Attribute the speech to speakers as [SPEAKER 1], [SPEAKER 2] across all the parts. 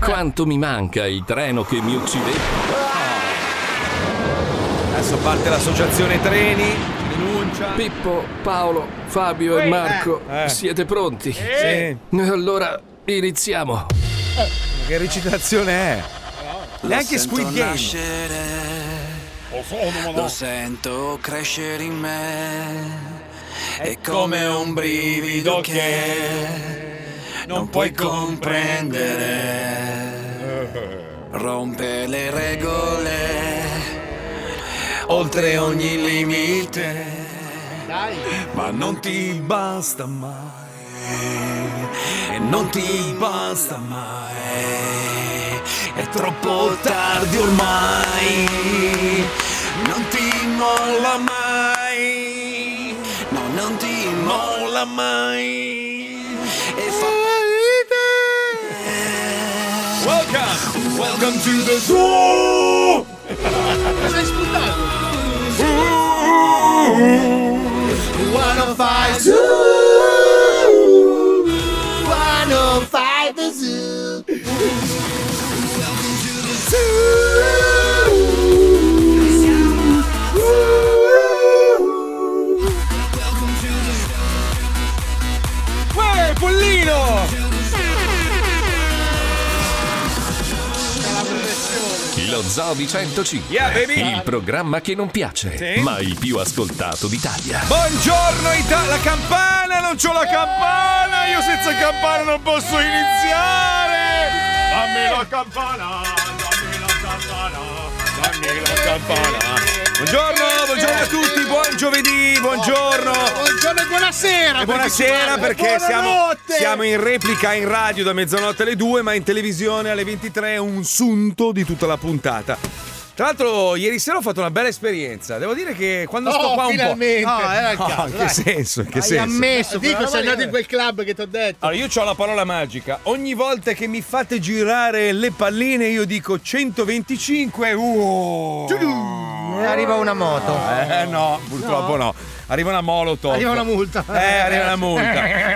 [SPEAKER 1] Quanto mi manca il treno che mi uccideva.
[SPEAKER 2] Ah. Adesso parte l'associazione treni. Denuncia.
[SPEAKER 1] Pippo, Paolo, Fabio e Marco,
[SPEAKER 2] eh.
[SPEAKER 1] siete pronti?
[SPEAKER 2] Sì.
[SPEAKER 1] E Allora iniziamo.
[SPEAKER 2] Ma Che recitazione è? Neanche Squid Game.
[SPEAKER 3] Lo sento crescere in me. È come un brivido che non puoi
[SPEAKER 2] Eh,
[SPEAKER 3] comprendere. Rompe le regole oltre ogni limite. Ma non ti basta mai. E non ti basta mai. È troppo tardi ormai. Non ti molla mai. No, non ti molla mai. E fa Welcome! Welcome to the zoo!
[SPEAKER 2] Uè, Pollino!
[SPEAKER 1] Lo Zoo di 105.
[SPEAKER 2] Yeah, baby.
[SPEAKER 1] Il programma che non piace,
[SPEAKER 2] Sì.
[SPEAKER 1] ma il più ascoltato d'Italia.
[SPEAKER 2] Buongiorno Italia! La campana! Non c'ho la campana! Io senza campana non posso iniziare! Dammi la campana! Dammi la campana! Dammi la campana! Buongiorno, buongiorno a tutti, buon giovedì, buongiorno!
[SPEAKER 4] Buongiorno e buonasera!
[SPEAKER 2] E buonasera perché siamo,
[SPEAKER 4] Buonanotte!
[SPEAKER 2] siamo in replica in radio da mezzanotte alle 2, ma in televisione alle 23 un sunto di tutta la puntata. Tra l'altro ieri sera ho fatto una bella esperienza. Devo dire che quando sto
[SPEAKER 4] Oh,
[SPEAKER 2] qua un
[SPEAKER 4] finalmente.
[SPEAKER 2] po'... Ah, eh,
[SPEAKER 4] No, era il
[SPEAKER 2] No,
[SPEAKER 4] caso,
[SPEAKER 2] in che
[SPEAKER 4] dai.
[SPEAKER 2] senso? in Che
[SPEAKER 4] Hai
[SPEAKER 2] senso?
[SPEAKER 4] ammesso, dico,
[SPEAKER 2] quella roba
[SPEAKER 4] sei andato
[SPEAKER 2] lì.
[SPEAKER 4] in quel club che ti ho detto.
[SPEAKER 2] Allora, io ho la parola magica. Ogni volta che mi fate girare le palline, io dico 125. Uh!
[SPEAKER 5] Arriva una moto.
[SPEAKER 2] Eh no, purtroppo no. Arriva una molotov.
[SPEAKER 4] Arriva una multa.
[SPEAKER 2] Eh, arriva una multa.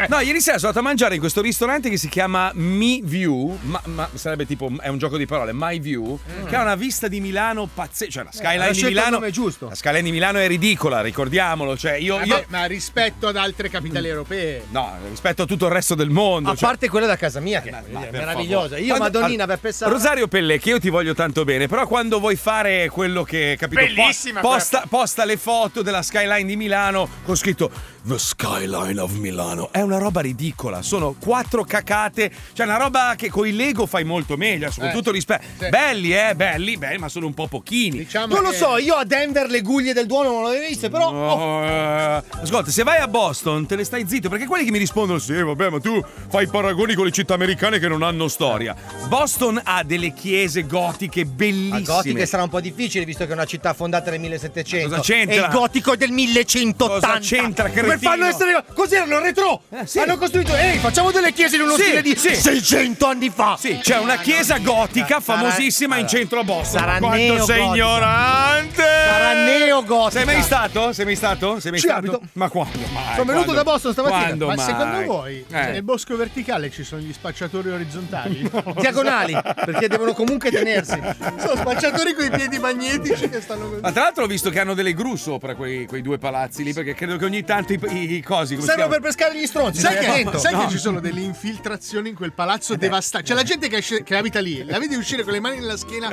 [SPEAKER 2] No, ieri sera sono andato a mangiare in questo ristorante che si chiama Mi View, ma, ma sarebbe tipo, è un gioco di parole, My View,
[SPEAKER 4] Mm.
[SPEAKER 2] che ha una vista di Milano pazzesca. Cioè, la skyline
[SPEAKER 4] ha
[SPEAKER 2] di
[SPEAKER 4] scelto il
[SPEAKER 2] Milano.
[SPEAKER 4] nome giusto.
[SPEAKER 2] La skyline di Milano è ridicola, ricordiamolo. Cioè, io.
[SPEAKER 4] Vabbè,
[SPEAKER 2] io-
[SPEAKER 4] Eh, ma rispetto ad altre capitali europee.
[SPEAKER 2] No, rispetto a tutto il resto del mondo.
[SPEAKER 5] A
[SPEAKER 2] cioè-
[SPEAKER 5] parte quella da casa mia, che è meravigliosa. Io,
[SPEAKER 2] Quando-
[SPEAKER 5] Madonnina,
[SPEAKER 2] Allora,
[SPEAKER 5] per pensare.
[SPEAKER 2] Rosario Pelle, che io ti voglio tanto bene, però quando vuoi fare quello che capito, po-
[SPEAKER 4] Bellissima
[SPEAKER 2] posta, posta le foto della skyline di Milano con scritto The Skyline of Milano. È una roba ridicola, sono quattro cacate, cioè una roba che con i Lego fai molto meglio, con
[SPEAKER 4] Eh,
[SPEAKER 2] tutto il rispetto.
[SPEAKER 4] sì.
[SPEAKER 2] Belli, eh, belli, belli, ma sono un po' pochini.
[SPEAKER 4] Diciamo
[SPEAKER 5] Non lo
[SPEAKER 4] che-
[SPEAKER 5] so, io a Denver le guglie del Duomo non le avevo viste, però. oh,
[SPEAKER 2] Eh, ascolta, se vai a Boston te ne stai zitto perché quelli che mi rispondono sì, vabbè, ma tu fai i paragoni con le città americane che non hanno storia. Boston ha delle chiese gotiche
[SPEAKER 5] a
[SPEAKER 2] bellissime.
[SPEAKER 5] gotiche sarà un po' difficile visto che è una città fondata nel 1700.
[SPEAKER 2] Cosa c'entra?
[SPEAKER 5] E il gotico è del 1180.
[SPEAKER 2] Cosa c'entra,
[SPEAKER 5] Per
[SPEAKER 2] cretino? Eh,
[SPEAKER 5] farlo essere. Così erano retro.
[SPEAKER 2] sì.
[SPEAKER 5] Hanno costruito. Ehi, facciamo delle chiese in uno
[SPEAKER 2] Sì,
[SPEAKER 5] stile di
[SPEAKER 2] sì.
[SPEAKER 5] 600 anni fa.
[SPEAKER 2] Sì, c'è una chiesa gotica
[SPEAKER 5] Sarà-
[SPEAKER 2] famosissima in
[SPEAKER 5] allora,
[SPEAKER 2] centro a Boston.
[SPEAKER 5] sarà
[SPEAKER 2] Quanto sei
[SPEAKER 5] neogotica.
[SPEAKER 2] ignorante!
[SPEAKER 5] Sarà neogotica.
[SPEAKER 2] Sei mai stato? Sei mai stato? Sei mai
[SPEAKER 5] Ci
[SPEAKER 2] stato?
[SPEAKER 5] abito.
[SPEAKER 2] Ma quando mai?
[SPEAKER 4] Sono venuto
[SPEAKER 2] Quando-
[SPEAKER 4] da Boston stamattina.
[SPEAKER 2] quando
[SPEAKER 4] ma
[SPEAKER 2] mai?
[SPEAKER 4] secondo voi cioè,
[SPEAKER 2] Eh.
[SPEAKER 4] nel bosco verticale ci sono gli spacciatori orizzontali?
[SPEAKER 5] Diagonali, perché devono comunque tenersi.
[SPEAKER 4] sono spacciatori con i piedi magnetici che stanno così.
[SPEAKER 2] Ma tra l'altro ho visto che hanno delle gru sopra quei, quei due palazzi lì, perché credo che ogni tanto i, i, i cosi. come si
[SPEAKER 5] Serve
[SPEAKER 2] chiamano?
[SPEAKER 5] per pescare gli stronzi.
[SPEAKER 4] Sai,
[SPEAKER 5] perché è
[SPEAKER 4] che,
[SPEAKER 5] lento.
[SPEAKER 4] sai che ci sono delle infiltrazioni in quel palazzo devastato? C'è la gente che, esce- che abita lì, la vedi uscire con le mani nella schiena.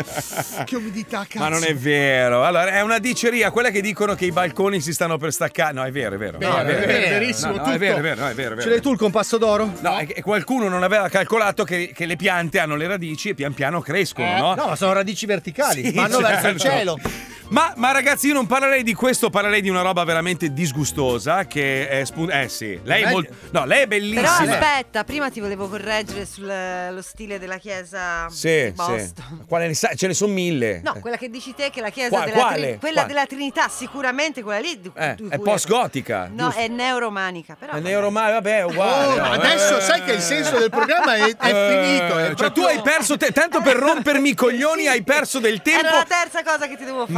[SPEAKER 4] Che umidità, cazzo.
[SPEAKER 2] Ma non è vero. Allora, è una diceria, quella che dicono che i balconi si stanno per staccare. No, è vero, è vero. No,
[SPEAKER 4] Vero,
[SPEAKER 5] è vero,
[SPEAKER 4] verissimo,
[SPEAKER 2] No, no, è
[SPEAKER 4] tutto.
[SPEAKER 2] vero, è vero, no, è vero, è
[SPEAKER 5] Ce
[SPEAKER 2] vero.
[SPEAKER 5] l'hai tu il compasso d'oro?
[SPEAKER 2] No, è che qualcuno non aveva calcolato che, che le piante hanno le radici e pian piano crescono, Eh, no?
[SPEAKER 5] No, ma sono radici verticali,
[SPEAKER 2] Sì,
[SPEAKER 5] vanno verso il
[SPEAKER 2] certo.
[SPEAKER 5] cielo.
[SPEAKER 2] Ma, ma ragazzi, io non parlerei di questo, parlerei di una roba veramente disgustosa che è spun- Eh sì, lei è
[SPEAKER 5] Ma-
[SPEAKER 2] molto... No, lei è
[SPEAKER 6] Però
[SPEAKER 2] bellissima.
[SPEAKER 6] aspetta, prima ti volevo correggere sullo stile della chiesa di
[SPEAKER 2] Sì, sì.
[SPEAKER 6] Boston.
[SPEAKER 2] Ma Quale ne sa? Ce ne sono mille.
[SPEAKER 6] No, quella che dici te che la chiesa
[SPEAKER 2] Qua-
[SPEAKER 6] della, Tri-
[SPEAKER 2] quale?
[SPEAKER 6] quella
[SPEAKER 2] Quale?
[SPEAKER 6] della Trinità, sicuramente quella lì di-
[SPEAKER 2] Eh,
[SPEAKER 6] di
[SPEAKER 2] è
[SPEAKER 6] cui-
[SPEAKER 2] post-gotica,
[SPEAKER 6] No,
[SPEAKER 2] giusto.
[SPEAKER 6] è neoromanica, però.
[SPEAKER 2] È neoromano, vabbè, è
[SPEAKER 4] Oh,
[SPEAKER 2] uguale.
[SPEAKER 4] ma
[SPEAKER 2] Eh,
[SPEAKER 4] adesso sai che il senso del programma è, è
[SPEAKER 2] Eh,
[SPEAKER 4] finito.
[SPEAKER 2] cioè,
[SPEAKER 4] è proprio-
[SPEAKER 2] tu hai perso te- tanto per rompermi i coglioni, hai perso del tempo.
[SPEAKER 6] Era Eh, la terza cosa che ti dovevo fare.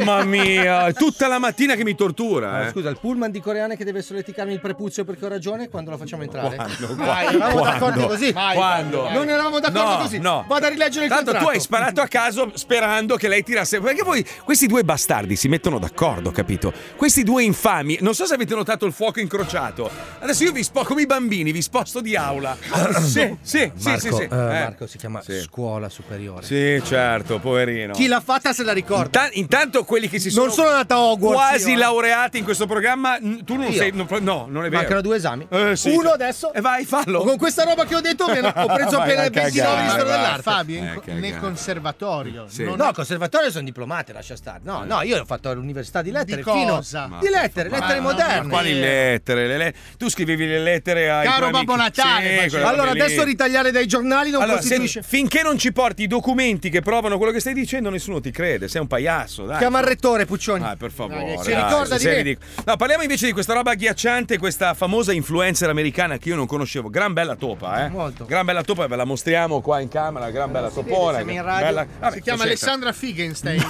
[SPEAKER 2] Mamma mia, è tutta la mattina che mi tortura.
[SPEAKER 5] Ma
[SPEAKER 2] eh.
[SPEAKER 5] Scusa, il pullman di coreane che che deve solleticarmi il prepuzio perché ho ragione quando la facciamo entrare.
[SPEAKER 2] Quando?
[SPEAKER 5] Mai, eravamo
[SPEAKER 2] Quando?
[SPEAKER 5] d'accordo così.
[SPEAKER 2] Mai. Quando?
[SPEAKER 5] Non eravamo d'accordo
[SPEAKER 2] No,
[SPEAKER 5] così.
[SPEAKER 2] no.
[SPEAKER 5] Vado a rileggere il
[SPEAKER 2] Tanto tu
[SPEAKER 5] contratto.
[SPEAKER 2] hai sparato a caso sperando che lei tirasse. Perché poi questi due bastardi si mettono d'accordo, capito? Questi due infami. Non so se avete notato il fuoco incrociato. Adesso io vi sposto come i bambini, vi sposto di aula. Sì, sì, sì,
[SPEAKER 5] Marco,
[SPEAKER 2] sì, sì.
[SPEAKER 5] eh, Marco si chiama scuola superiore.
[SPEAKER 2] Sì, certo, poverino.
[SPEAKER 5] Chi l'ha fatta se la ricorda.
[SPEAKER 2] Inta- intanto quelli che si sono,
[SPEAKER 5] Non sono andata a Hogwarts,
[SPEAKER 2] quasi
[SPEAKER 5] io, eh.
[SPEAKER 2] laureati in questo programma, n- tu non
[SPEAKER 5] Io.
[SPEAKER 2] sei. non- no, non è vero.
[SPEAKER 5] Mancano due esami.
[SPEAKER 2] Eh, sì.
[SPEAKER 5] Uno adesso.
[SPEAKER 2] E vai, fallo.
[SPEAKER 5] Con questa roba che ho detto mi hanno- ho preso
[SPEAKER 2] Vai,
[SPEAKER 5] appena
[SPEAKER 2] la
[SPEAKER 5] il 29 di
[SPEAKER 2] cagata,
[SPEAKER 5] storia
[SPEAKER 2] basta.
[SPEAKER 5] dell'arte.
[SPEAKER 4] Fabio, in-
[SPEAKER 2] Eh, cagare.
[SPEAKER 4] nel conservatorio.
[SPEAKER 2] Sì. Eh.
[SPEAKER 4] non-
[SPEAKER 5] No, al conservatorio sono diplomate, lascia stare. No, no, io ho fatto l'università di lettere
[SPEAKER 4] Di
[SPEAKER 5] fino
[SPEAKER 4] cosa?
[SPEAKER 5] di lettere,
[SPEAKER 4] Ma-
[SPEAKER 5] lettere
[SPEAKER 4] ma-
[SPEAKER 5] moderne.
[SPEAKER 2] Ma Quali lettere? Le le- Tu scrivevi le lettere ai
[SPEAKER 4] Caro
[SPEAKER 2] tuoi amici.
[SPEAKER 4] Babbo Natale,
[SPEAKER 2] Sì,
[SPEAKER 4] faccio-
[SPEAKER 2] quella roba
[SPEAKER 5] Allora,
[SPEAKER 2] lì.
[SPEAKER 5] adesso ritagliare dai giornali non
[SPEAKER 2] Allora, se-
[SPEAKER 5] costituisce.
[SPEAKER 2] finché non ci porti i documenti che provano quello che stai dicendo, nessuno ti crede. Sei un pagliasso, dai.
[SPEAKER 5] Chiama il rettore, Puccioni.
[SPEAKER 2] Ah, per favore.
[SPEAKER 5] Si
[SPEAKER 2] dai,
[SPEAKER 5] ricorda di
[SPEAKER 2] sei
[SPEAKER 5] me.
[SPEAKER 2] ridicolo. No, parliamo invece di questa roba agghiacciante, questa famosa influencer americana che io non conoscevo. Gran bella topa, eh.
[SPEAKER 5] Molto.
[SPEAKER 2] Gran bella topa, ve la mostriamo qua in camera. Gran bella topona.
[SPEAKER 5] siamo in
[SPEAKER 2] gran
[SPEAKER 5] radio.
[SPEAKER 2] bella- Ah, Vabbè,
[SPEAKER 4] si chiama
[SPEAKER 2] cos'entra?
[SPEAKER 4] Alessandra Figenstein.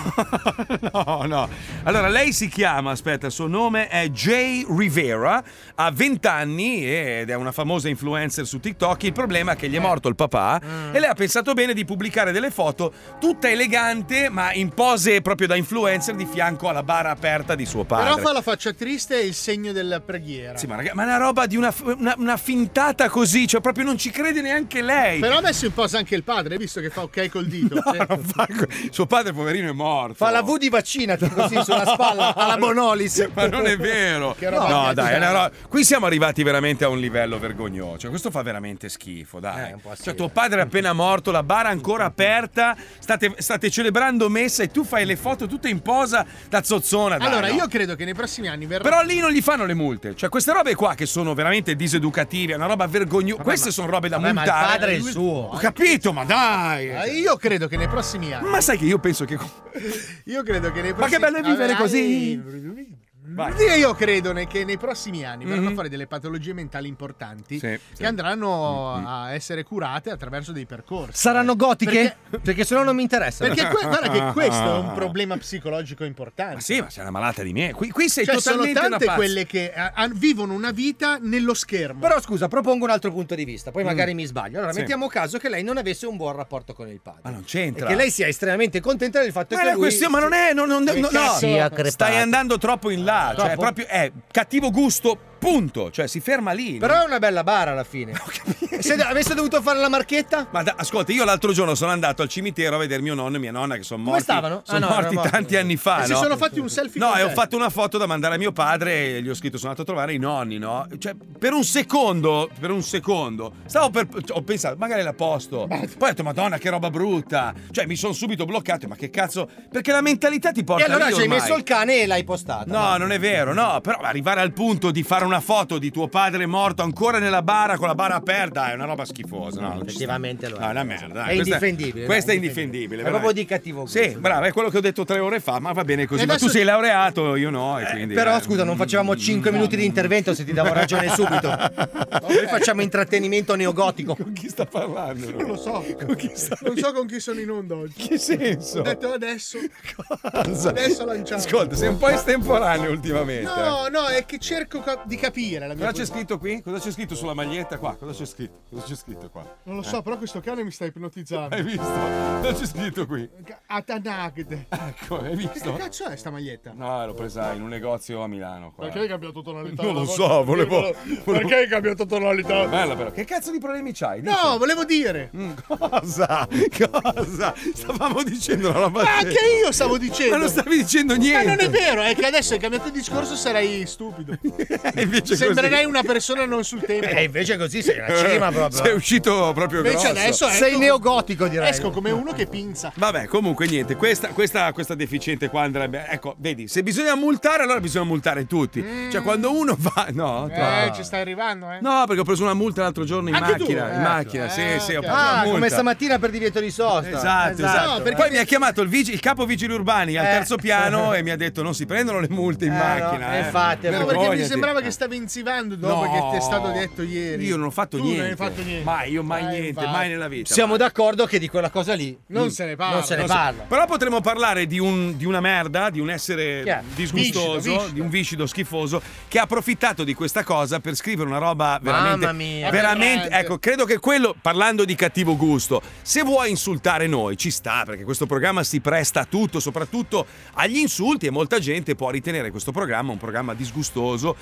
[SPEAKER 2] no, no. Allora, lei si chiama, aspetta, il suo nome è Jay Rivera, ha 20 anni ed è una famosa influencer su TikTok. Il problema è
[SPEAKER 4] Eh.
[SPEAKER 2] che gli è morto il papà
[SPEAKER 4] Mm.
[SPEAKER 2] e lei ha pensato bene di pubblicare delle foto tutta elegante, ma in pose proprio da influencer di fianco alla bara aperta di suo padre.
[SPEAKER 4] Però fa la faccia triste e il segno della preghiera.
[SPEAKER 2] Sì, ma raga, ma è una roba di una, una- una fintata così, cioè proprio non ci crede neanche lei.
[SPEAKER 4] Però adesso in posa anche il padre, hai visto che fa ok col dito.
[SPEAKER 2] No, non fa co- Suo padre, poverino, è morto.
[SPEAKER 5] Fa la V di vaccinati così sulla spalla alla Bonolis.
[SPEAKER 2] Ma non è vero.
[SPEAKER 4] Che roba
[SPEAKER 2] No,
[SPEAKER 4] che
[SPEAKER 2] dai,
[SPEAKER 4] ti
[SPEAKER 2] è una
[SPEAKER 4] dà.
[SPEAKER 2] roba- qui siamo arrivati veramente a un livello vergognoso. Cioè, questo fa veramente schifo, dai.
[SPEAKER 5] Eh, un po' sì,
[SPEAKER 2] cioè, tuo
[SPEAKER 5] eh.
[SPEAKER 2] padre è appena morto, la bara ancora aperta, state, state celebrando messa e tu fai le foto tutte in posa da zozzona. dai,
[SPEAKER 4] Allora,
[SPEAKER 2] no.
[SPEAKER 4] io credo che nei prossimi anni verrà.
[SPEAKER 2] Però lì non gli fanno le multe. Cioè, queste robe qua che sono veramente diseducative, è una roba vergognosa. Queste sono robe da
[SPEAKER 5] Vabbè, ma il
[SPEAKER 2] multare.
[SPEAKER 5] padre è il
[SPEAKER 2] Lui-
[SPEAKER 5] suo.
[SPEAKER 2] Ho capito, ma
[SPEAKER 4] Ah,
[SPEAKER 2] dai.
[SPEAKER 4] Io credo che nei prossimi anni.
[SPEAKER 2] Ma sai che io penso che.
[SPEAKER 4] Io credo che nei
[SPEAKER 2] Ma che
[SPEAKER 4] prossimi
[SPEAKER 2] bello è vivere
[SPEAKER 4] Ah,
[SPEAKER 2] così. Vai. Mhm.
[SPEAKER 4] eh, Io credo ne- che nei prossimi anni verranno fuori delle patologie mentali importanti
[SPEAKER 2] Sì,
[SPEAKER 4] che
[SPEAKER 2] sì. Mm,
[SPEAKER 4] andranno a essere curate attraverso dei percorsi.
[SPEAKER 5] Saranno gotiche?
[SPEAKER 4] Perché-
[SPEAKER 5] Perché, sennò non mi interessa.
[SPEAKER 4] Perché que- guarda che questo è un problema psicologico importante.
[SPEAKER 2] Ma sì, ma sei una malata di me. Qui, qui sei
[SPEAKER 4] Cioè, sono
[SPEAKER 2] totalmente una
[SPEAKER 4] tante
[SPEAKER 2] pazza.
[SPEAKER 4] quelle che eh, han- vivono una vita nello schermo.
[SPEAKER 5] Però scusa, propongo un altro punto di vista, poi magari mi sbaglio. Allora,
[SPEAKER 2] Mm. Sì.
[SPEAKER 5] mettiamo caso che lei non avesse un buon rapporto con il padre.
[SPEAKER 2] Ma non c'entra.
[SPEAKER 5] E che lei sia estremamente contenta del fatto
[SPEAKER 2] Ma
[SPEAKER 5] che
[SPEAKER 2] è la
[SPEAKER 5] lui
[SPEAKER 2] questione, ma non è. Non, non- no, no.
[SPEAKER 5] sia crepato.
[SPEAKER 2] stai andando troppo in là. Cioè, è
[SPEAKER 5] Troppo?
[SPEAKER 2] proprio. È cattivo gusto, punto. Cioè, si ferma lì.
[SPEAKER 5] Però è una bella bara alla fine. E Se avesse dovuto fare la marchetta?
[SPEAKER 2] Ma da- ascolta, io l'altro giorno sono andato al cimitero a vedere mio nonno e mia nonna che sono morti.
[SPEAKER 5] stavano?
[SPEAKER 2] Sono
[SPEAKER 5] Ah, no,
[SPEAKER 2] morti
[SPEAKER 5] erano morti.
[SPEAKER 2] tanti anni fa.
[SPEAKER 4] E si
[SPEAKER 2] no?
[SPEAKER 4] sono fatti un selfie
[SPEAKER 2] No,
[SPEAKER 4] con
[SPEAKER 2] e ho
[SPEAKER 4] te.
[SPEAKER 2] fatto una foto da mandare a mio padre e gli ho scritto sono andato a trovare i nonni, no? Cioè, per un secondo, per un secondo, stavo per cioè, ho pensato magari l'ha posto. Poi ho detto "Madonna, che roba brutta". Cioè, mi sono subito bloccato, ma che cazzo? Perché la mentalità ti
[SPEAKER 5] E
[SPEAKER 2] porta
[SPEAKER 5] allora
[SPEAKER 2] lì
[SPEAKER 5] ci hai
[SPEAKER 2] ormai.
[SPEAKER 5] messo il cane e l'hai postato.
[SPEAKER 2] No, non è vero, no, però arrivare al punto di fare una foto di tuo padre morto ancora nella bara con la bara aperta è una roba schifosa, no? non ci sta.
[SPEAKER 5] Effettivamente lo è.
[SPEAKER 2] No, è una merda. dai,
[SPEAKER 5] È
[SPEAKER 2] questa-
[SPEAKER 5] indifendibile,
[SPEAKER 2] Questa
[SPEAKER 5] dai,
[SPEAKER 2] è indifendibile.
[SPEAKER 5] è
[SPEAKER 2] veramente.
[SPEAKER 5] proprio di cattivo gusto,
[SPEAKER 2] Sì,
[SPEAKER 5] dai.
[SPEAKER 2] brava, è quello che ho detto tre ore fa, ma va bene così.
[SPEAKER 4] E
[SPEAKER 2] Ma tu
[SPEAKER 4] adesso-
[SPEAKER 2] sei laureato, io no, e quindi...
[SPEAKER 5] Però
[SPEAKER 2] eh.
[SPEAKER 5] scusa, non facevamo 5
[SPEAKER 2] Mm.
[SPEAKER 5] minuti di intervento se ti davo ragione subito. Noi facciamo intrattenimento neogotico.
[SPEAKER 2] Con chi sta parlando?
[SPEAKER 4] Non lo so.
[SPEAKER 2] Con chi sta...
[SPEAKER 4] Non so con chi sono in onda oggi.
[SPEAKER 2] In che senso?
[SPEAKER 4] Ho detto adesso.
[SPEAKER 2] Cosa?
[SPEAKER 4] Adesso lanciamo.
[SPEAKER 2] Ascolta, sei un po' estemporaneo ultimamente. eh.
[SPEAKER 4] No, no, è che cerco cap- di capire la mia
[SPEAKER 2] Cosa c'è
[SPEAKER 4] posizione.
[SPEAKER 2] scritto qui? Cosa c'è scritto sulla maglietta qua? Cosa c'è scritto? Cosa c'è scritto qua? Eh,
[SPEAKER 4] Non lo so, però questo cane mi sta ipnotizzando.
[SPEAKER 2] Hai visto? Cosa c'è scritto qui?
[SPEAKER 4] Atanagd.
[SPEAKER 2] Ecco, hai
[SPEAKER 4] Che
[SPEAKER 2] visto?
[SPEAKER 4] cazzo è sta maglietta?
[SPEAKER 2] No, l'ho presa in un negozio a Milano. Qua.
[SPEAKER 4] hai cambiato tonalità?
[SPEAKER 2] Non lo so, volevo- volevo-
[SPEAKER 4] hai cambiato tonalità?
[SPEAKER 2] Bella però. Che cazzo di problemi c'hai?
[SPEAKER 4] No, volevo dire.
[SPEAKER 2] Mm, Cosa? Cosa? Stavamo dicendo una roba
[SPEAKER 4] Ma
[SPEAKER 2] seria.
[SPEAKER 4] anche io stavo dicendo.
[SPEAKER 2] Ma non stavi dicendo
[SPEAKER 4] Ma
[SPEAKER 2] niente.
[SPEAKER 4] non è vero, è che adesso hai cambiato il discorso sarei stupido.
[SPEAKER 2] E Invece
[SPEAKER 4] Sembrerei
[SPEAKER 2] così.
[SPEAKER 4] una persona non sul tempo.
[SPEAKER 2] Eh,
[SPEAKER 5] E invece così sei una cima proprio.
[SPEAKER 2] Sei uscito proprio
[SPEAKER 4] Invece
[SPEAKER 2] grosso.
[SPEAKER 4] adesso ecco-
[SPEAKER 5] Sei neogotico direi.
[SPEAKER 4] esco come uno che pinza.
[SPEAKER 2] Vabbè, comunque niente, questa, questa, questa deficiente qua andrebbe. Ecco, vedi, se bisogna multare, allora bisogna multare tutti. Cioè, quando uno va. No,
[SPEAKER 4] Eh,
[SPEAKER 2] no.
[SPEAKER 4] ci stai arrivando, eh.
[SPEAKER 2] No, perché ho preso una multa l'altro giorno in
[SPEAKER 4] Anche tu?
[SPEAKER 2] macchina. In
[SPEAKER 4] Ecco,
[SPEAKER 2] macchina, sì,
[SPEAKER 4] eh,
[SPEAKER 2] sì, ho
[SPEAKER 4] ok.
[SPEAKER 2] preso una
[SPEAKER 5] Ah,
[SPEAKER 2] multa.
[SPEAKER 5] come stamattina per divieto di sosta.
[SPEAKER 2] Esatto, esatto.
[SPEAKER 4] No, perché-
[SPEAKER 2] Poi mi ha chiamato il, vigi- il capo vigili urbani al
[SPEAKER 5] Eh.
[SPEAKER 2] terzo piano e mi ha detto: Non si prendono le multe in
[SPEAKER 5] Eh, no,
[SPEAKER 2] macchina. eh."
[SPEAKER 5] infatti,
[SPEAKER 4] No, perché mi
[SPEAKER 2] Vergognati.
[SPEAKER 4] sembrava che stavi inzivando dopo
[SPEAKER 2] No.
[SPEAKER 4] che ti è stato detto ieri?
[SPEAKER 2] Io non ho fatto
[SPEAKER 4] Tu
[SPEAKER 2] niente.
[SPEAKER 4] Non hai fatto niente.
[SPEAKER 2] Mai, io mai
[SPEAKER 4] Eh,
[SPEAKER 2] niente,
[SPEAKER 4] infatti.
[SPEAKER 2] mai nella vita.
[SPEAKER 5] Siamo
[SPEAKER 2] mai.
[SPEAKER 5] d'accordo che di quella cosa lì mm,
[SPEAKER 4] Non se ne parla.
[SPEAKER 5] Non se ne
[SPEAKER 4] Non
[SPEAKER 2] so-
[SPEAKER 5] parla.
[SPEAKER 2] Però potremmo parlare di, un- di una merda, di un essere
[SPEAKER 5] Chiaro.
[SPEAKER 2] disgustoso,
[SPEAKER 4] Viscido, viscido.
[SPEAKER 2] di un viscido schifoso che ha approfittato di questa cosa per scrivere una roba veramente.
[SPEAKER 5] Mamma mia.
[SPEAKER 2] veramente-
[SPEAKER 4] Aberrante.
[SPEAKER 2] ecco, credo che quello, parlando di cattivo gusto, se vuoi insultare noi, ci sta, perché questo programma si presta a tutto, soprattutto agli insulti, e molta gente può ritenere questo programma un programma disgustoso,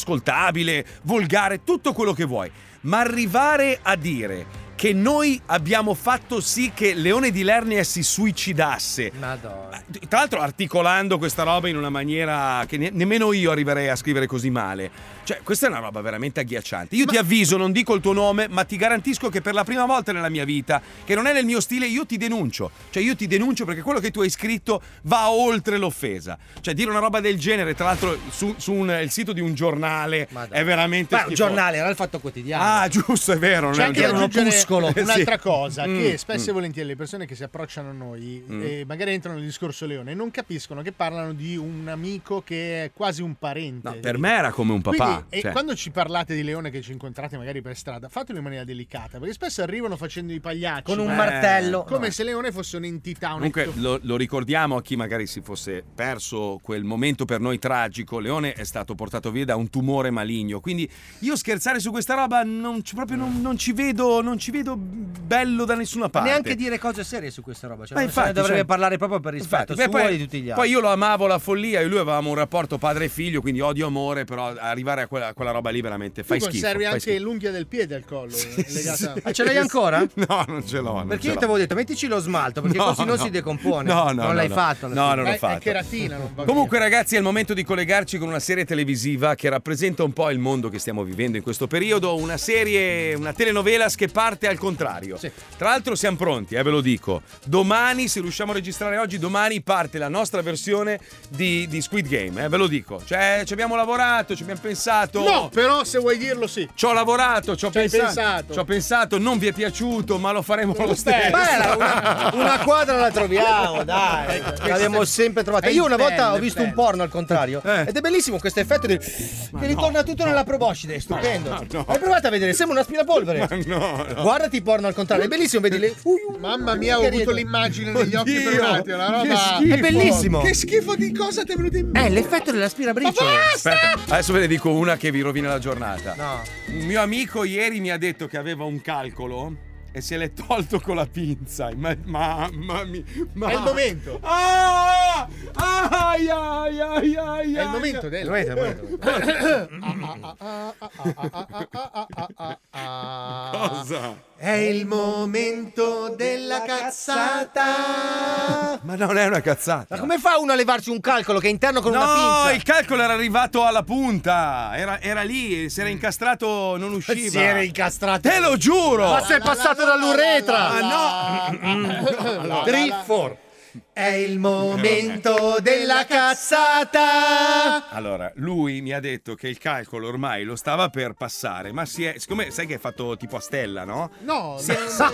[SPEAKER 2] inascoltabile, volgare, tutto quello che vuoi. Ma arrivare a dire che noi abbiamo fatto sì che Leone di Lernia si suicidasse,
[SPEAKER 5] Madonna.
[SPEAKER 2] tra l'altro articolando questa roba in una maniera che ne- nemmeno io arriverei a scrivere così male. Cioè, questa è una roba veramente agghiacciante. Io ti avviso, non dico il tuo nome, ma ti garantisco che per la prima volta nella mia vita, che non è nel mio stile, io ti denuncio. Cioè, io ti denuncio perché quello che tu hai scritto va oltre l'offesa. Cioè, dire una roba del genere, tra l'altro, su, su un- il sito di un giornale
[SPEAKER 5] Madonna.
[SPEAKER 2] è veramente.
[SPEAKER 5] Beh, un
[SPEAKER 2] schifoso.
[SPEAKER 5] giornale era il fatto quotidiano.
[SPEAKER 2] Ah, giusto, è vero. non
[SPEAKER 4] C'è
[SPEAKER 2] è un
[SPEAKER 4] anche da
[SPEAKER 2] giornale.
[SPEAKER 4] aggiungere
[SPEAKER 5] Crepuscolo.
[SPEAKER 4] un'altra
[SPEAKER 2] Sì.
[SPEAKER 4] cosa,
[SPEAKER 2] Mm,
[SPEAKER 4] che spesso
[SPEAKER 2] mm.
[SPEAKER 4] e volentieri le persone che si approcciano a noi
[SPEAKER 2] Mm.
[SPEAKER 4] eh, magari entrano nel discorso leone e non capiscono che parlano di un amico che è quasi un parente.
[SPEAKER 2] No, per me era come un papà.
[SPEAKER 4] Quindi, e
[SPEAKER 2] cioè.
[SPEAKER 4] quando ci parlate di leone che ci incontrate magari per strada, fatelo in maniera delicata, perché spesso arrivano facendo i pagliacci.
[SPEAKER 5] Con un
[SPEAKER 4] ma-
[SPEAKER 5] martello.
[SPEAKER 4] Come se leone fosse un'entità, un
[SPEAKER 2] Eh, Comunque lo, lo ricordiamo a chi magari si fosse perso quel momento per noi tragico. Leone è stato portato via da un tumore maligno. Quindi io scherzare su questa roba non ci, proprio non, non ci vedo, non ci vedo bello da nessuna parte.
[SPEAKER 5] Neanche dire cose serie su questa roba. Cioè,
[SPEAKER 2] Ma
[SPEAKER 5] non se ne
[SPEAKER 2] infatti,
[SPEAKER 5] dovrebbe
[SPEAKER 2] cioè-
[SPEAKER 5] parlare proprio per rispetto
[SPEAKER 2] Infatti, beh,
[SPEAKER 5] suo e di tutti gli altri.
[SPEAKER 2] poi io lo amavo la follia, io e lui avevamo un rapporto padre e figlio, quindi odio amore, però arrivare a quella, a quella roba lì veramente
[SPEAKER 4] Tu
[SPEAKER 2] fai schifo.
[SPEAKER 4] conservi
[SPEAKER 2] fai
[SPEAKER 4] anche
[SPEAKER 2] schifo.
[SPEAKER 4] l'unghia del piede al collo, eh, legata.
[SPEAKER 5] Ah, ce l'hai ancora?
[SPEAKER 2] No, non ce l'ho. non
[SPEAKER 5] Perché
[SPEAKER 2] ce
[SPEAKER 5] io ti
[SPEAKER 2] l'ho.
[SPEAKER 5] avevo detto, mettici lo smalto, perché
[SPEAKER 2] No,
[SPEAKER 5] così non
[SPEAKER 2] no.
[SPEAKER 5] si decompone.
[SPEAKER 2] No, no,
[SPEAKER 5] non
[SPEAKER 2] no,
[SPEAKER 5] l'hai
[SPEAKER 2] no.
[SPEAKER 5] fatto. alla
[SPEAKER 2] No,
[SPEAKER 5] fine.
[SPEAKER 2] non l'ho
[SPEAKER 4] È- è
[SPEAKER 2] fatto.
[SPEAKER 4] cheratina, non va via.
[SPEAKER 2] Comunque, ragazzi, è il momento di collegarci con una serie televisiva che rappresenta un po' il mondo che stiamo vivendo in questo periodo. Una serie, una telenovelas che parte al contrario.
[SPEAKER 4] Sì.
[SPEAKER 2] Tra l'altro, siamo pronti, eh, ve lo dico. Domani, se riusciamo a registrare oggi, domani parte la nostra versione di, di Squid Game, eh, ve lo dico. Cioè, ci abbiamo lavorato, ci abbiamo pensato.
[SPEAKER 4] No, però se vuoi dirlo sì.
[SPEAKER 2] Ci ho lavorato, ci ho
[SPEAKER 4] Ci hai
[SPEAKER 2] pensato,
[SPEAKER 4] pensato.
[SPEAKER 2] Ci ho pensato, non vi è piaciuto, ma lo faremo lo stesso.
[SPEAKER 5] Ma era una, Eh, una quadra la troviamo,
[SPEAKER 2] Eh,
[SPEAKER 5] dai. L'abbiamo sempre trovata. Io una volta ho visto un porno al contrario.
[SPEAKER 2] Eh.
[SPEAKER 5] Ed è bellissimo questo effetto di- che ritorna tutto nella proboscide, è stupendo.
[SPEAKER 2] Ma no.
[SPEAKER 5] Hai provato a vedere, sembra un aspirapolvere.
[SPEAKER 2] Ma no, no.
[SPEAKER 5] Guardati il porno al contrario, è bellissimo, vedi le. Ui, ui,
[SPEAKER 4] Mamma mia, ho
[SPEAKER 5] che
[SPEAKER 4] avuto
[SPEAKER 5] ritorno.
[SPEAKER 4] l'immagine negli occhi
[SPEAKER 2] Oddio,
[SPEAKER 4] per un attimo, una
[SPEAKER 2] che
[SPEAKER 4] roba.
[SPEAKER 2] schifo.
[SPEAKER 5] È bellissimo.
[SPEAKER 4] Che schifo di cosa ti è venuto in
[SPEAKER 5] È
[SPEAKER 4] mente?
[SPEAKER 5] l'effetto dell'aspirabriciole.
[SPEAKER 2] Cioè, Aspetta, adesso ve ne dico una che vi rovina la giornata.
[SPEAKER 5] No.
[SPEAKER 2] Un mio amico ieri mi ha detto che aveva un calcolo e se l'è tolto con la pinza. Ma- mamma mia. ma-
[SPEAKER 4] È il momento.
[SPEAKER 2] Ah! Ai, ai, ai, ai,
[SPEAKER 4] È il
[SPEAKER 2] ai.
[SPEAKER 4] momento del.
[SPEAKER 2] Cosa?
[SPEAKER 4] È il momento della cazzata.
[SPEAKER 2] Ma non è una cazzata.
[SPEAKER 5] Ma come fa uno a levarci un calcolo che è interno con una
[SPEAKER 2] No,
[SPEAKER 5] pinza?
[SPEAKER 2] il calcolo era arrivato alla punta. Era, era lì, si era incastrato, non usciva.
[SPEAKER 5] Si era incastrato.
[SPEAKER 2] Te lo giuro! Ah,
[SPEAKER 5] Ma sei passato dall'uretra.
[SPEAKER 2] Ma
[SPEAKER 4] no.
[SPEAKER 5] Three, four. È il
[SPEAKER 2] Eh,
[SPEAKER 5] momento della cazzata.
[SPEAKER 2] Allora, lui mi ha detto che il calcolo ormai lo stava per passare, ma si è. Siccome sai che è fatto tipo a stella, no?
[SPEAKER 4] No,
[SPEAKER 2] Sì.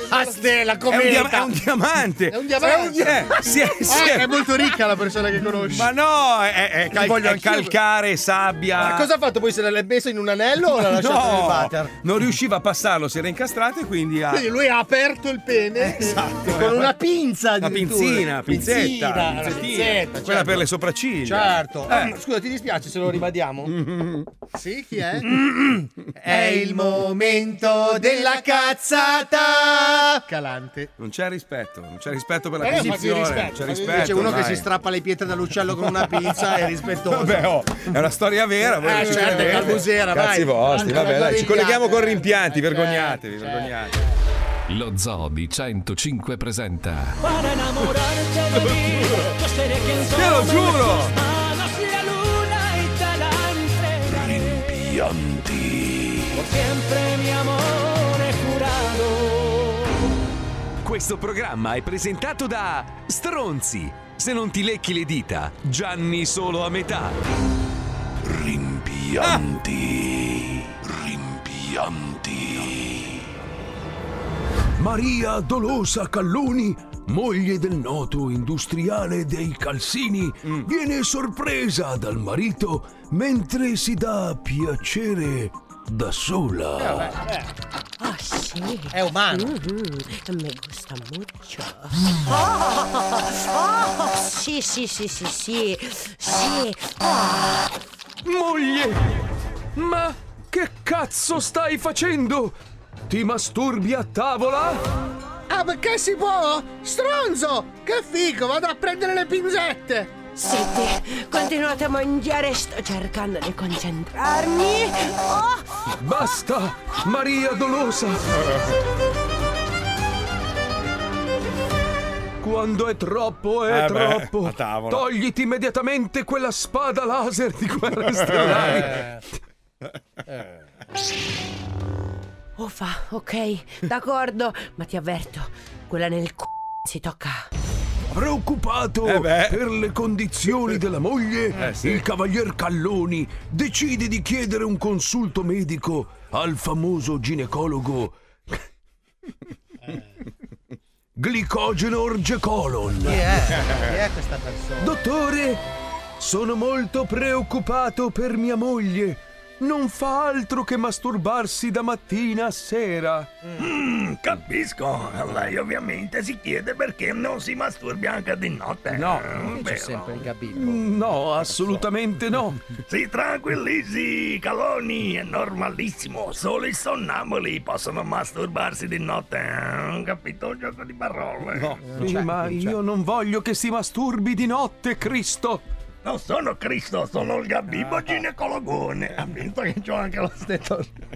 [SPEAKER 5] Ah, stella,
[SPEAKER 2] È un, dia- è
[SPEAKER 5] cometa.
[SPEAKER 2] un diamante!
[SPEAKER 4] È un diamante.
[SPEAKER 2] Eh, si è- si
[SPEAKER 4] Ah,
[SPEAKER 2] è-
[SPEAKER 4] è molto ricca la persona che conosci.
[SPEAKER 2] ma no, è, è cal-
[SPEAKER 5] voglio
[SPEAKER 2] è
[SPEAKER 5] anch'io.
[SPEAKER 2] calcare, sabbia.
[SPEAKER 5] Ma cosa ha fatto poi? Se l'ha messo in un anello o l'ha lasciato nel
[SPEAKER 2] No,
[SPEAKER 5] water?
[SPEAKER 2] non riusciva a passarlo, si era incastrato e quindi ha.
[SPEAKER 4] Quindi lui ha aperto il pene.
[SPEAKER 2] Esatto,
[SPEAKER 5] Con
[SPEAKER 2] eh.
[SPEAKER 5] una pinza
[SPEAKER 2] Una
[SPEAKER 5] addirittura.
[SPEAKER 2] pinzina, pinzetta,
[SPEAKER 5] Pinzina, una
[SPEAKER 2] pinzettina,
[SPEAKER 5] pinzetta,
[SPEAKER 2] quella
[SPEAKER 5] certo.
[SPEAKER 2] per le sopracciglia.
[SPEAKER 5] Certo.
[SPEAKER 2] Eh.
[SPEAKER 5] Eh, Scusa, ti dispiace se lo ribadiamo?
[SPEAKER 4] Sì, chi è?
[SPEAKER 5] È il momento della cazzata.
[SPEAKER 4] Calante.
[SPEAKER 2] Non c'è rispetto, non c'è rispetto per la
[SPEAKER 4] Eh, ma che
[SPEAKER 2] posizione,
[SPEAKER 4] rispetto,
[SPEAKER 2] non c'è
[SPEAKER 4] ma
[SPEAKER 2] rispetto.
[SPEAKER 5] C'è uno che
[SPEAKER 2] dai.
[SPEAKER 5] si strappa le pietre dall'uccello con una pinza e rispettoso.
[SPEAKER 2] Vabbè, oh, è una storia vera. voi
[SPEAKER 5] Eh,
[SPEAKER 2] non ci
[SPEAKER 5] certo,
[SPEAKER 2] credete.
[SPEAKER 5] Carbusera, vai.
[SPEAKER 2] Cazzi vostri, vabbè, dai, ci
[SPEAKER 4] vergognate.
[SPEAKER 2] colleghiamo con rimpianti,
[SPEAKER 4] Eh,
[SPEAKER 2] vergognatevi,
[SPEAKER 4] certo,
[SPEAKER 2] vergognate.
[SPEAKER 7] Lo Zoo di 105 presenta
[SPEAKER 2] Te lo giuro!
[SPEAKER 7] Questo programma è presentato da Stronzi. Se non ti lecchi le dita, Gianni solo a metà. Rimpianti. Rimpianti.
[SPEAKER 8] Maria Dolosa Calloni, moglie del noto industriale dei calzini,
[SPEAKER 3] Mm.
[SPEAKER 8] viene sorpresa dal marito mentre si dà piacere da
[SPEAKER 3] Eh,
[SPEAKER 9] Eh,
[SPEAKER 8] sola.
[SPEAKER 9] Ah, sì.
[SPEAKER 5] È umano.
[SPEAKER 9] Mi Mm, gusta molto. Oh, oh, sì, sì, sì, sì, sì. Sì. Ah.
[SPEAKER 2] Moglie! Ma che cazzo stai facendo? Ti masturbi a tavola?
[SPEAKER 3] Ah, perché si può? Stronzo! Che figo, vado a prendere le pinzette!
[SPEAKER 9] Siete, continuate a mangiare, sto cercando di concentrarmi. Oh,
[SPEAKER 2] Basta, Maria Dolosa! Quando è troppo, è
[SPEAKER 10] Eh beh,
[SPEAKER 2] troppo.
[SPEAKER 10] a tavola.
[SPEAKER 2] Togliti immediatamente quella spada laser di guerre stellari.
[SPEAKER 5] Eh,
[SPEAKER 9] uffa, ok, d'accordo, ma ti avverto, quella nel c***o si tocca.
[SPEAKER 8] Preoccupato
[SPEAKER 10] Eh beh.
[SPEAKER 8] per le condizioni della moglie,
[SPEAKER 10] Eh sì.
[SPEAKER 8] il cavalier Calloni decide di chiedere un consulto medico al famoso ginecologo Glicogeno Orgecolon.
[SPEAKER 5] Chi è? Chi è questa persona?
[SPEAKER 2] Dottore, sono molto preoccupato per mia moglie. Non fa altro che masturbarsi da mattina a sera.
[SPEAKER 5] Mm.
[SPEAKER 11] Capisco, lei ovviamente si chiede perché non si masturbi anche di notte.
[SPEAKER 12] No,
[SPEAKER 11] Vero.
[SPEAKER 5] Gabibbo.
[SPEAKER 2] mm, No, assolutamente no.
[SPEAKER 11] Si tranquillizzi, Caloni, è normalissimo. Solo i sonnambuli possono masturbarsi di notte. eh? Capito il gioco di parole?
[SPEAKER 2] Sì, ma io non voglio che si masturbi di notte, Cristo.
[SPEAKER 11] Non sono Cristo, sono il gabibbo ginecologone. Ha visto che c'ho anche lo Ah, stetoscopio.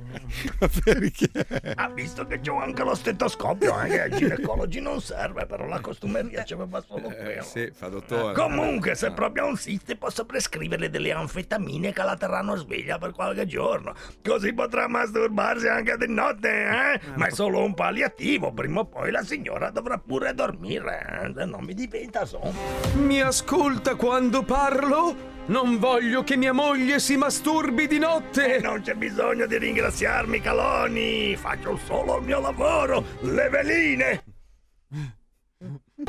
[SPEAKER 11] ha visto che c'ho anche lo stetoscopio. Anche ai ginecologi non serve, però la costumeria c'aveva solo quello.
[SPEAKER 12] Sì, fa dottore.
[SPEAKER 11] Comunque, se proprio ha un siste, posso prescriverle delle anfetamine che la terranno sveglia per qualche giorno. Così potrà masturbarsi anche di notte, eh? Ma è solo un palliativo. Prima o poi la signora dovrà pure dormire, eh? Se non mi diventa sonno.
[SPEAKER 2] Mi ascolta quando parlo? Non voglio che mia moglie si masturbi di
[SPEAKER 11] E
[SPEAKER 2] notte.
[SPEAKER 11] Eh, non c'è bisogno di ringraziarmi, Caloni. Faccio solo il mio lavoro. Le veline.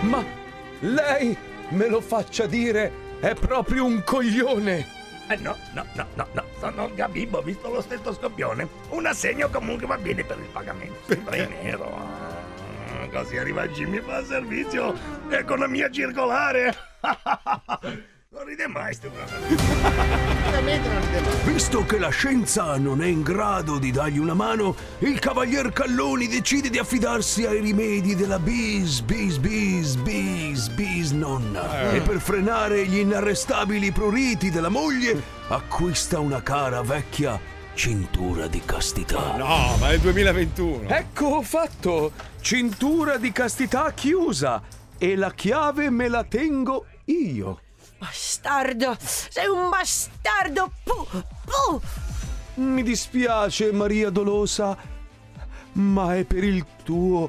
[SPEAKER 2] Ma lei me lo faccia dire, è proprio un coglione.
[SPEAKER 11] Eh no, no, no, no, no. Sono il Gabibbo, ho visto lo stesso scoppione. Un assegno comunque va bene per il pagamento. Sempre in nero. Ah, Così arriva Jimmy fa servizio. Economia circolare. Non ride mai, sto bravo.
[SPEAKER 8] Visto che la scienza non è in grado di dargli una mano, il cavalier Calloni decide di affidarsi ai rimedi della bis, bis, bis, bis, bis nonna.
[SPEAKER 2] Eh.
[SPEAKER 8] E per frenare gli inarrestabili pruriti della moglie, acquista una cara vecchia cintura di castità.
[SPEAKER 10] No, ma è il 2021.
[SPEAKER 2] Ecco fatto! Cintura di castità chiusa e la chiave me la tengo io.
[SPEAKER 9] Bastardo, sei un bastardo. Puh, puh.
[SPEAKER 2] Mi dispiace, Maria Dolosa, ma è per il tuo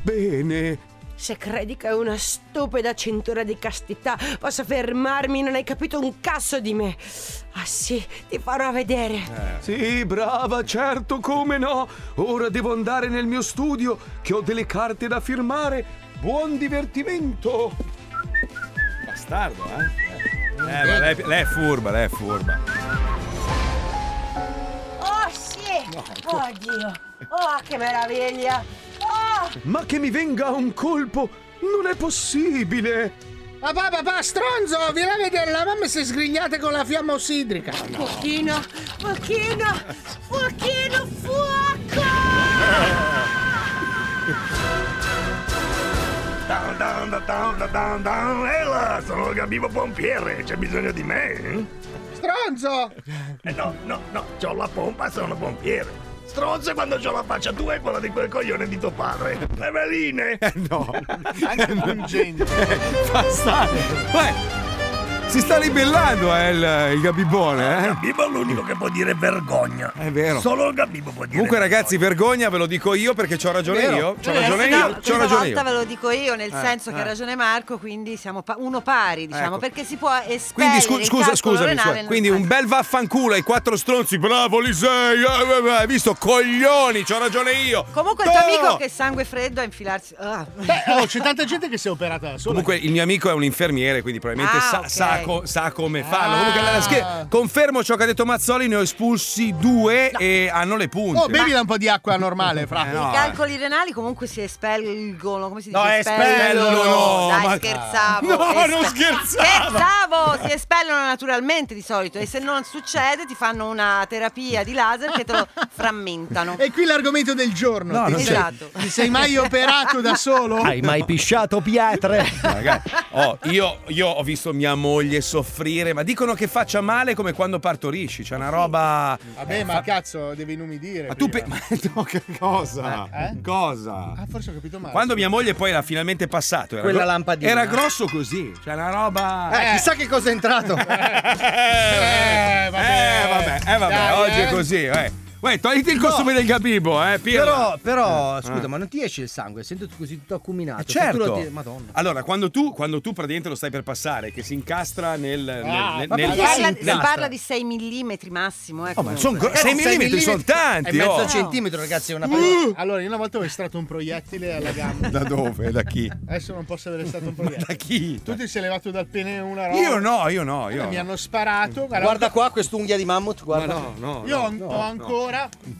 [SPEAKER 2] bene.
[SPEAKER 9] Se credi che ho una stupida cintura di castità possa fermarmi, non hai capito un cazzo di me. Ah sì, ti farò vedere.
[SPEAKER 2] Sì, brava, certo, come no. Ora devo andare nel mio studio che ho delle carte da firmare. Buon divertimento!
[SPEAKER 12] Bastardo, eh? Eh, ma lei, lei è furba, lei è furba.
[SPEAKER 9] Oh sì!
[SPEAKER 2] ecco.
[SPEAKER 9] Oddio! Oh, che meraviglia! Oh,
[SPEAKER 2] Ma che mi venga un colpo non è possibile!
[SPEAKER 3] Papà, papà, stronzo! Vieni a vedere la mamma si è sgrignata con la fiamma ossidrica!
[SPEAKER 9] Fuochino! Fuochino! Fuochino! Fuoco!
[SPEAKER 11] Down, down, down, down, down, down. E Eh, là, sono il Gabibbo pompiere. C'è bisogno di me? eh?
[SPEAKER 3] Stronzo!
[SPEAKER 11] Eh no, no, no. C'ho la pompa, sono pompiere. Stronze quando c'ho la faccia tua e quella di quel coglione di tuo padre. Le veline.
[SPEAKER 10] No.
[SPEAKER 3] Anche un genio!
[SPEAKER 10] Bastardo. Uè.
[SPEAKER 2] Si sta ribellando eh, il, il Gabibone. Eh?
[SPEAKER 13] Gabibbo è l'unico che può dire vergogna.
[SPEAKER 2] È vero.
[SPEAKER 13] Solo il Gabibbo può dire.
[SPEAKER 2] Comunque, ragazzi, vergogna, ve lo dico io perché c'ho ragione
[SPEAKER 14] Vero.
[SPEAKER 2] io.
[SPEAKER 4] Cioè,
[SPEAKER 2] C'ho
[SPEAKER 14] Vabbè,
[SPEAKER 2] ragione
[SPEAKER 14] adesso no,
[SPEAKER 2] io. C'ho
[SPEAKER 14] Questa
[SPEAKER 2] ragione
[SPEAKER 14] volta
[SPEAKER 2] io.
[SPEAKER 14] ve lo dico io, nel
[SPEAKER 2] Eh,
[SPEAKER 14] senso che
[SPEAKER 2] eh.
[SPEAKER 14] ha ragione Marco, quindi siamo pa- uno pari, diciamo,
[SPEAKER 2] Ecco.
[SPEAKER 14] perché si può espellere
[SPEAKER 2] Quindi scu-
[SPEAKER 14] il
[SPEAKER 2] scusa,
[SPEAKER 14] calcolo
[SPEAKER 2] scusami,
[SPEAKER 14] renale
[SPEAKER 2] scusa.
[SPEAKER 14] nel-
[SPEAKER 2] quindi un bel vaffanculo ai quattro stronzi, bravo Lisei, eh, eh, eh, hai visto coglioni, c'ho ragione io.
[SPEAKER 14] Comunque il tuo
[SPEAKER 2] Toro!
[SPEAKER 14] amico che è sangue freddo a infilarsi. Ah.
[SPEAKER 4] Oh, c'è tanta gente che si è operata da sola.
[SPEAKER 2] Comunque il mio amico è un infermiere, quindi probabilmente
[SPEAKER 4] Ah,
[SPEAKER 2] sa,
[SPEAKER 4] ok. Ah.
[SPEAKER 2] sa co- sa come farlo. Comunque la- la scher- confermo ciò che ha detto Mazzoli, ne ho espulsi due e hanno le punte.
[SPEAKER 4] Oh, bevi un po' di acqua normale, fra.
[SPEAKER 2] Eh, no,
[SPEAKER 14] I calcoli renali comunque si espelgono, come si dice?
[SPEAKER 2] No, espellono, no,
[SPEAKER 14] Dai,
[SPEAKER 2] ma-
[SPEAKER 14] scherzavo.
[SPEAKER 2] No,
[SPEAKER 14] Espe-
[SPEAKER 2] non scherzavo.
[SPEAKER 14] Scherzavo, si espellono naturalmente di solito e se non succede ti fanno una terapia di laser che te lo frammentano.
[SPEAKER 4] E qui l'argomento del giorno.
[SPEAKER 14] No,
[SPEAKER 4] ti,
[SPEAKER 14] non
[SPEAKER 4] sei,
[SPEAKER 14] esatto.
[SPEAKER 4] ti sei mai operato da solo?
[SPEAKER 5] Hai mai pisciato pietre?
[SPEAKER 2] Ragazzi, oh, io, io ho visto mia moglie soffrire, ma dicono che faccia male come quando partorisci. C'è una roba.
[SPEAKER 4] Vabbè,
[SPEAKER 2] eh,
[SPEAKER 4] ma
[SPEAKER 2] fa-
[SPEAKER 4] cazzo, devi inumidire.
[SPEAKER 2] Ma tu
[SPEAKER 4] prima.
[SPEAKER 2] pe- ma no, che cosa?
[SPEAKER 4] Eh?
[SPEAKER 2] Cosa?
[SPEAKER 4] Ah, forse ho capito male.
[SPEAKER 2] Quando mia moglie poi l'ha finalmente passato, era,
[SPEAKER 5] Quella
[SPEAKER 2] gro-
[SPEAKER 5] lampadina.
[SPEAKER 2] era grosso così, cioè una roba.
[SPEAKER 5] Eh, chissà che cosa è entrato.
[SPEAKER 2] Eh, vabbè, eh, vabbè, eh, vabbè,
[SPEAKER 5] Dai,
[SPEAKER 2] oggi è
[SPEAKER 5] eh.
[SPEAKER 2] così, eh. Uè, togliti il costume del Gabibo, eh, Pirla.
[SPEAKER 5] Però, però,
[SPEAKER 2] Eh.
[SPEAKER 5] scusa, ma non ti esce il sangue? Sento tu così tutto accuminato.
[SPEAKER 2] Eh,
[SPEAKER 5] Se tu lo
[SPEAKER 2] Certo,
[SPEAKER 5] ti- Madonna.
[SPEAKER 2] allora quando tu, quando tu praticamente lo stai per passare, che si incastra nel. nel,
[SPEAKER 5] Ah,
[SPEAKER 2] nel,
[SPEAKER 5] ma
[SPEAKER 2] nel-
[SPEAKER 14] Si parla,
[SPEAKER 2] nel-
[SPEAKER 14] si parla di 6 mm massimo. Eh,
[SPEAKER 2] Oh, ma
[SPEAKER 14] comunque.
[SPEAKER 2] sono gro- 6 mm sono tanti.
[SPEAKER 4] Eh,
[SPEAKER 5] È mezzo
[SPEAKER 2] oh.
[SPEAKER 5] centimetro, ragazzi, è una
[SPEAKER 4] Allora, Uh! allora, io una volta ho estratto un proiettile alla gamba.
[SPEAKER 2] Da dove? Da chi?
[SPEAKER 4] Adesso non posso aver estratto un proiettile.
[SPEAKER 2] Da chi?
[SPEAKER 4] Tu ti sei levato dal pene una roba.
[SPEAKER 2] Io no, io no,
[SPEAKER 5] Eh,
[SPEAKER 2] io. no. Mm.
[SPEAKER 4] Mi hanno sparato. Guarda,
[SPEAKER 5] Guarda qua quest'unghia di mammut, guarda.
[SPEAKER 2] Ma no, no,
[SPEAKER 4] io ho,
[SPEAKER 2] no,
[SPEAKER 4] ho
[SPEAKER 2] no.
[SPEAKER 4] ancora.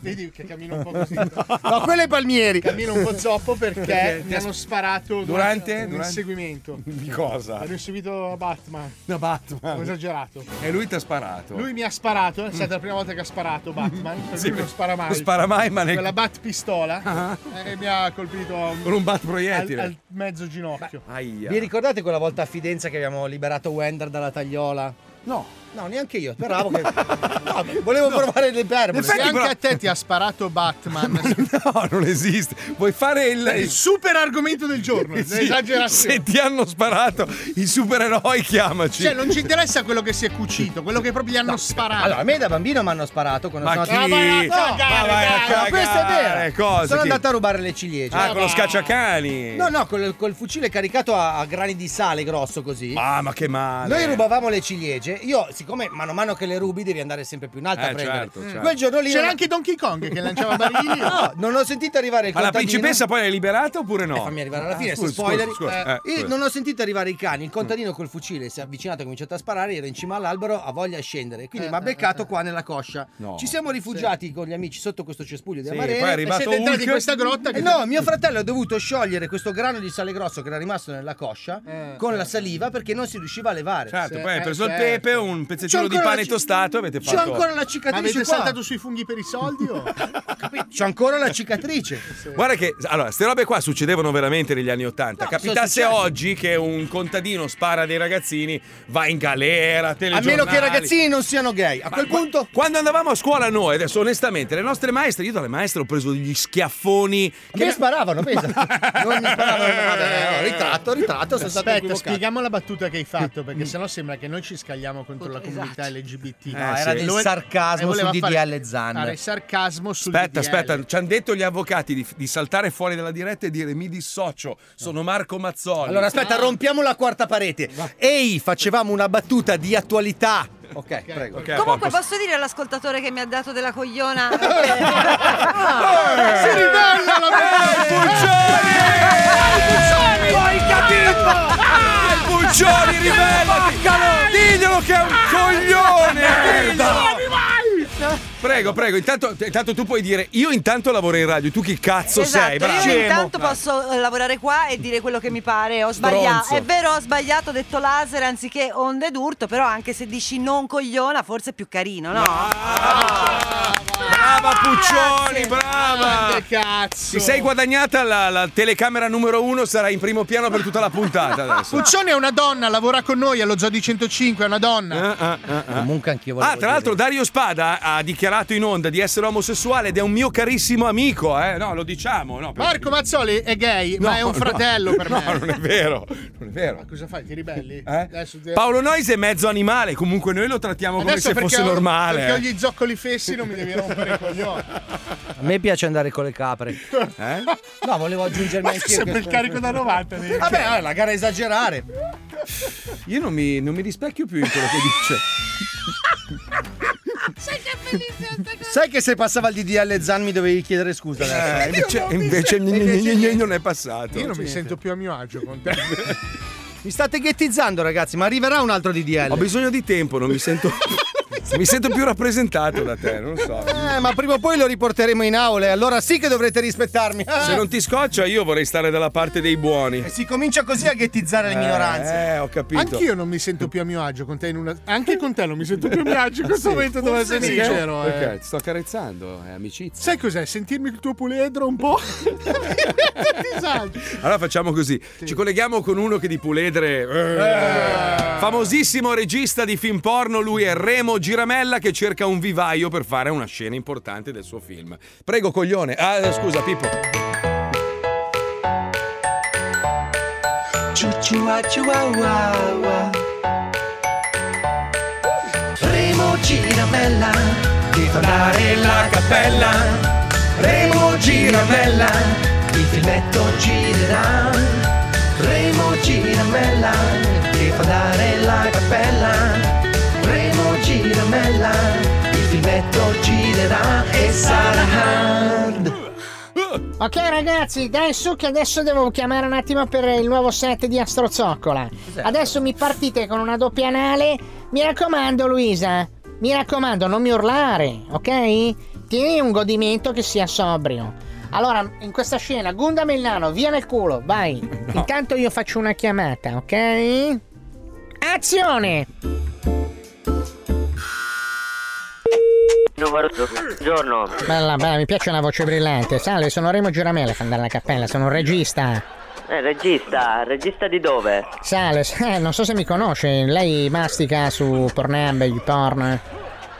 [SPEAKER 4] Vedi che cammino un po' così.
[SPEAKER 5] No, quello è Palmieri.
[SPEAKER 4] Cammino un po' zoppo perché,
[SPEAKER 2] Perché ti
[SPEAKER 4] mi
[SPEAKER 2] ha-
[SPEAKER 4] hanno sparato
[SPEAKER 2] Durante?
[SPEAKER 4] un
[SPEAKER 2] Durante?
[SPEAKER 4] inseguimento.
[SPEAKER 2] Di cosa? Ah. Certo.
[SPEAKER 4] Hanno inseguito Batman.
[SPEAKER 2] Da
[SPEAKER 4] Ho
[SPEAKER 2] Batman.
[SPEAKER 4] esagerato.
[SPEAKER 2] E lui ti ha sparato.
[SPEAKER 4] Lui mi ha sparato, è stata la prima volta che ha sparato Batman, per
[SPEAKER 2] Sì,
[SPEAKER 4] cui non spara mai.
[SPEAKER 2] non spara mai, ma ne- Ah.
[SPEAKER 4] Quella bat pistola e mi ha colpito a un-
[SPEAKER 2] Con un bat
[SPEAKER 4] al,
[SPEAKER 2] proiettile.
[SPEAKER 4] al mezzo ginocchio.
[SPEAKER 2] Aia.
[SPEAKER 5] Vi ricordate quella volta a Fidenza che abbiamo liberato Wender dalla tagliola?
[SPEAKER 2] No.
[SPEAKER 5] No, neanche io, speravo che. No, volevo provare le perle.
[SPEAKER 4] Se anche
[SPEAKER 2] però-
[SPEAKER 4] a te ti ha sparato Batman,
[SPEAKER 2] No, non esiste. Vuoi fare il.
[SPEAKER 4] il super argomento del giorno,
[SPEAKER 2] il- sì,
[SPEAKER 4] l'esagerazione.
[SPEAKER 2] se ti hanno sparato i supereroi, chiamaci.
[SPEAKER 4] Cioè, non ci interessa quello che si è cucito, quello che proprio gli hanno sparato.
[SPEAKER 5] Allora, a me da bambino mi hanno sparato quando
[SPEAKER 2] Ma
[SPEAKER 5] sono
[SPEAKER 2] chi?
[SPEAKER 5] andato-
[SPEAKER 4] vai a cagare,
[SPEAKER 2] Ma vai a
[SPEAKER 4] dai,
[SPEAKER 5] No,
[SPEAKER 2] cagare, Eh,
[SPEAKER 5] questo è vero.
[SPEAKER 2] Cosa?
[SPEAKER 5] sono
[SPEAKER 2] Chi?
[SPEAKER 5] andato a rubare le ciliegie.
[SPEAKER 2] Ah, con lo scacciacani.
[SPEAKER 5] No, no, col, col fucile caricato a, a grani di sale grosso così.
[SPEAKER 2] Ah, ma che male.
[SPEAKER 5] Noi rubavamo le ciliegie. Io, siccome mano a mano che le rubi, devi andare sempre più in alto
[SPEAKER 2] Eh,
[SPEAKER 5] a prendere.
[SPEAKER 2] certo, certo.
[SPEAKER 5] Quel giorno lì.
[SPEAKER 4] C'era
[SPEAKER 5] non-
[SPEAKER 4] anche Donkey Kong che lanciava barili.
[SPEAKER 5] No, non ho sentito arrivare il
[SPEAKER 2] Ma la
[SPEAKER 5] contadino.
[SPEAKER 2] principessa poi l'hai liberata oppure no?
[SPEAKER 5] Eh, fammi arrivare alla fine,
[SPEAKER 2] Ah,
[SPEAKER 5] se
[SPEAKER 2] scusa,
[SPEAKER 5] spoileri.
[SPEAKER 2] scusa, scusa,
[SPEAKER 5] Eh, Mm.
[SPEAKER 2] eh,
[SPEAKER 5] io
[SPEAKER 2] scusa.
[SPEAKER 5] non ho sentito arrivare i cani. Il contadino col fucile si è avvicinato e ha cominciato a sparare. Era in cima all'albero, ha voglia di scendere. Quindi
[SPEAKER 4] Eh,
[SPEAKER 5] mi ha
[SPEAKER 4] eh,
[SPEAKER 5] beccato qua nella coscia.
[SPEAKER 2] No.
[SPEAKER 5] Ci siamo rifugiati con gli amici sotto questo cespuglio di
[SPEAKER 2] Sì,
[SPEAKER 5] amarena.
[SPEAKER 2] poi è arrivato
[SPEAKER 5] siete entrati
[SPEAKER 2] Hulk.
[SPEAKER 5] in questa grotta.
[SPEAKER 4] che-
[SPEAKER 5] Eh, no, mio fratello ha dovuto sciogliere questo grano di sale grosso che era rimasto nella coscia
[SPEAKER 4] Eh,
[SPEAKER 5] con
[SPEAKER 4] eh.
[SPEAKER 5] la saliva perché non si riusciva a levare.
[SPEAKER 2] Certo,
[SPEAKER 4] Sì,
[SPEAKER 2] poi hai
[SPEAKER 4] eh,
[SPEAKER 2] preso il
[SPEAKER 4] certo.
[SPEAKER 2] pepe, un pezzettino
[SPEAKER 5] C'ho
[SPEAKER 2] di
[SPEAKER 5] ancora
[SPEAKER 2] pane
[SPEAKER 5] la-
[SPEAKER 2] tostato e avete
[SPEAKER 5] C'ho
[SPEAKER 2] fatto.
[SPEAKER 5] ancora la
[SPEAKER 4] Ma avete
[SPEAKER 5] cicatrice qua. Eh,
[SPEAKER 4] saltato sui funghi per i soldi o?
[SPEAKER 5] C'ho ancora la cicatrice.
[SPEAKER 2] Guarda che, allora, queste robe qua succedevano veramente negli anni Ottanta.
[SPEAKER 5] No,
[SPEAKER 2] Capitasse
[SPEAKER 5] sono successe.
[SPEAKER 2] oggi che un contadino spara dei ragazzini, va in galera,
[SPEAKER 5] A
[SPEAKER 2] telegiornali.
[SPEAKER 5] meno che i ragazzini non siano gay. A quel punto
[SPEAKER 2] Quando andavamo a scuola noi, adesso onestamente, le nostre maestre, io dalle maestre ho preso degli schiaffoni.
[SPEAKER 5] Che mi sparavano, pensa. Non mi sparavano. Vabbè, ritratto, ritratto, sono stato
[SPEAKER 4] Aspetta,
[SPEAKER 5] equivocato.
[SPEAKER 4] spieghiamo la battuta che hai fatto, perché
[SPEAKER 2] Mm.
[SPEAKER 4] sennò sembra che noi ci scagliamo contro
[SPEAKER 5] Esatto.
[SPEAKER 4] la comunità LGBT.
[SPEAKER 2] No, era del
[SPEAKER 4] Lo-
[SPEAKER 5] sarcasmo
[SPEAKER 4] e voleva
[SPEAKER 5] su
[SPEAKER 4] fare-
[SPEAKER 5] DDL Zan.
[SPEAKER 4] Fare sarcasmo sul
[SPEAKER 2] Aspetta,
[SPEAKER 4] DDL.
[SPEAKER 2] aspetta, ci hanno detto gli avvocati di, di saltare fuori dalla diretta e dire mi dissocio, sono Marco Mazzoli.
[SPEAKER 5] Allora, aspetta,
[SPEAKER 14] Ah.
[SPEAKER 5] rompiamo la quarta parete. Ehi, facevamo una battuta di attualità. Ok, prego.
[SPEAKER 2] Ok,
[SPEAKER 14] Comunque
[SPEAKER 2] a posto.
[SPEAKER 14] posso dire all'ascoltatore che mi ha dato della cogliona? Ah.
[SPEAKER 4] Si ribella la
[SPEAKER 2] Eh, Puccioni! Hai capito? Ah, il Puccioni, ribellati! Diglielo che è un
[SPEAKER 14] Ah!
[SPEAKER 2] coglione! diglielo! Prego, prego, intanto, intanto tu puoi dire io intanto lavoro in radio, tu chi cazzo
[SPEAKER 14] esatto,
[SPEAKER 2] sei? Bravo.
[SPEAKER 14] io intanto posso eh, lavorare qua e dire quello che mi pare. Ho sbagliato.
[SPEAKER 2] Stronzo.
[SPEAKER 14] È vero, ho sbagliato, ho detto laser anziché onde d'urto, però anche se dici non cogliona, forse è più carino, no?
[SPEAKER 2] Brava, Brava Puccioni,
[SPEAKER 4] Grazie.
[SPEAKER 2] brava!
[SPEAKER 4] Grande cazzo.
[SPEAKER 2] Ti sei guadagnata la, la telecamera numero uno, sarà in primo piano per tutta la puntata adesso.
[SPEAKER 4] Puccione è una donna, lavora con noi allo Zoo di 105, è una donna.
[SPEAKER 2] Eh,
[SPEAKER 5] Comunque anch'io volevo
[SPEAKER 2] Ah, tra l'altro Dario Spada ha dichiarato in onda di essere omosessuale ed è un mio carissimo amico, eh. No, lo diciamo, no. per-
[SPEAKER 4] Marco Mazzoli è gay,
[SPEAKER 2] No,
[SPEAKER 4] ma è un
[SPEAKER 2] no,
[SPEAKER 4] fratello per
[SPEAKER 2] no,
[SPEAKER 4] me. Eh,
[SPEAKER 2] non è vero, non è vero.
[SPEAKER 4] Ma cosa fai? Ti ribelli?
[SPEAKER 2] Eh?
[SPEAKER 4] Adesso ti-
[SPEAKER 2] Paolo Nois è mezzo animale, comunque noi lo trattiamo come se fosse normale.
[SPEAKER 4] Perché ho
[SPEAKER 2] eh.
[SPEAKER 4] gli zoccoli fessi non mi devi rompere i coglioni.
[SPEAKER 5] A me piace andare con le capre.
[SPEAKER 2] Eh?
[SPEAKER 5] No, volevo aggiungermi
[SPEAKER 4] Ma tu
[SPEAKER 5] anch'io.
[SPEAKER 4] sempre il
[SPEAKER 5] questo-
[SPEAKER 4] carico da 90. devi-
[SPEAKER 5] Vabbè, vabbè, la gara è esagerare.
[SPEAKER 2] Io non mi, non mi rispecchio più in quello che dice.
[SPEAKER 5] Sai che se passava il DDL Zan mi dovevi chiedere scusa adesso.
[SPEAKER 2] Eh, invece invece gn- gn- gn- gn- non è passato.
[SPEAKER 4] Io non mi sento più a mio agio con te.
[SPEAKER 5] Mi state ghettizzando, ragazzi, ma arriverà un altro DDL.
[SPEAKER 2] Ho bisogno di tempo, non mi sento. mi sento più rappresentato da te, non lo so.
[SPEAKER 5] eh, ma prima o poi lo riporteremo in aula e allora sì che dovrete rispettarmi.
[SPEAKER 2] Se non ti scoccia, io vorrei stare dalla parte dei buoni.
[SPEAKER 5] Si comincia così a ghettizzare le minoranze.
[SPEAKER 2] Eh, ho capito.
[SPEAKER 4] Anch'io non mi sento più a mio agio con te in una... Anche con te non mi sento più a mio agio in questo momento, devo essere
[SPEAKER 2] Perché?
[SPEAKER 4] sincero. eh.
[SPEAKER 2] Perché? Cioè, Ti sto carezzando, è amicizia.
[SPEAKER 4] Sai cos'è? Sentirmi il tuo puledro un po'. Disagio.
[SPEAKER 2] Allora facciamo così: ci colleghiamo con uno che di puledre. eh, Famosissimo regista di film porno, lui è Remo Giramella che cerca un vivaio per fare una scena importante del suo film. Prego, coglione. Ah, scusa, Pippo.
[SPEAKER 15] Remo Giramella, ti fa andare
[SPEAKER 2] la cappella. Remo Giramella,
[SPEAKER 15] il filmetto girerà. Remo Giramella, ti fa andare la cappella. Remo Giramella, il filmetto girerà e sarà hard.
[SPEAKER 16] Ok ragazzi, dai su che adesso devo chiamare un attimo per il nuovo set di Astrozoccola. Adesso mi partite con una doppia anale. Mi raccomando Luisa, mi raccomando non mi urlare, ok? Tieni un godimento che sia sobrio. Allora, in questa scena, Gunda Milano, via nel culo, vai. Intanto io faccio una chiamata, ok? Azione!
[SPEAKER 15] Buongiorno.
[SPEAKER 16] Bella, bella, mi piace una voce brillante. Salve, sono Remo Giramella, fa andare alla cappella, sono un regista.
[SPEAKER 15] Eh, regista, regista di dove?
[SPEAKER 16] Salve, eh, non so se mi conosce, lei mastica su Pornhub, il porn.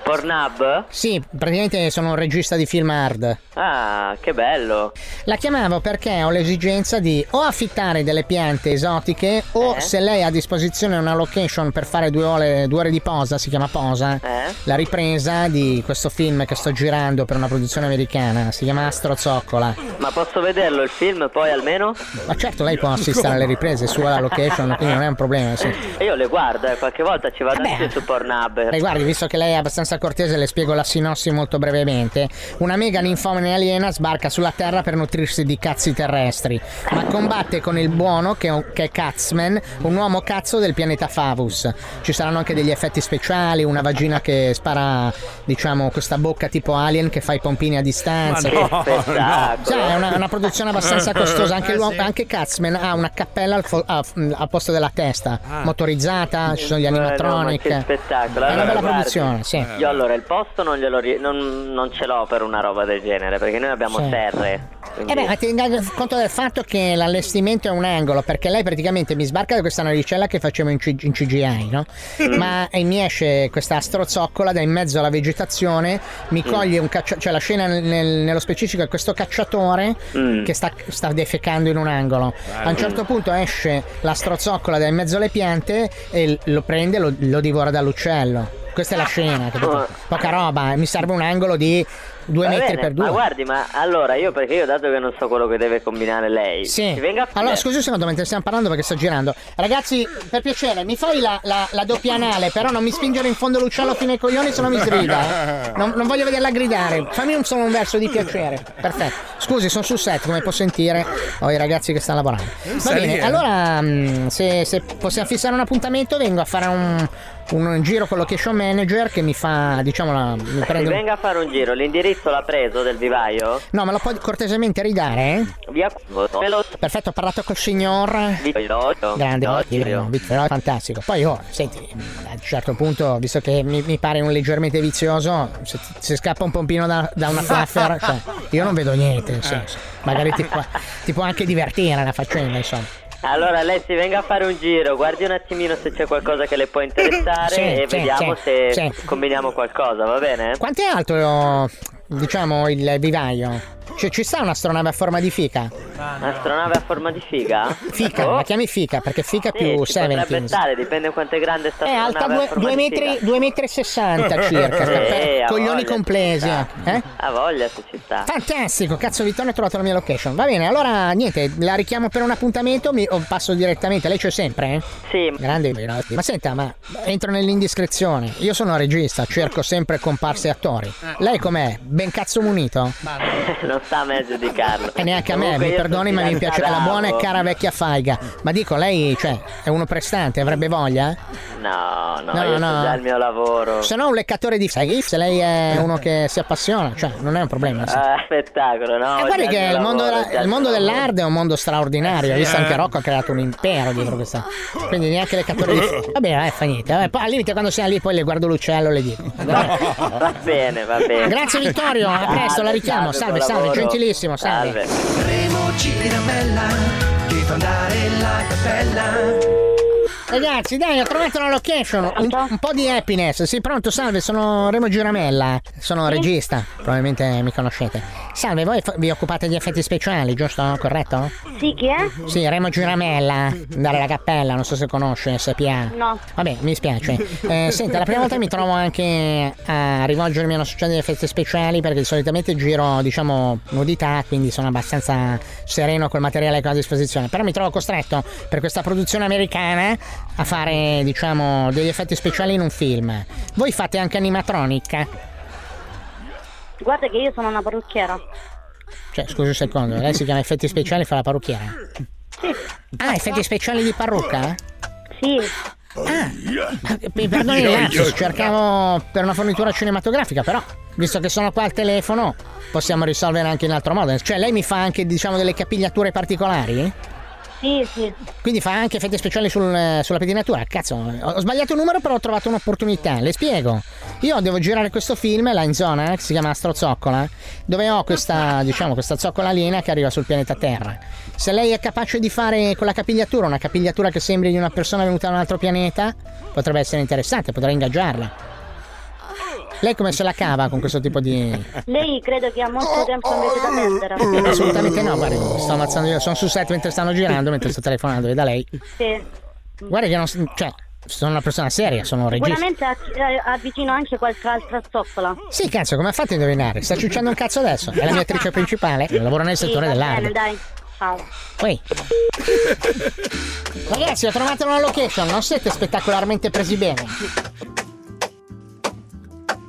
[SPEAKER 15] Pornhub?
[SPEAKER 16] Sì, praticamente sono un regista di film hard.
[SPEAKER 15] Ah, che bello.
[SPEAKER 16] La chiamavo perché ho l'esigenza di o affittare delle piante esotiche o
[SPEAKER 15] Eh?
[SPEAKER 16] se lei ha a disposizione una location per fare due ore, due ore di posa, si chiama posa,
[SPEAKER 15] Eh?
[SPEAKER 16] la ripresa di questo film che sto girando per una produzione americana, si chiama Astro Zoccola.
[SPEAKER 15] Ma posso vederlo il film poi almeno?
[SPEAKER 16] Ma certo lei può assistere alle riprese sulla location, quindi non è un problema. Sì.
[SPEAKER 15] Io le guardo, eh, qualche volta ci vado anche su Pornhub.
[SPEAKER 16] Beh, guardi, visto che lei è abbastanza cortese, le spiego la sinossi molto brevemente. Una mega ninfomane aliena sbarca sulla Terra per nutrirsi di cazzi terrestri, ma combatte con il buono, che è, un- che è Catsman, un uomo cazzo del pianeta Favus. Ci saranno anche degli effetti speciali, una vagina che spara, diciamo, questa bocca tipo alien che fa i pompini a distanza.
[SPEAKER 15] Eh, Che spettacolo.
[SPEAKER 16] Cioè, è una, una produzione abbastanza costosa.
[SPEAKER 4] Eh,
[SPEAKER 15] Eh,
[SPEAKER 16] Anche, l'uomo- anche Katzman ha una cappella al, fo- a- mm, al posto della testa, motorizzata, ci sono gli
[SPEAKER 15] Bueno, Ah. Eh, ma
[SPEAKER 16] animatronic.
[SPEAKER 15] che spettacolo.
[SPEAKER 16] È una
[SPEAKER 15] Allora,
[SPEAKER 16] bella
[SPEAKER 15] guardi,
[SPEAKER 16] produzione, sì.
[SPEAKER 15] Io allora il posto non, glielo ri- non, non ce l'ho per una roba del genere, perché noi abbiamo
[SPEAKER 16] Sì.
[SPEAKER 15] serre. quindi-
[SPEAKER 16] Eh beh, ma tenga conto del fatto che l'allestimento è un angolo, perché lei praticamente mi sbarca da questa navicella che facevo in, C- in CGI, no?
[SPEAKER 15] Mm.
[SPEAKER 16] Ma e mi esce questa strozoccola da in mezzo alla vegetazione, mi
[SPEAKER 15] Mm.
[SPEAKER 16] coglie un cacciatore, cioè la scena nel- nello specifico è questo cacciatore
[SPEAKER 15] Mm.
[SPEAKER 16] che sta, sta defecando in un angolo. A un certo punto esce la strozoccola da in mezzo alle piante e l- lo prende e lo, lo divora dall'uccello. Questa
[SPEAKER 15] Ah.
[SPEAKER 16] è la scena, capito? Poca roba, eh, mi serve un angolo di due
[SPEAKER 15] Oh. Va
[SPEAKER 16] metri
[SPEAKER 15] bene,
[SPEAKER 16] per due.
[SPEAKER 15] Ma guardi, ma allora io perché io dato che non so quello che deve combinare lei,
[SPEAKER 16] Sì.
[SPEAKER 15] ci venga a
[SPEAKER 16] Allora,
[SPEAKER 15] finire.
[SPEAKER 16] scusi un secondo, mentre stiamo parlando perché sto girando. Ragazzi, per piacere, mi fai la, la- la doppia anale, però non mi spingere in fondo l'uccello fino ai coglioni, se no mi sgrida. eh. Non, non voglio vederla gridare. Fammi un solo un verso di piacere. Perfetto. Scusi, sono sul set, come può sentire. Ho i ragazzi che stanno lavorando. Va
[SPEAKER 2] Sai
[SPEAKER 16] bene,
[SPEAKER 2] che-
[SPEAKER 16] allora, mm, se, se possiamo fissare un appuntamento, vengo a fare un. un giro con location manager che mi fa, diciamo, la, mi
[SPEAKER 15] Mi
[SPEAKER 16] prende...
[SPEAKER 15] venga a fare un giro, l'indirizzo l'ha preso del vivaio?
[SPEAKER 16] No, me lo puoi cortesemente ridare? eh?
[SPEAKER 15] Via me lo
[SPEAKER 16] Perfetto, ho parlato col signor. Eh, Grande, Vittorio, Vittorio, fantastico. Poi, oh, senti, a un certo punto, visto che mi, mi pare un leggermente vizioso, se, se scappa un pompino da, da una fluffer, cioè, io non vedo niente, nel senso. Magari ti può, ti può anche divertire la faccenda, insomma.
[SPEAKER 15] Allora Alessi venga a fare un giro, guardi un attimino se c'è qualcosa che le può interessare
[SPEAKER 16] Sì,
[SPEAKER 15] e
[SPEAKER 16] sì,
[SPEAKER 15] vediamo
[SPEAKER 16] sì,
[SPEAKER 15] se
[SPEAKER 16] sì.
[SPEAKER 15] combiniamo qualcosa, va bene?
[SPEAKER 16] Quanto è alto, diciamo, il vivaio? Cioè, ci sta un'astronave a forma di fica?
[SPEAKER 15] Un'astronave a forma di figa? Oh,
[SPEAKER 16] Fica, la chiami fica perché fica
[SPEAKER 15] Sì,
[SPEAKER 16] più
[SPEAKER 15] Eh, ci potrebbe
[SPEAKER 16] 70.
[SPEAKER 15] stare, dipende quanto è grande sta
[SPEAKER 16] È alta
[SPEAKER 15] astronave a
[SPEAKER 16] 2,60
[SPEAKER 15] forma di
[SPEAKER 16] metri,
[SPEAKER 15] figa.
[SPEAKER 16] due metri e sessanta circa,
[SPEAKER 15] Eh,
[SPEAKER 16] caffè-
[SPEAKER 15] ha
[SPEAKER 16] coglioni
[SPEAKER 15] voglia,
[SPEAKER 16] compresi.
[SPEAKER 15] ci sta.
[SPEAKER 16] eh? Eh?
[SPEAKER 15] Ha voglia se ci sta.
[SPEAKER 16] Fantastico, cazzo Vittorio ha trovato la mia location. Va bene, allora niente, la richiamo per un appuntamento mi, o passo direttamente. Lei c'è sempre? Eh?
[SPEAKER 15] Sì.
[SPEAKER 16] Grande Virotti. Ma senta, ma entro nell'indiscrezione. Io sono un regista, cerco sempre comparse e attori.
[SPEAKER 15] Ah.
[SPEAKER 16] Lei com'è? Ben cazzo munito?
[SPEAKER 15] non sta a me a giudicarlo.
[SPEAKER 16] E neanche a me,
[SPEAKER 15] Comunque
[SPEAKER 16] mi
[SPEAKER 15] io
[SPEAKER 16] perdoni,
[SPEAKER 15] sono
[SPEAKER 16] ma mi piace la buona e
[SPEAKER 15] fidanzato.
[SPEAKER 16] cara vecchia faiga. Ma dico, lei, cioè, è uno prestante, avrebbe voglia?
[SPEAKER 15] No, no,
[SPEAKER 16] No,
[SPEAKER 15] io
[SPEAKER 16] no.
[SPEAKER 15] so già il mio lavoro.
[SPEAKER 16] Se no, un leccatore di faghi, se lei è uno che si appassiona, cioè, non è un problema. sì.
[SPEAKER 15] Ah, spettacolo, no?
[SPEAKER 16] E
[SPEAKER 15] ho già
[SPEAKER 16] guardi che
[SPEAKER 15] mio
[SPEAKER 16] il mondo,
[SPEAKER 15] lavoro,
[SPEAKER 16] della-
[SPEAKER 15] ho già
[SPEAKER 16] il mondo
[SPEAKER 15] mio lavoro.
[SPEAKER 16] dell'arte è un mondo straordinario. Hai visto
[SPEAKER 15] eh.
[SPEAKER 16] anche Rocco ha creato un impero dietro questa. Quindi neanche le catture di. Vabbè, vabbè, eh, fa niente. Vabbè, poi al limite quando siamo lì poi le guardo l'uccello e le dico.
[SPEAKER 15] Va bene, va bene. Ah,
[SPEAKER 16] Grazie Vittorio, a presto, la richiamo. Salve, salve, gentilissimo, salve.
[SPEAKER 17] Remo Cirinamella, ti fa andare la cappella.
[SPEAKER 16] Ragazzi, dai, ho trovato la location. Un, un po' di happiness. Sì, pronto, salve, sono Remo Giramella. Sono regista, probabilmente mi conoscete. Salve, voi fa- vi occupate di effetti speciali, giusto? Corretto?
[SPEAKER 18] Sì, chi è?
[SPEAKER 16] Sì, Remo Giramella, andare alla cappella, non so se conosce SPA.
[SPEAKER 18] No.
[SPEAKER 16] Vabbè, mi spiace. Eh, senta, la prima volta mi trovo anche a rivolgermi a una società di effetti speciali perché solitamente giro, diciamo, nudità, quindi sono abbastanza sereno col materiale che ho a disposizione. Però mi trovo costretto per questa produzione americana a fare, diciamo, degli effetti speciali in un film. Voi fate anche animatronic?
[SPEAKER 18] Guarda che io sono una parrucchiera.
[SPEAKER 16] Cioè, scusi un secondo, lei si chiama effetti speciali e fa la parrucchiera? Ah, effetti speciali di parrucca?
[SPEAKER 18] Sì.
[SPEAKER 16] Ah, mi perdoni il
[SPEAKER 18] Io-
[SPEAKER 16] lapsus,
[SPEAKER 18] io-
[SPEAKER 16] cercavo per una fornitura cinematografica, però visto che sono qua al telefono possiamo risolvere anche in altro modo. Cioè, lei mi fa anche, diciamo, delle capigliature particolari?
[SPEAKER 18] Sì, sì.
[SPEAKER 16] Quindi fa anche effetti speciali sul- sulla pettinatura. Cazzo, ho ho sbagliato un numero, però ho trovato un'opportunità. Le spiego. Io devo girare questo film là in zona eh, che si chiama Astro Zoccola, dove ho questa, diciamo, questa zoccola aliena che arriva sul pianeta Terra. Se lei è capace di fare con la capigliatura, una capigliatura che sembri di una persona venuta da un altro pianeta, potrebbe essere interessante, potrei ingaggiarla. Lei come se la cava con questo tipo di.
[SPEAKER 18] Lei credo che ha molto tempo invece da perdere.
[SPEAKER 16] oh. Assolutamente no, guardi, mi sto ammazzando io. Sono sul set mentre stanno girando, mentre sto telefonando, è da lei.
[SPEAKER 18] Sì.
[SPEAKER 16] Guarda che non. Cioè, sono una persona seria, sono un regista.
[SPEAKER 18] Sicuramente ac- eh, avvicino anche qualche altra zoccola.
[SPEAKER 16] Sì, cazzo, come ha fatto a indovinare? Sta ciucciando un cazzo adesso. È la mia attrice principale. Lavoro nel settore
[SPEAKER 18] sì, va
[SPEAKER 16] dell'arte.
[SPEAKER 18] Bene, dai. Ciao.
[SPEAKER 16] Poi. Ragazzi, ho trovato una location, non siete spettacolarmente presi bene.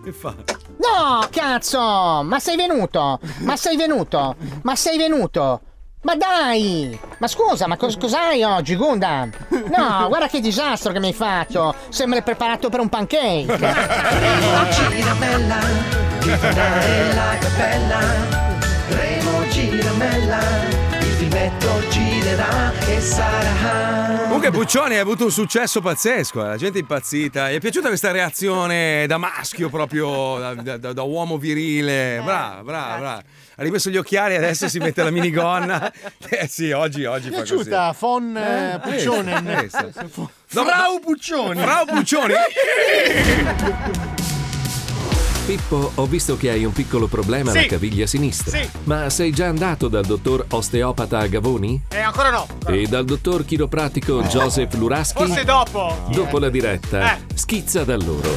[SPEAKER 2] Che fa?
[SPEAKER 16] No, cazzo! Ma sei venuto! Ma sei venuto! Ma sei venuto! Ma dai! Ma scusa, ma cos- cos'hai oggi, Gundam? No, guarda che disastro che mi hai fatto! Sembra preparato per un pancake!
[SPEAKER 17] Remo
[SPEAKER 4] Eh,
[SPEAKER 17] Cirinamella, ti fa andare la cappella. Remo Cirinamella, il filmetto girerà e sarà.
[SPEAKER 2] Comunque Puccioni ha avuto un successo pazzesco, eh, la gente è impazzita. Gli è piaciuta questa reazione da maschio, proprio da, da- da- da uomo
[SPEAKER 4] Eh,
[SPEAKER 2] virile. Brava, brava, brava. Ha rimesso gli occhiali, adesso si mette la minigonna. Eh sì, oggi, oggi
[SPEAKER 4] Mi è
[SPEAKER 2] fa
[SPEAKER 4] piaciuta Fon eh,
[SPEAKER 2] Eh,
[SPEAKER 4] Puccione.
[SPEAKER 2] questa, questa.
[SPEAKER 4] Frau
[SPEAKER 2] così.
[SPEAKER 4] Puccioni.
[SPEAKER 2] Bravo Puccioni!
[SPEAKER 1] Pippo, ho visto che hai un piccolo problema alla
[SPEAKER 4] Sì.
[SPEAKER 1] caviglia sinistra.
[SPEAKER 4] Sì.
[SPEAKER 1] Ma sei già andato dal dottor osteopata Gavoni?
[SPEAKER 4] Eh, ancora no.
[SPEAKER 2] Ah.
[SPEAKER 1] E dal dottor
[SPEAKER 2] Eh.
[SPEAKER 1] chiropratico Joseph Luraschi?
[SPEAKER 4] Forse dopo.
[SPEAKER 1] Dopo la diretta, schizza da loro.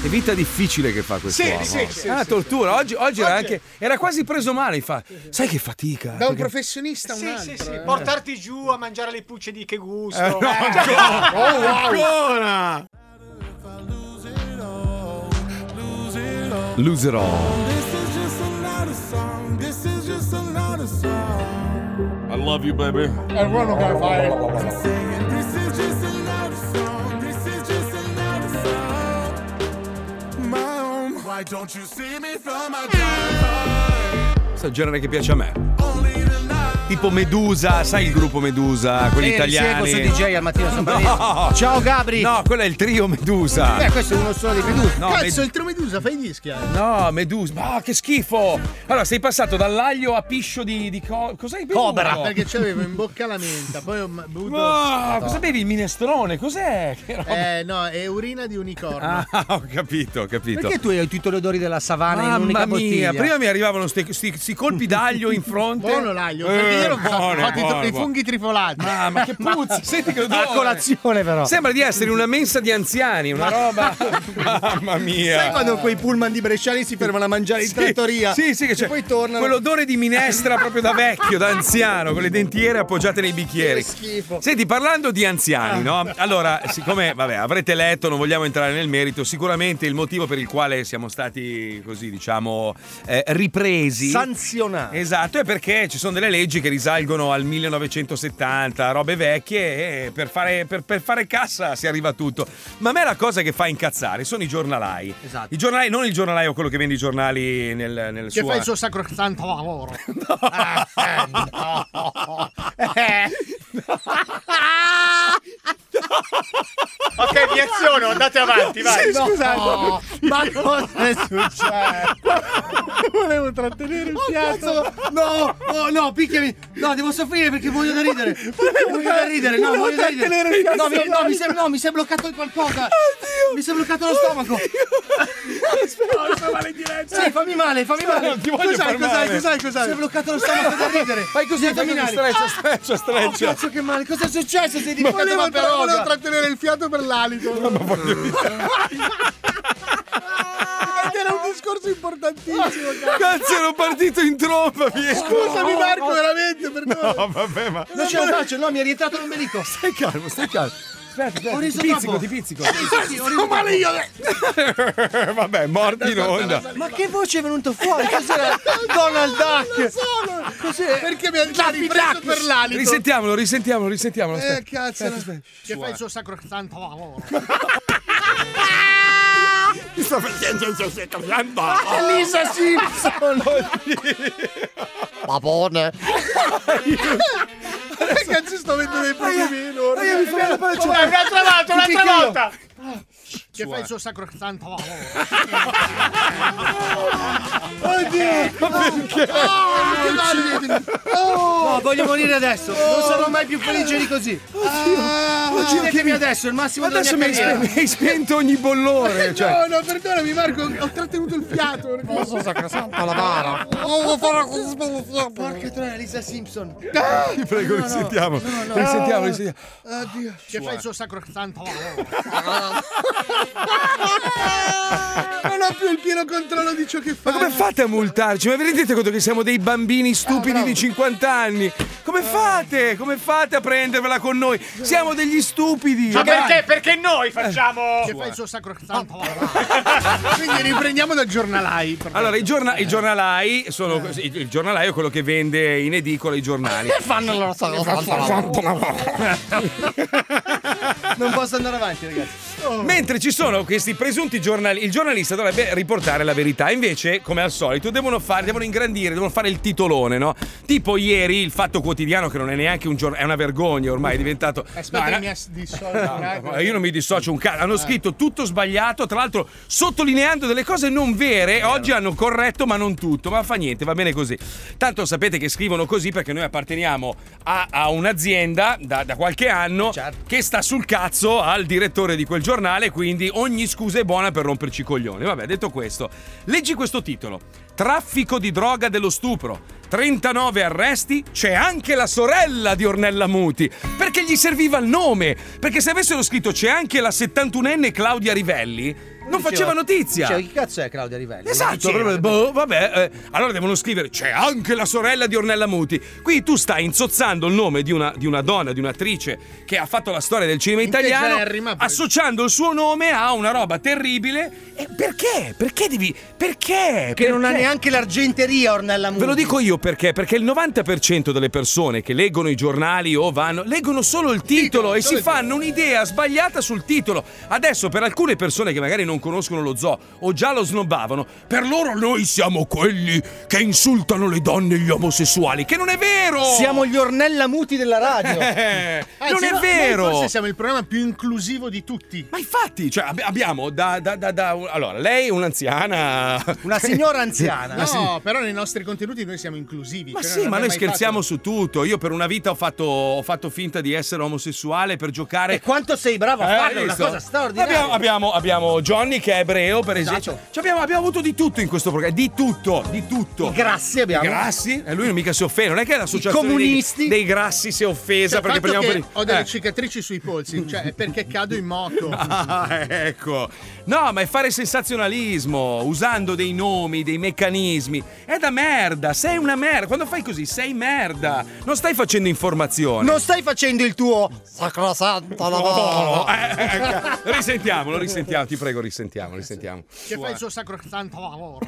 [SPEAKER 2] Che vita difficile che fa questo uomo.
[SPEAKER 4] sì, sì,
[SPEAKER 2] è una
[SPEAKER 4] sì,
[SPEAKER 2] tortura. Oggi, oggi era anche. Era quasi preso male. Fa. Sai che fatica.
[SPEAKER 4] Da un
[SPEAKER 2] Perché-
[SPEAKER 4] professionista a un
[SPEAKER 19] Sì,
[SPEAKER 4] altro. eh.
[SPEAKER 19] sì, sì, portarti giù a mangiare le pucce di che gusto.
[SPEAKER 2] Eh, no, ancora.
[SPEAKER 5] Oh,
[SPEAKER 2] Ancora. Loser all.
[SPEAKER 11] I love you, baby.
[SPEAKER 4] Everyone will go viral.
[SPEAKER 11] This is just
[SPEAKER 20] Why don't you see me from my drive-by?
[SPEAKER 2] Questo è il genere che piace a me. Tipo Medusa, sai il gruppo Medusa, quelli
[SPEAKER 5] Sì, li seguo
[SPEAKER 2] italiani?
[SPEAKER 5] su DJ al mattino sono bravissimo. Ciao Gabri.
[SPEAKER 2] No, quello è il trio Medusa.
[SPEAKER 5] Beh, questo è uno solo di Medusa.
[SPEAKER 2] No,
[SPEAKER 4] Cazzo,
[SPEAKER 2] Med-
[SPEAKER 4] il Tromedusa fai i dischi. eh.
[SPEAKER 2] No, Medusa, ma che schifo! Allora, sei passato dall'aglio a piscio di, di co- cos'hai bevuto?
[SPEAKER 4] Ah, Perché c'avevo in bocca la menta, poi ho ma- bevuto.
[SPEAKER 2] No, cosa bevi? Il minestrone? Cos'è? Che roba?
[SPEAKER 4] Eh, no, è urina di unicorno.
[SPEAKER 2] Ah, ho capito, ho capito.
[SPEAKER 5] Perché tu hai tutti gli odori della savana in un'unica
[SPEAKER 2] Mamma
[SPEAKER 5] bottiglia?
[SPEAKER 2] mia, prima mi arrivavano questi colpi d'aglio in fronte. Eh,
[SPEAKER 5] Buono l'aglio, perché io non
[SPEAKER 4] Ho fatto i tro- i funghi trifolati.
[SPEAKER 2] Ah, ma che puzza! Senti che odore.
[SPEAKER 4] A colazione,
[SPEAKER 5] però.
[SPEAKER 2] Ecco, Sembra di essere in una mensa di anziani, una roba. Mamma mia.
[SPEAKER 3] Sai quando quei pullman di Bresciani si fermano a mangiare in
[SPEAKER 2] Sì,
[SPEAKER 3] trattoria?
[SPEAKER 2] Sì, sì, che
[SPEAKER 3] E
[SPEAKER 2] c'è.
[SPEAKER 3] poi tornano.
[SPEAKER 2] Quell'odore di minestra proprio da vecchio, da anziano, con le dentiere appoggiate nei bicchieri.
[SPEAKER 3] schifo.
[SPEAKER 2] Senti, parlando di anziani,
[SPEAKER 4] Ah.
[SPEAKER 2] no? Allora, siccome vabbè, avrete letto, non vogliamo entrare nel merito, sicuramente il motivo per il quale siamo stati così, diciamo, eh, ripresi.
[SPEAKER 3] Sanzionati.
[SPEAKER 2] Esatto, è perché ci sono delle leggi che risalgono al 1970, robe vecchie, e per fare, per- per fare cassa si arriva a tutto. Ma a me la cosa che fa incazzare sono i giornalai.
[SPEAKER 4] Esatto.
[SPEAKER 2] I giornalai, non il giornalaio, quello che vende i giornali nel, nel
[SPEAKER 4] Che
[SPEAKER 2] suo.
[SPEAKER 4] fa il suo sacrosanto lavoro.
[SPEAKER 19] ok, mi aziono, andate avanti, vai.
[SPEAKER 3] Sì, scusate.
[SPEAKER 19] No.
[SPEAKER 3] Ma cosa è successo? Volevo trattenere il piatto. Oh, No, oh, no, picchiami. No, devo soffrire perché voglio da ridere. Voglio da ridere, no,
[SPEAKER 17] volevo
[SPEAKER 3] voglio da
[SPEAKER 17] trattenere
[SPEAKER 3] ridere.
[SPEAKER 17] il
[SPEAKER 3] No, mi,
[SPEAKER 17] cazzo.
[SPEAKER 3] no, mi, sem- no, mi si è bloccato qualcosa. Mi si è bloccato lo stomaco.
[SPEAKER 17] Aspetta, sto male in diretta.
[SPEAKER 3] Sì, fammi male, fammi
[SPEAKER 17] No,
[SPEAKER 3] male.
[SPEAKER 17] non ti voglio
[SPEAKER 3] cos'hai,
[SPEAKER 17] far
[SPEAKER 3] cos'hai,
[SPEAKER 17] male.
[SPEAKER 3] cos'hai, cos'hai? Si è bloccato lo stomaco da ridere. Fai
[SPEAKER 2] così, fai così, streccia, streccia, streccia.
[SPEAKER 3] Ah! Oh, cazzo che male. Cosa è successo? Sei diventato
[SPEAKER 4] Volevo,
[SPEAKER 3] una
[SPEAKER 4] tra-
[SPEAKER 3] peroga.
[SPEAKER 2] cioè.
[SPEAKER 4] volevo trattenere il fiato per l'alito.
[SPEAKER 3] Ed era un discorso importantissimo,
[SPEAKER 2] Cazzo, ero partito in tromba, via.
[SPEAKER 3] Scusami, Marco, veramente, perdona.
[SPEAKER 2] No, vabbè, ma.
[SPEAKER 3] Non ce la faccio, no, mi è rientrato l'ombelico. Stai calmo, stai calmo.
[SPEAKER 2] Aspetta,
[SPEAKER 3] ho riso
[SPEAKER 2] ti pizzico,
[SPEAKER 3] troppo.
[SPEAKER 2] ti pizzico.
[SPEAKER 3] Sì, sì, sì, ho riso
[SPEAKER 17] male io.
[SPEAKER 2] Vabbè, morti in onda.
[SPEAKER 3] Ma che voce è venuta fuori? Cos'era? Donald Duck. Cos'era?
[SPEAKER 4] Perché mi ha ripreso per l'alito.
[SPEAKER 2] Risentiamolo, risentiamolo, risentiamolo.
[SPEAKER 4] Eh,
[SPEAKER 2] aspetta.
[SPEAKER 4] cazzo.
[SPEAKER 2] Aspetta, aspetta.
[SPEAKER 4] Che fa il suo sacrosanto lavoro.
[SPEAKER 17] Mi sto facendo il suo secco fiambo.
[SPEAKER 3] Ah! Lisa Simpson.
[SPEAKER 17] Papone.
[SPEAKER 4] Che cazzo sto avendo dei problemi enormi?
[SPEAKER 17] Aia, mi fa male la pancia.
[SPEAKER 4] Vabbè, Un'altra volta,
[SPEAKER 17] Ti
[SPEAKER 4] un'altra
[SPEAKER 17] picchio.
[SPEAKER 4] volta. Che fa il suo sacrosanto lavoro.
[SPEAKER 3] Oddio. Ma perché? No, voglio morire adesso. Non sarò mai più felice di così. Oddio. Uccidetemi adesso, il massimo della
[SPEAKER 2] Adesso mi
[SPEAKER 3] mia
[SPEAKER 2] hai spe-
[SPEAKER 3] carriera.
[SPEAKER 2] mi hai spento ogni bollore. Cioè.
[SPEAKER 4] No, no, perdonami Marco, ho trattenuto il fiato. Eh, Non so sacrosanto
[SPEAKER 2] lavoro.
[SPEAKER 3] Oh, Porca troia, Lisa Simpson.
[SPEAKER 2] Ti prego,
[SPEAKER 3] No, no,
[SPEAKER 2] risentiamo.
[SPEAKER 3] no, no.
[SPEAKER 2] Risentiamo, risentiamo.
[SPEAKER 3] Oddio.
[SPEAKER 4] Che fa il suo sacrosanto lavoro.
[SPEAKER 3] Non ho più il pieno controllo di ciò che fa.
[SPEAKER 2] Ma come fate a multarci? Ma vi rendete conto che siamo dei bambini
[SPEAKER 4] Ah,
[SPEAKER 2] stupidi di 50 anni? Come fate? Come fate a prendervela con noi? Siamo degli stupidi!
[SPEAKER 19] Ma
[SPEAKER 2] ragazzi.
[SPEAKER 19] perché? Perché noi facciamo.
[SPEAKER 4] Eh.
[SPEAKER 3] Eh.
[SPEAKER 4] Che fa il suo sacrosanto lavoro. Quindi riprendiamo dal giornalai. per
[SPEAKER 2] Allora, i, giorna- i giornalai sono. Il il giornalaio è quello che vende in edicola i giornali.
[SPEAKER 3] Fanno la nostra Non posso andare avanti, ragazzi.
[SPEAKER 2] Mentre ci sono questi presunti giornali, il giornalista dovrebbe riportare la verità, invece, come al solito, devono fare, devono ingrandire, devono fare il titolone, no? Tipo ieri il Fatto Quotidiano, che non è neanche un giornale, è una vergogna ormai, è diventato.
[SPEAKER 4] Eh, Aspetta,
[SPEAKER 2] No, è
[SPEAKER 4] mi
[SPEAKER 2] una-
[SPEAKER 4] ha dissolto un attimo.
[SPEAKER 2] Ma Eh, Io non mi dissocio un cazzo. Hanno scritto tutto sbagliato, tra l'altro sottolineando delle cose non vere. Oggi hanno corretto, ma non tutto. Ma fa niente, va bene così. Tanto sapete che scrivono così perché noi apparteniamo a, a un'azienda da, da qualche anno che sta sul cazzo al direttore di quel giornale. Quindi ogni scusa è buona per romperci i coglioni. Vabbè, detto questo, leggi questo titolo: Traffico di droga dello stupro. 39 arresti, c'è anche la sorella di Ornella Muti. Perché gli serviva il nome? Perché se avessero scritto c'è anche la 71enne Claudia Rivelli, non faceva notizia.
[SPEAKER 5] Cioè, chi cazzo è Claudia Rivelli?
[SPEAKER 2] Esatto,
[SPEAKER 5] Diceva.
[SPEAKER 2] proprio, boh, vabbè, eh, allora devono scrivere c'è anche la sorella di Ornella Muti. Qui tu stai insozzando il nome di una, di una donna, di un'attrice che ha fatto la storia del cinema italiano,
[SPEAKER 4] Integerrima, poi.
[SPEAKER 2] associando il suo nome a una roba terribile. E perché? Perché devi. Perché?
[SPEAKER 5] Che non ha
[SPEAKER 2] Perché?
[SPEAKER 5] neanche l'argenteria Ornella Muti.
[SPEAKER 4] Mm.
[SPEAKER 2] Ve lo dico io perché, perché il 90% delle persone che leggono i giornali o vanno, leggono solo il titolo e si fanno un'idea sbagliata sul titolo. Adesso per alcune persone che magari non non conoscono lo zoo o già lo snobbavano, per loro noi siamo quelli che insultano le donne e gli omosessuali, che non è vero!
[SPEAKER 5] Siamo gli ornellamuti della radio.
[SPEAKER 2] Eh, non
[SPEAKER 4] sì,
[SPEAKER 2] è
[SPEAKER 4] no,
[SPEAKER 2] vero!
[SPEAKER 4] Noi forse siamo il programma più inclusivo di tutti.
[SPEAKER 2] Ma infatti, cioè, abbi- abbiamo da, da- da- da- Allora, lei è un'anziana. Una
[SPEAKER 4] No,
[SPEAKER 2] signora-
[SPEAKER 4] però nei nostri contenuti noi siamo inclusivi.
[SPEAKER 2] Ma
[SPEAKER 4] cioè
[SPEAKER 2] sì,
[SPEAKER 4] non
[SPEAKER 2] ma
[SPEAKER 4] abbiamo
[SPEAKER 2] noi
[SPEAKER 4] mai
[SPEAKER 2] scherziamo su tutto. Io per una vita ho fatto, ho fatto finta di essere omosessuale per giocare. E
[SPEAKER 5] quanto sei bravo
[SPEAKER 2] a
[SPEAKER 5] farlo, è una cosa straordinaria.
[SPEAKER 2] Abbiamo, abbiamo- abbiamo Johnny che è ebreo, per
[SPEAKER 5] Esatto.
[SPEAKER 2] esempio. Cioè, abbiamo, abbiamo avuto di tutto in questo programma, di tutto, di tutto.
[SPEAKER 5] I grassi abbiamo.
[SPEAKER 2] I grassi? E lui non mica si offende, non è che l'associazione dei-
[SPEAKER 5] comunisti. Certo
[SPEAKER 2] dei, grassi si è offesa
[SPEAKER 4] Cioè,
[SPEAKER 2] perché
[SPEAKER 4] il fatto
[SPEAKER 2] prendiamo
[SPEAKER 4] che
[SPEAKER 2] per
[SPEAKER 4] Ho delle
[SPEAKER 2] eh.
[SPEAKER 4] cicatrici sui polsi, cioè è perché cado in moto.
[SPEAKER 2] Ah, ecco. No, ma è fare sensazionalismo usando dei nomi, dei meccanismi. È da merda, sei una merda. Quando fai così, sei merda. Non stai facendo informazione.
[SPEAKER 5] Non stai facendo il tuo sacrosanto lavoro.
[SPEAKER 2] Oh, eh, eh, eh, risentiamolo, risentiamo, ti prego, risentiamo, risentiamo.
[SPEAKER 4] Che fa il suo sacrosanto lavoro.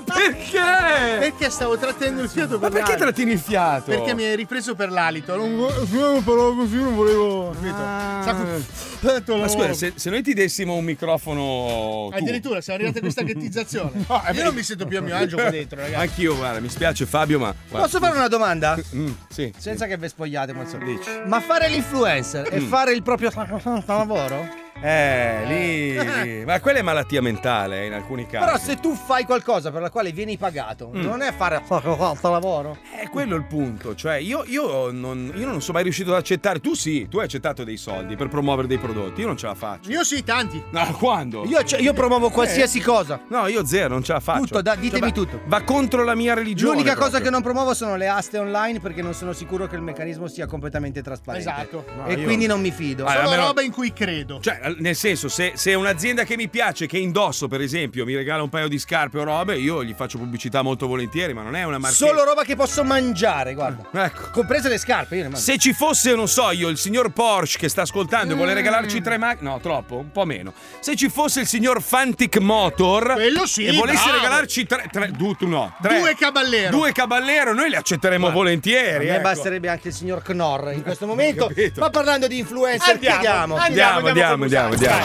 [SPEAKER 2] perché?
[SPEAKER 4] Perché stavo trattenendo il fiato per
[SPEAKER 2] Ma perché
[SPEAKER 4] l'alito.
[SPEAKER 2] trattini il fiato?
[SPEAKER 4] Perché mi hai ripreso per l'alito. Non volevo parlavo così, non volevo. Capito? Sacro-
[SPEAKER 2] Ah. Ma scusa, se, se noi ti dessimo un microfono. tu-
[SPEAKER 4] Addirittura siamo arrivati a questa ghettizzazione. Io non mi sento più a mio agio qua dentro, ragazzi.
[SPEAKER 2] Anch'io, guarda, mi spiace Fabio, ma. guarda.
[SPEAKER 5] Posso fare una domanda?
[SPEAKER 2] Mm, sì.
[SPEAKER 5] Senza che vi spogliate, Mazzone. Ma fare l'influencer e
[SPEAKER 2] Mm.
[SPEAKER 5] fare il proprio sacrosanto lavoro?
[SPEAKER 2] Eh, lì, lì. Ma quella è malattia mentale eh, in alcuni casi.
[SPEAKER 5] Però se tu fai qualcosa per la quale vieni pagato,
[SPEAKER 2] Mm.
[SPEAKER 5] non è fare sacrosanto lavoro.
[SPEAKER 2] È quello il punto, cioè io, io non, io non sono mai riuscito ad accettare, tu sì, tu hai accettato dei soldi per promuovere dei prodotti, io non ce la faccio.
[SPEAKER 4] Io sì, tanti.
[SPEAKER 2] No, Ah, quando? Eh.
[SPEAKER 5] Io, cioè, io promuovo qualsiasi cosa.
[SPEAKER 2] No, io zero, non ce la faccio. Cioè,
[SPEAKER 5] Tutto, da- ditemi
[SPEAKER 2] va-
[SPEAKER 5] tutto.
[SPEAKER 2] Va contro la mia religione.
[SPEAKER 5] L'unica cosa
[SPEAKER 2] proprio.
[SPEAKER 5] che non promuovo sono le aste online perché non sono sicuro che il meccanismo sia completamente trasparente.
[SPEAKER 4] Esatto. No,
[SPEAKER 5] e
[SPEAKER 2] io-
[SPEAKER 5] quindi non mi fido.
[SPEAKER 2] Allora, almeno-
[SPEAKER 4] in cui credo.
[SPEAKER 2] Cioè, nel senso, se, se è un'azienda che mi piace, che indosso, per esempio, mi regala un paio di scarpe o robe, io gli faccio pubblicità molto volentieri, ma non è una marca.
[SPEAKER 5] Solo roba che posso mangiare, guarda.
[SPEAKER 2] Ecco.
[SPEAKER 5] Comprese le scarpe, io ne mangio.
[SPEAKER 2] Se ci fosse, non so io, il signor Porsche che sta ascoltando e vuole
[SPEAKER 5] Mm.
[SPEAKER 2] regalarci tre macchine. No, troppo, un po' meno. Se ci fosse il signor Fantic Motor
[SPEAKER 4] Quello sì,
[SPEAKER 2] e volesse
[SPEAKER 4] bravo.
[SPEAKER 2] regalarci tre. tre du- tu no, tre.
[SPEAKER 4] Due caballero.
[SPEAKER 2] Due caballero, noi li accetteremo
[SPEAKER 5] A
[SPEAKER 2] volentieri.
[SPEAKER 5] me
[SPEAKER 2] ecco.
[SPEAKER 5] basterebbe anche il signor Knorr in questo momento.
[SPEAKER 2] capito.
[SPEAKER 5] Ma parlando di influencer,
[SPEAKER 2] Andiamo,
[SPEAKER 5] chiediamo.
[SPEAKER 2] Andiamo, andiamo, andiamo, andiamo.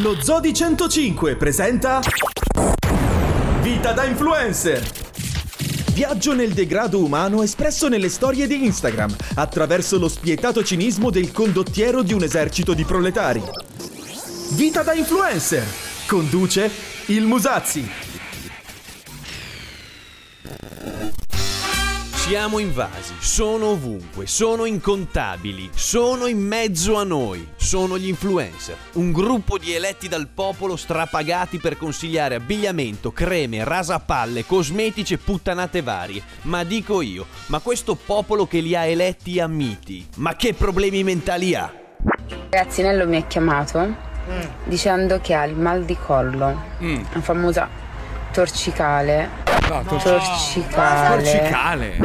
[SPEAKER 21] Lo Zodi 105 presenta Vita da influencer. Viaggio nel degrado umano espresso nelle storie di Instagram, attraverso lo spietato cinismo del condottiero di un esercito di proletari. Vita da influencer. Conduce il Musazzi.
[SPEAKER 22] Siamo invasi, sono ovunque, sono incontabili, sono in mezzo a noi, sono gli influencer, un gruppo di eletti dal popolo strapagati per consigliare abbigliamento, creme, rasapalle, cosmetici e puttanate varie. Ma dico io, ma questo popolo che li ha eletti a miti, ma che problemi mentali ha?
[SPEAKER 6] Gazzinello mi ha chiamato dicendo che ha il mal di collo, la famosa torcicale.
[SPEAKER 2] tor-
[SPEAKER 22] Ah,
[SPEAKER 6] torcicale.
[SPEAKER 2] Torcicale.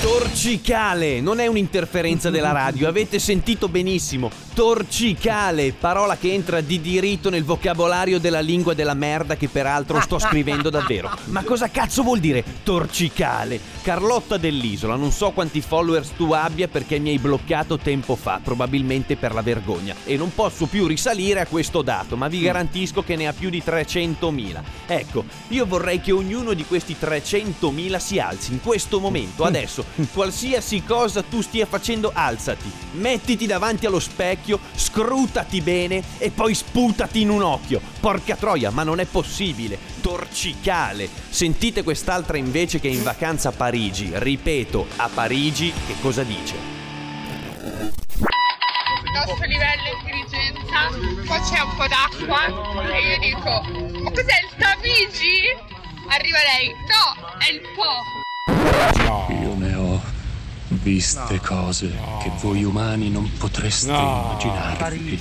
[SPEAKER 22] Torcicale, non è un'interferenza della radio, avete sentito benissimo. Torcicale, parola che entra di diritto nel vocabolario della lingua della merda che peraltro sto scrivendo davvero. Ma cosa cazzo vuol dire torcicale? Carlotta dell'isola, non so quanti followers tu abbia perché mi hai bloccato tempo fa, probabilmente per la vergogna. E non posso più risalire a questo dato, ma vi garantisco che ne ha più di 300.000. Ecco, io vorrei che ognuno di questi 300.000 si alzi in questo momento, adesso. Qualsiasi cosa tu stia facendo, alzati. Mettiti davanti allo specchio, scrutati bene e poi sputati in un occhio. Porca troia, ma non è possibile. Torcicale. Sentite quest'altra invece che è in vacanza a Parigi. Ripeto, a Parigi che cosa dice?
[SPEAKER 9] il nostro livello di dirigenza, qua c'è un po' d'acqua e io dico, ma cos'è il Tamigi? Arriva lei, no, è il Po.
[SPEAKER 23] Io ne ho viste cose che voi umani non potreste immaginarvi.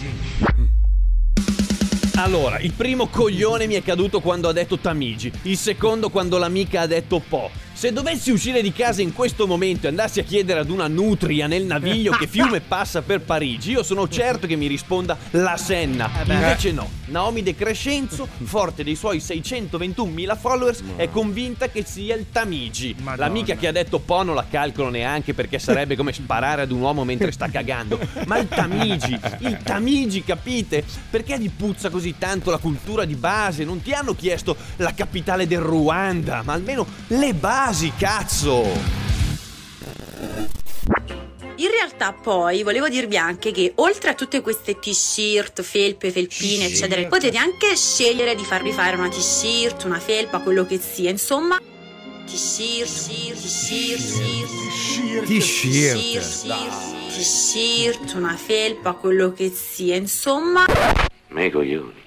[SPEAKER 22] Allora, il primo coglione mi è caduto quando ha detto Tamigi, il secondo quando l'amica ha detto Po. Se dovessi uscire di casa in questo momento e andassi a chiedere ad una nutria nel naviglio che fiume passa per Parigi, io sono certo che mi risponda la Senna.
[SPEAKER 1] beh.
[SPEAKER 22] Invece no. Naomi De Crescenzo, forte dei suoi 621.000 followers, è convinta che sia il Tamigi. L'amica che ha detto Po non la calcolo neanche perché sarebbe come sparare ad un uomo mentre sta cagando. Ma il Tamigi, il Tamigi, capite? Perché ti puzza così tanto la cultura di base? Non ti hanno chiesto la capitale del Ruanda, ma almeno le basi, cazzo!
[SPEAKER 7] In realtà poi volevo dirvi anche che oltre a tutte queste t-shirt, felpe, felpine, eccetera, potete anche scegliere di farvi fare una t-shirt, una felpa, quello che sia, insomma. T-shirt, t-shirt, t-shirt,
[SPEAKER 2] T-shirt.
[SPEAKER 7] t-shirt, t-shirt, una felpa, quello che sia, insomma.
[SPEAKER 22] Me coglioni.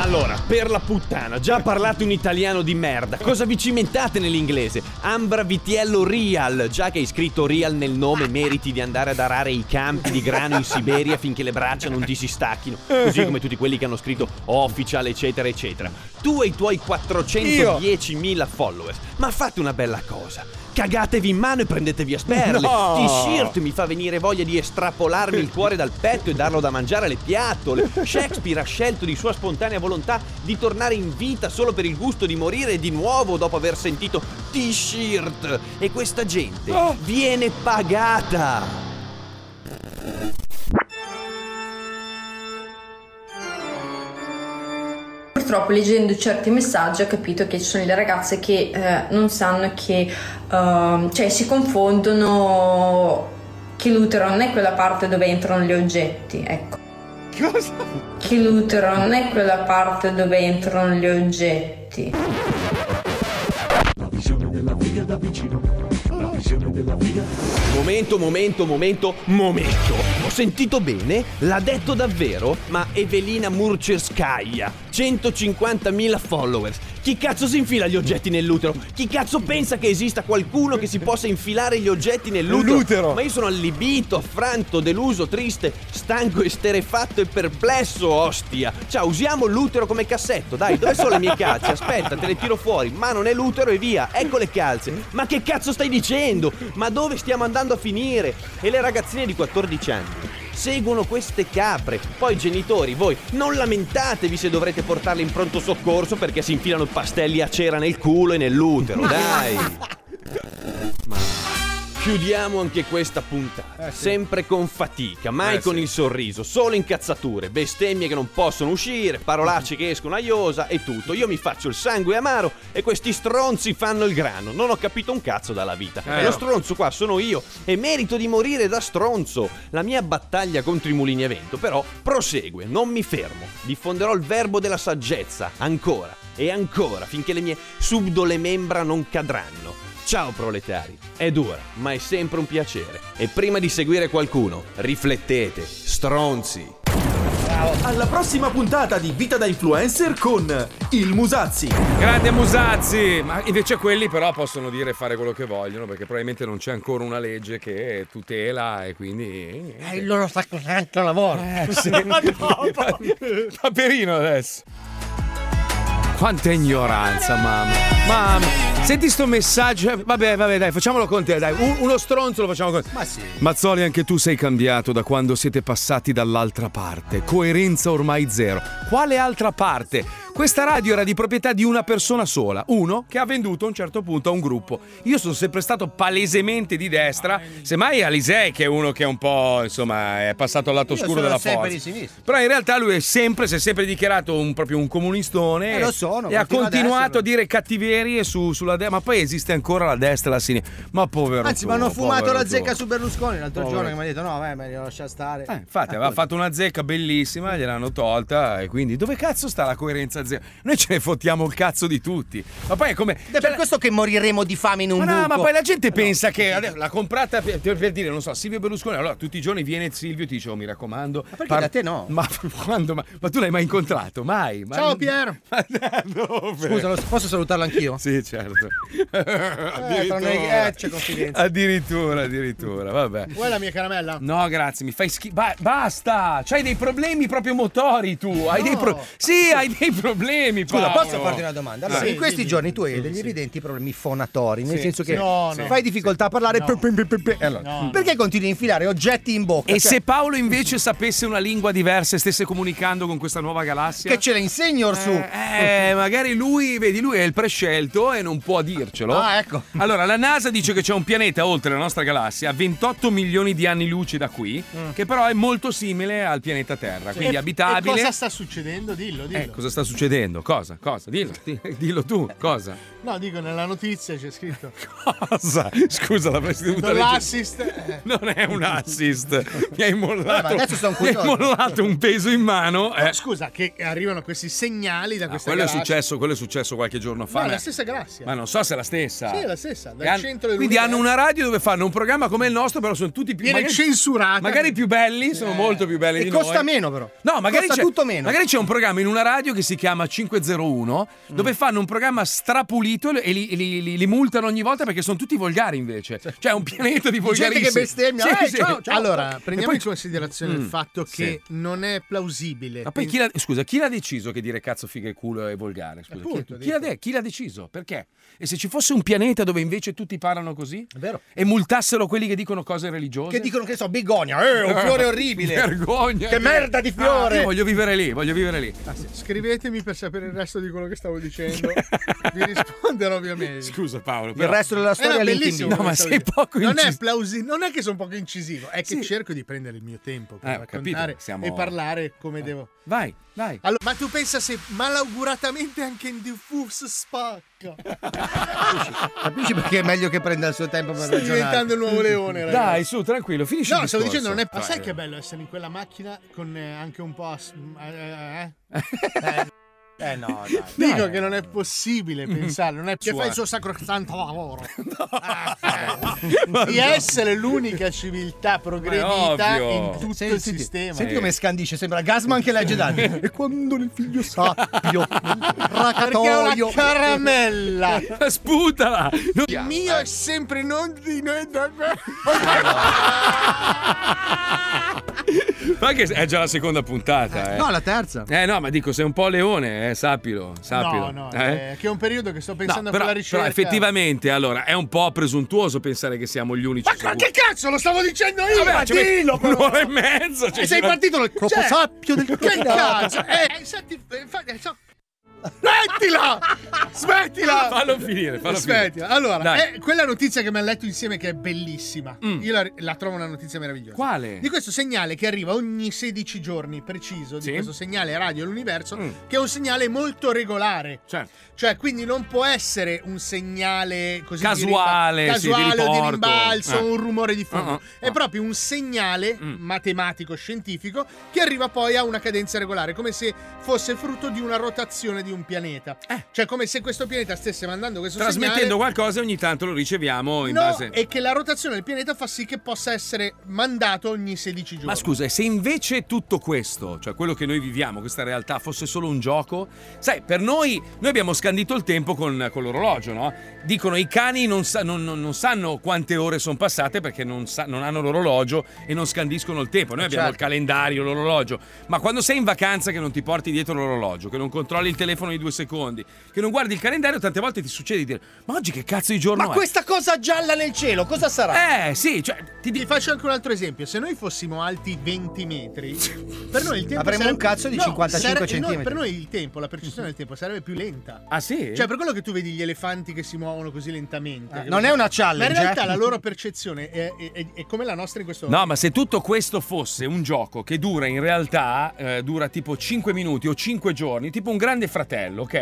[SPEAKER 22] Allora, per la puttana, già parlate un italiano di merda. Cosa vi cimentate nell'inglese? Ambra Vitiello Real. Già che hai scritto Real nel nome, meriti di andare ad arare i campi di grano in Siberia finché le braccia non ti si stacchino. Così come tutti quelli che hanno scritto official, eccetera, eccetera. Tu e i tuoi 410.000 followers. Ma fate una bella cosa. Cagatevi in mano e prendetevi a sperle.
[SPEAKER 1] No.
[SPEAKER 22] T-shirt mi fa venire voglia di estrapolarmi il cuore dal petto e darlo da mangiare alle piattole. Shakespeare ha scelto di sua spontanea volontà di tornare in vita solo per il gusto di morire di nuovo dopo aver sentito T-shirt. E questa gente viene pagata.
[SPEAKER 8] Purtroppo leggendo certi messaggi ho capito che ci sono le ragazze che eh, non sanno che, ehm, cioè si confondono che l'utero non è quella parte dove entrano gli oggetti, ecco. Cosa? Che l'utero non è quella parte dove entrano gli oggetti.
[SPEAKER 23] La visione della vita da vicino. La visione della vita.
[SPEAKER 22] Momento, momento, momento, momento. Ho sentito bene? L'ha detto davvero? Ma Evelina Murcerskaya, 150.000 followers. Chi cazzo si infila gli oggetti nell'utero? Chi cazzo pensa che esista qualcuno che si possa infilare gli oggetti nell'utero? Ma io sono allibito, affranto, deluso, triste, stanco, esterefatto e perplesso, ostia. Ciao, usiamo l'utero come cassetto, dai, dove sono le mie calze? Aspetta, te le tiro fuori. Mano nell'utero e via, ecco le calze. Ma che cazzo stai dicendo? Ma dove stiamo andando a finire? E le ragazzine di 14 anni seguono queste capre. Poi genitori, voi non lamentatevi se dovrete portarle in pronto soccorso perché si infilano pastelli a cera nel culo e nell'utero, dai. Ma Chiudiamo anche questa puntata, sempre con fatica, mai
[SPEAKER 1] Eh,
[SPEAKER 22] con il sorriso, solo incazzature, bestemmie che non possono uscire, parolacce che escono a iosa e tutto. Io mi faccio il sangue amaro e questi stronzi fanno il grano. Non ho capito un cazzo dalla vita.
[SPEAKER 1] Eh,
[SPEAKER 22] Lo
[SPEAKER 1] no.
[SPEAKER 22] stronzo qua sono io e merito di morire da stronzo. La mia battaglia contro i mulini a vento però prosegue, non mi fermo. Diffonderò il verbo della saggezza ancora e ancora finché le mie subdole membra non cadranno. Ciao proletari, è dura, ma è sempre un piacere. E prima di seguire qualcuno, riflettete, stronzi.
[SPEAKER 21] Alla prossima puntata di Vita da Influencer con il Musazzi.
[SPEAKER 2] Grande Musazzi! Ma invece quelli però possono dire e fare quello che vogliono perché probabilmente non c'è ancora una legge che tutela e quindi...
[SPEAKER 5] Eh,
[SPEAKER 24] È il loro sacrosanto lavoro.
[SPEAKER 2] Eh, sì. Paperino adesso. Quanta ignoranza, mamma. Mamma, senti sto messaggio. eh, Vabbè, vabbè, dai, facciamolo con te, dai. Un- uno stronzo lo facciamo con te. Ma sì. Mazzoli, anche tu sei cambiato da quando siete passati dall'altra parte. Coerenza ormai zero. Quale altra parte? Questa radio era di proprietà di una persona sola, uno che ha venduto a un certo punto a un gruppo. Io sono sempre stato palesemente di
[SPEAKER 24] Ah,
[SPEAKER 2] destra, semmai Alisei che è uno che è un po', insomma, è passato al lato
[SPEAKER 24] Io
[SPEAKER 2] oscuro
[SPEAKER 24] sono
[SPEAKER 2] della
[SPEAKER 24] sempre
[SPEAKER 2] forza.
[SPEAKER 24] di sinistra.
[SPEAKER 2] Però in realtà lui è sempre, si è sempre dichiarato un, proprio un comunistone.
[SPEAKER 24] Eh, lo sono,
[SPEAKER 2] E ha
[SPEAKER 24] continua ad
[SPEAKER 2] continuato a dire cattiverie su- sulla destra. Ma poi esiste ancora la destra e la sinistra. Ma povero.
[SPEAKER 24] Anzi,
[SPEAKER 2] tu,
[SPEAKER 24] mi hanno fumato
[SPEAKER 2] povero
[SPEAKER 24] la
[SPEAKER 2] tu.
[SPEAKER 24] zecca su Berlusconi l'altro
[SPEAKER 2] Povero. Eh,
[SPEAKER 24] giorno che mi ha detto no, vai, meglio lascia stare.
[SPEAKER 2] Infatti,
[SPEAKER 5] Ecco.
[SPEAKER 2] aveva fatto una zecca bellissima, gliel'hanno tolta. E quindi, dove cazzo sta la coerenza zero? Noi ce ne fottiamo il cazzo di tutti. Ma poi è come. cioè
[SPEAKER 24] Ed è per questo che moriremo di fame in un
[SPEAKER 2] Ma no,
[SPEAKER 24] buco.
[SPEAKER 2] ma poi la gente pensa che adesso l'ha comprata per, per- per dire, non so, Silvio Berlusconi. Allora, tutti i giorni viene Silvio e ti dice, oh, mi raccomando. Ma
[SPEAKER 24] perché da te no?
[SPEAKER 2] Ma, quando, ma, ma tu l'hai mai incontrato? Mai? Ma
[SPEAKER 24] Ciao
[SPEAKER 2] non-
[SPEAKER 24] Piero.
[SPEAKER 2] Scusa,
[SPEAKER 24] lo- posso salutarlo anch'io?
[SPEAKER 2] sì, certo. cazzo. addirittura.
[SPEAKER 4] noi- eh, c'è confidenza.
[SPEAKER 2] Addirittura, addirittura, vabbè.
[SPEAKER 4] Vuoi la mia caramella?
[SPEAKER 2] No, grazie, mi fai schifo. basta! C'hai dei problemi proprio motori tu. Hai dei pro- sì, hai dei problemi.
[SPEAKER 24] Scusa,
[SPEAKER 2] Paolo.
[SPEAKER 24] posso farti una domanda? Allora,
[SPEAKER 2] Sì,
[SPEAKER 24] in questi
[SPEAKER 2] dimmi.
[SPEAKER 24] giorni tu hai degli evidenti problemi fonatori, nel
[SPEAKER 2] Sì,
[SPEAKER 24] senso
[SPEAKER 2] sì,
[SPEAKER 24] che
[SPEAKER 2] no, no.
[SPEAKER 24] fai difficoltà a parlare. pe- pe- pe- pe- pe- e allora, perché continui a infilare oggetti in bocca?
[SPEAKER 2] E
[SPEAKER 24] Cioè,
[SPEAKER 2] se Paolo invece sapesse una lingua diversa e stesse comunicando con questa nuova galassia?
[SPEAKER 24] che ce la insegni orsù?
[SPEAKER 2] Eh, magari lui, vedi, lui è il prescelto e non può dircelo.
[SPEAKER 24] Ah, ecco.
[SPEAKER 2] Allora, la NASA dice che c'è un pianeta oltre la nostra galassia, a 28 milioni di anni luce da qui, che però è molto simile al pianeta Terra, quindi
[SPEAKER 4] Mm. E-
[SPEAKER 2] abitabile.
[SPEAKER 4] E cosa sta succedendo? Dillo, dillo.
[SPEAKER 2] Eh, cosa sta succedendo? Cosa? Cosa? Dillo, di- dillo tu, cosa?
[SPEAKER 4] No, dico, nella notizia c'è scritto.
[SPEAKER 2] Cosa? Scusa, l'avresti dovuta leggere.
[SPEAKER 4] L'assist. eh.
[SPEAKER 2] Non è un assist. Mi hai
[SPEAKER 4] Vabbè,
[SPEAKER 2] mollato.
[SPEAKER 4] ma adesso sono
[SPEAKER 2] mi hai
[SPEAKER 4] curioso.
[SPEAKER 2] mollato un peso in mano. eh.
[SPEAKER 4] Scusa, che arrivano questi segnali da
[SPEAKER 2] Ah,
[SPEAKER 4] questa
[SPEAKER 2] quello è
[SPEAKER 4] galassia.
[SPEAKER 2] successo, quello è successo qualche giorno fa.
[SPEAKER 4] No, è
[SPEAKER 2] ma-
[SPEAKER 4] la stessa galassia.
[SPEAKER 2] Ma non so se è la stessa.
[SPEAKER 4] Sì, è la stessa, dal
[SPEAKER 2] Ah. E han-
[SPEAKER 4] centro del
[SPEAKER 2] quindi hanno una radio dove fanno un programma come il nostro, però sono tutti più
[SPEAKER 4] Viene censurata. Eh.
[SPEAKER 2] Magari più belli, sono molto più belli
[SPEAKER 24] E
[SPEAKER 2] di
[SPEAKER 24] costa
[SPEAKER 2] noi.
[SPEAKER 24] meno, però.
[SPEAKER 2] No, magari
[SPEAKER 24] Costa
[SPEAKER 2] c'è,
[SPEAKER 24] tutto meno.
[SPEAKER 2] magari c'è un programma in una radio che si chiama 501
[SPEAKER 4] Mm.
[SPEAKER 2] dove fanno un programma strapulito e li, e li- li- li multano ogni volta perché sono tutti volgari invece. Cioè è un pianeta di volgarissimi.
[SPEAKER 4] Gente che bestemmia.
[SPEAKER 2] Sì,
[SPEAKER 4] Eh,
[SPEAKER 2] sì.
[SPEAKER 4] ciao, ciao.
[SPEAKER 2] E
[SPEAKER 4] Allora, prendiamo
[SPEAKER 2] poi-
[SPEAKER 4] in considerazione
[SPEAKER 2] Mm,
[SPEAKER 4] il fatto
[SPEAKER 2] sì.
[SPEAKER 4] che non è plausibile.
[SPEAKER 2] Ma poi chi l'ha, scusa, chi l'ha deciso che dire cazzo, figa e culo è volgare? Scusa, chi-
[SPEAKER 4] Appunto,
[SPEAKER 2] chi, l'ha de- chi l'ha deciso? Perché? E se ci fosse un pianeta dove invece tutti parlano così? E multassero quelli che dicono cose religiose?
[SPEAKER 24] Che dicono che so, bigonia, eh, un fiore orribile.
[SPEAKER 2] Vergogna.
[SPEAKER 24] Che merda di fiore. Ah,
[SPEAKER 2] Ah, io voglio vivere lì, voglio vivere lì.
[SPEAKER 4] Scrivetemi per sapere il resto di quello che stavo dicendo. Vi risponderò ovviamente.
[SPEAKER 2] Eh, Scusa Eh, Paolo.
[SPEAKER 24] però- resto della storia
[SPEAKER 4] Era
[SPEAKER 24] link in
[SPEAKER 4] bellissimo
[SPEAKER 24] bio.
[SPEAKER 4] quello
[SPEAKER 24] No, ma
[SPEAKER 4] che stavo
[SPEAKER 24] sei
[SPEAKER 4] dicendo.
[SPEAKER 24] poco
[SPEAKER 4] non è,
[SPEAKER 24] incis-
[SPEAKER 4] plausi- non è che sono poco incisivo, è che cerco di prendere il mio tempo per
[SPEAKER 2] Eh, ho
[SPEAKER 4] raccontare
[SPEAKER 2] capito, siamo- Eh,
[SPEAKER 4] e parlare come devo.
[SPEAKER 2] Vai, vai.
[SPEAKER 4] Allora, ma tu pensa se malauguratamente anche in Diffus spacca?
[SPEAKER 24] Cioè, Capisci perché è meglio che prenda il suo tempo per
[SPEAKER 4] Stai
[SPEAKER 24] ragionare.
[SPEAKER 4] diventando il nuovo leone, ragazzi.
[SPEAKER 2] Dai, su, tranquillo, finisci
[SPEAKER 4] No,
[SPEAKER 2] il
[SPEAKER 4] stavo
[SPEAKER 2] discorso.
[SPEAKER 4] dicendo, non è. Ma
[SPEAKER 2] Vai,
[SPEAKER 4] sai
[SPEAKER 2] vai.
[SPEAKER 4] che bello essere in quella macchina con eh, anche un po'. ass- eh, eh,
[SPEAKER 24] eh, no, dai.
[SPEAKER 4] Dico
[SPEAKER 24] Dai.
[SPEAKER 4] che non è possibile pensare, non è che
[SPEAKER 24] Sua-
[SPEAKER 4] fa il suo sacrosanto lavoro.
[SPEAKER 24] Ma
[SPEAKER 4] di
[SPEAKER 24] no.
[SPEAKER 4] essere l'unica civiltà progredita in tutto il
[SPEAKER 24] Senti-
[SPEAKER 4] sistema. eh.
[SPEAKER 24] Senti come scandisce, sembra Gasman che legge Dante. e quando il figlio sappio,
[SPEAKER 4] Perché è una
[SPEAKER 24] racatoio.
[SPEAKER 4] caramella.
[SPEAKER 2] Sputala.
[SPEAKER 4] Il mio è sempre non di noi. da-
[SPEAKER 2] Ma che è già la seconda puntata, eh.
[SPEAKER 4] no, la terza.
[SPEAKER 2] Eh no, ma dico, sei un po' leone, eh, sappilo, sappilo.
[SPEAKER 4] No, no,
[SPEAKER 2] eh.
[SPEAKER 4] eh, che è un periodo che sto
[SPEAKER 2] No,
[SPEAKER 4] pensando a
[SPEAKER 2] però,
[SPEAKER 4] quella
[SPEAKER 2] però
[SPEAKER 4] ricerca.
[SPEAKER 2] effettivamente allora è un po' presuntuoso pensare che siamo gli unici.
[SPEAKER 4] Ma che cazzo, lo stavo dicendo io!
[SPEAKER 2] Vabbè,
[SPEAKER 4] ma
[SPEAKER 2] ci metti
[SPEAKER 4] dillo, però!
[SPEAKER 2] un'ora e mezza, cioè,
[SPEAKER 4] E sei
[SPEAKER 2] ci-
[SPEAKER 4] partito lo
[SPEAKER 2] Troppo sappio del-
[SPEAKER 4] Che cazzo! Eh, senti, eh, fa- eh, so- Smettila! Smettila!
[SPEAKER 2] Fallo finire, fallo finire.
[SPEAKER 4] Smettila. Allora,
[SPEAKER 2] Dai. Mm.
[SPEAKER 4] eh, quella notizia che mi ha letto insieme che è bellissima. Io la, la trovo una notizia meravigliosa.
[SPEAKER 2] Quale?
[SPEAKER 4] Di questo segnale che arriva ogni 16 giorni preciso,
[SPEAKER 2] Sì. Mm.
[SPEAKER 4] di questo segnale radio all'universo, che è un segnale molto regolare.
[SPEAKER 2] Certo.
[SPEAKER 4] Cioè, quindi non può essere un segnale così di
[SPEAKER 2] Casuale,
[SPEAKER 4] rimba-
[SPEAKER 2] sì, di
[SPEAKER 4] casuale o
[SPEAKER 2] riporto.
[SPEAKER 4] di rimbalzo,
[SPEAKER 2] Eh. Mm.
[SPEAKER 4] un rumore di fondo.
[SPEAKER 2] Ah, ah,
[SPEAKER 4] È proprio un segnale matematico scientifico che arriva poi a una cadenza regolare, come se fosse frutto di una rotazione di un pianeta. Cioè, come se questo pianeta stesse mandando questo
[SPEAKER 2] Eh. Trasmettendo
[SPEAKER 4] segnale.
[SPEAKER 2] qualcosa ogni tanto lo riceviamo in
[SPEAKER 4] No,
[SPEAKER 2] base.
[SPEAKER 4] e che la rotazione del pianeta fa sì che possa essere mandato ogni 16 giorni.
[SPEAKER 2] Ma scusa, e se invece tutto questo, cioè quello che noi viviamo, questa realtà, fosse solo un gioco? Sai, per noi, noi abbiamo scandito il tempo con, con l'orologio, no? Dicono i cani non, sa- non- non- non sanno quante ore sono passate perché non, sa- non hanno l'orologio e non scandiscono il tempo. Noi
[SPEAKER 13] Eh,
[SPEAKER 2] abbiamo
[SPEAKER 13] certo.
[SPEAKER 2] il calendario, l'orologio. Ma quando sei in vacanza che non ti porti dietro l'orologio, che non controlli il telefono di due secondi, che non guardi il calendario, tante volte ti succede di dire, ma oggi che cazzo di giorno
[SPEAKER 24] Ma
[SPEAKER 2] è?
[SPEAKER 24] questa cosa gialla nel cielo, cosa sarà?
[SPEAKER 2] Eh, sì, cioè. Ti,
[SPEAKER 4] faccio anche un altro esempio. Se noi fossimo alti 20 metri, per noi il tempo.
[SPEAKER 24] Avremmo
[SPEAKER 4] sarebbe-
[SPEAKER 24] un cazzo di 55
[SPEAKER 4] sare-
[SPEAKER 24] centimetri.
[SPEAKER 4] no, per noi il tempo, la percezione del tempo sarebbe più lenta.
[SPEAKER 2] Ah, sì?
[SPEAKER 4] Cioè, per quello che tu vedi gli elefanti che si muovono così lentamente.
[SPEAKER 24] Ah, non è una challenge,
[SPEAKER 4] Ma in realtà
[SPEAKER 24] eh.
[SPEAKER 4] la loro percezione è, è- è- è come la nostra in
[SPEAKER 24] Certo.
[SPEAKER 4] questo
[SPEAKER 2] No, ma se tutto questo fosse un gioco che dura in realtà, eh, dura tipo 5 minuti o 5 giorni, tipo un grande fratello, ok?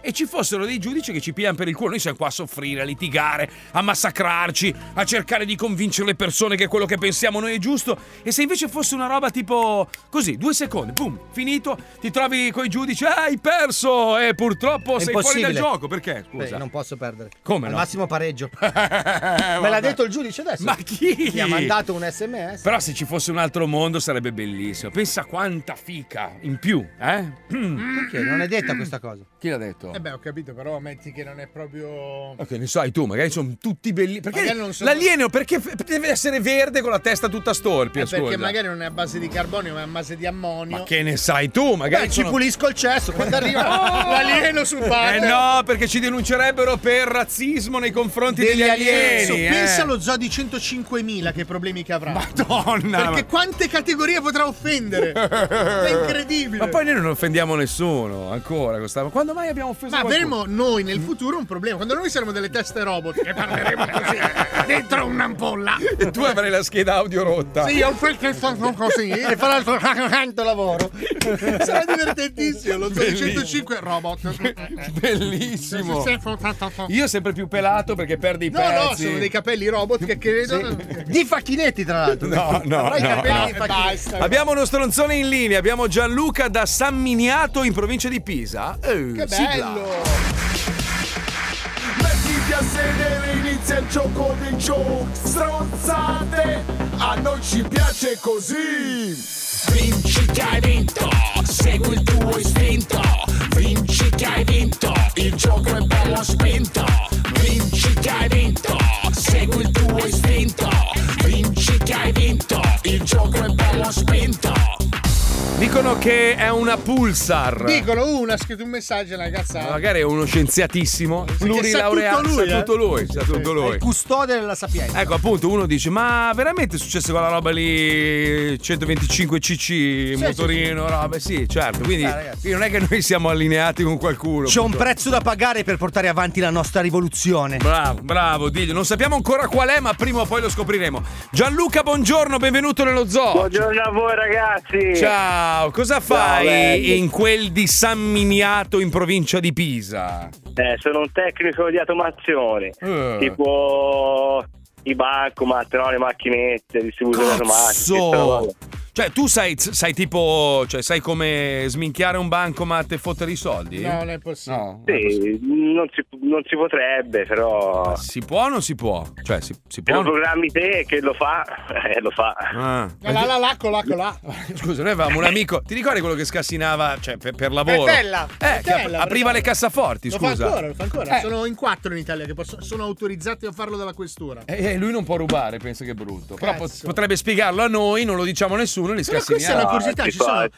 [SPEAKER 2] E ci fossero dei giudici che ci pigliano per il culo. Noi siamo qua a soffrire, a litigare, a massacrarci, a cercare di convincere le persone che quello che pensiamo noi è giusto. E se invece fosse una roba tipo così, due secondi, boom, finito, ti trovi con i giudici, "Ah, hai perso e purtroppo
[SPEAKER 24] È
[SPEAKER 2] sei fuori
[SPEAKER 24] impossibile.
[SPEAKER 2] dal gioco. Perché? Scusa.
[SPEAKER 24] Beh, non posso perdere.
[SPEAKER 2] Come
[SPEAKER 24] Al
[SPEAKER 2] no?
[SPEAKER 24] massimo pareggio. Me l'ha
[SPEAKER 2] vabbè.
[SPEAKER 24] detto il giudice adesso.
[SPEAKER 2] Ma chi?
[SPEAKER 24] Mi ha mandato un sms.
[SPEAKER 2] Però se ci fosse un altro mondo sarebbe bellissimo. Pensa quanta fica in più, eh?
[SPEAKER 24] Perché non è detta
[SPEAKER 5] questa cosa.
[SPEAKER 2] Chi l'ha detto?
[SPEAKER 4] Eh beh, ho capito, però metti che non è proprio.
[SPEAKER 2] Ok, ne sai tu, magari sono tutti belli. Perché
[SPEAKER 4] Magari non sono-
[SPEAKER 2] l'alieno perché f- deve essere verde con la testa tutta storpia?
[SPEAKER 4] Eh, perché
[SPEAKER 2] scusa.
[SPEAKER 4] magari non è a base di carbonio, ma è a base di ammonio.
[SPEAKER 2] Ma che ne sai tu? Magari Oh!
[SPEAKER 4] Beh, ci
[SPEAKER 5] pulisco il cesso
[SPEAKER 4] quando arriva l'alieno sul padre.
[SPEAKER 2] Eh no, perché ci denuncerebbero per razzismo nei confronti degli,
[SPEAKER 4] Penso,
[SPEAKER 2] alieni. eh.
[SPEAKER 4] Pensa allo zoo di 105.000 che problemi che avrà.
[SPEAKER 2] Madonna!
[SPEAKER 4] Perché quante categorie potrà offendere? È incredibile.
[SPEAKER 2] Ma poi noi non offendiamo nessuno ancora. con sta- Quando mai abbiamo offeso
[SPEAKER 4] Ma
[SPEAKER 2] qualcuno?
[SPEAKER 4] avremo noi nel futuro un problema. Quando noi saremo delle teste robot che parleremo così dentro un'ampolla.
[SPEAKER 2] E tu avrai la scheda audio rotta.
[SPEAKER 4] Sì, ho perché sono così e farà il suo tanto lavoro. Sarà divertentissimo. Lo zoo di
[SPEAKER 2] Bellissimo.
[SPEAKER 4] 105 robot.
[SPEAKER 2] Bellissimo. Io sempre più pelato perché perdi i
[SPEAKER 4] No,
[SPEAKER 2] pezzi.
[SPEAKER 4] no, sono dei capelli robot che credono.
[SPEAKER 5] Di facchinetti, tra l'altro.
[SPEAKER 2] No, no,
[SPEAKER 4] Avrai i
[SPEAKER 2] no.
[SPEAKER 4] capelli
[SPEAKER 2] no.
[SPEAKER 4] e basta.
[SPEAKER 2] Abbiamo uno stronzone in linea. Abbiamo Gianluca da San Miniato in provincia di Pisa. Eh,
[SPEAKER 4] Che
[SPEAKER 2] sigla.
[SPEAKER 4] bello!
[SPEAKER 20] Mettiti a sedere, inizia il gioco dei show Stronzate, a noi ci piace così Vinci che hai vinto, segui il tuo istinto Vinci che hai vinto, il gioco è bello spinto Vinci che hai vinto, segui il tuo istinto Vinci che hai vinto, il gioco è bello spinto
[SPEAKER 2] Dicono che è una pulsar.
[SPEAKER 4] Dicono uno ha scritto un messaggio
[SPEAKER 2] Ma
[SPEAKER 4] alla cazzata.
[SPEAKER 2] Magari è uno scienziatissimo,
[SPEAKER 4] sa tutto
[SPEAKER 2] plurilaureato,
[SPEAKER 4] lui,
[SPEAKER 2] sa
[SPEAKER 4] eh?
[SPEAKER 2] tutto lui, sa tutto
[SPEAKER 5] È
[SPEAKER 2] lui.
[SPEAKER 5] il custode della sapienza.
[SPEAKER 2] Ecco appunto uno dice ma veramente è successo quella roba lì 125 cc motorino roba sì certo quindi,
[SPEAKER 5] Eh, ragazzi.
[SPEAKER 2] quindi non è che noi siamo allineati con qualcuno
[SPEAKER 5] C'è un
[SPEAKER 2] purtroppo.
[SPEAKER 5] prezzo da pagare per portare avanti la nostra rivoluzione.
[SPEAKER 2] Bravo, bravo, diglio. Non sappiamo ancora qual è, ma prima o poi lo scopriremo. Gianluca, buongiorno, benvenuto nello zoo.
[SPEAKER 13] Buongiorno a voi ragazzi.
[SPEAKER 2] Ciao, cosa
[SPEAKER 13] Ciao, belli.
[SPEAKER 2] fai in quel di San Miniato in provincia di Pisa?
[SPEAKER 13] Eh, sono un tecnico di automazione,
[SPEAKER 2] Eh.
[SPEAKER 13] tipo i bancomat, no, le macchinette, distributori automatici.
[SPEAKER 2] Cazzo! Cioè, tu sai, sai tipo, cioè, sai come sminchiare un bancomat e fottere i soldi?
[SPEAKER 4] No, non è possibile.
[SPEAKER 2] No.
[SPEAKER 13] Sì, non si, non si potrebbe, però.
[SPEAKER 2] Si può o non si può? Cioè, si, si
[SPEAKER 13] Se lo
[SPEAKER 2] può.
[SPEAKER 13] programmi te che lo fa, eh, lo fa.
[SPEAKER 2] Ah.
[SPEAKER 4] La la la, cola, cola.
[SPEAKER 2] Scusa, noi avevamo un amico. Ti ricordi quello che scassinava cioè, per, per lavoro?
[SPEAKER 4] Bella,
[SPEAKER 2] Eh, che ap- apriva le cassaforti,
[SPEAKER 4] lo
[SPEAKER 2] scusa.
[SPEAKER 4] Fa ancora, lo fa ancora.
[SPEAKER 2] Eh.
[SPEAKER 4] Sono in quattro in Italia che possono- sono autorizzati a farlo dalla questura.
[SPEAKER 2] E e lui non può rubare, pensa che è brutto. Però
[SPEAKER 4] Cazzo.
[SPEAKER 2] pot- potrebbe spiegarlo a noi, non lo diciamo a nessuno, li
[SPEAKER 4] Però
[SPEAKER 2] scassiniamo.
[SPEAKER 4] questa è una curiosità, ci sono,
[SPEAKER 2] Eh,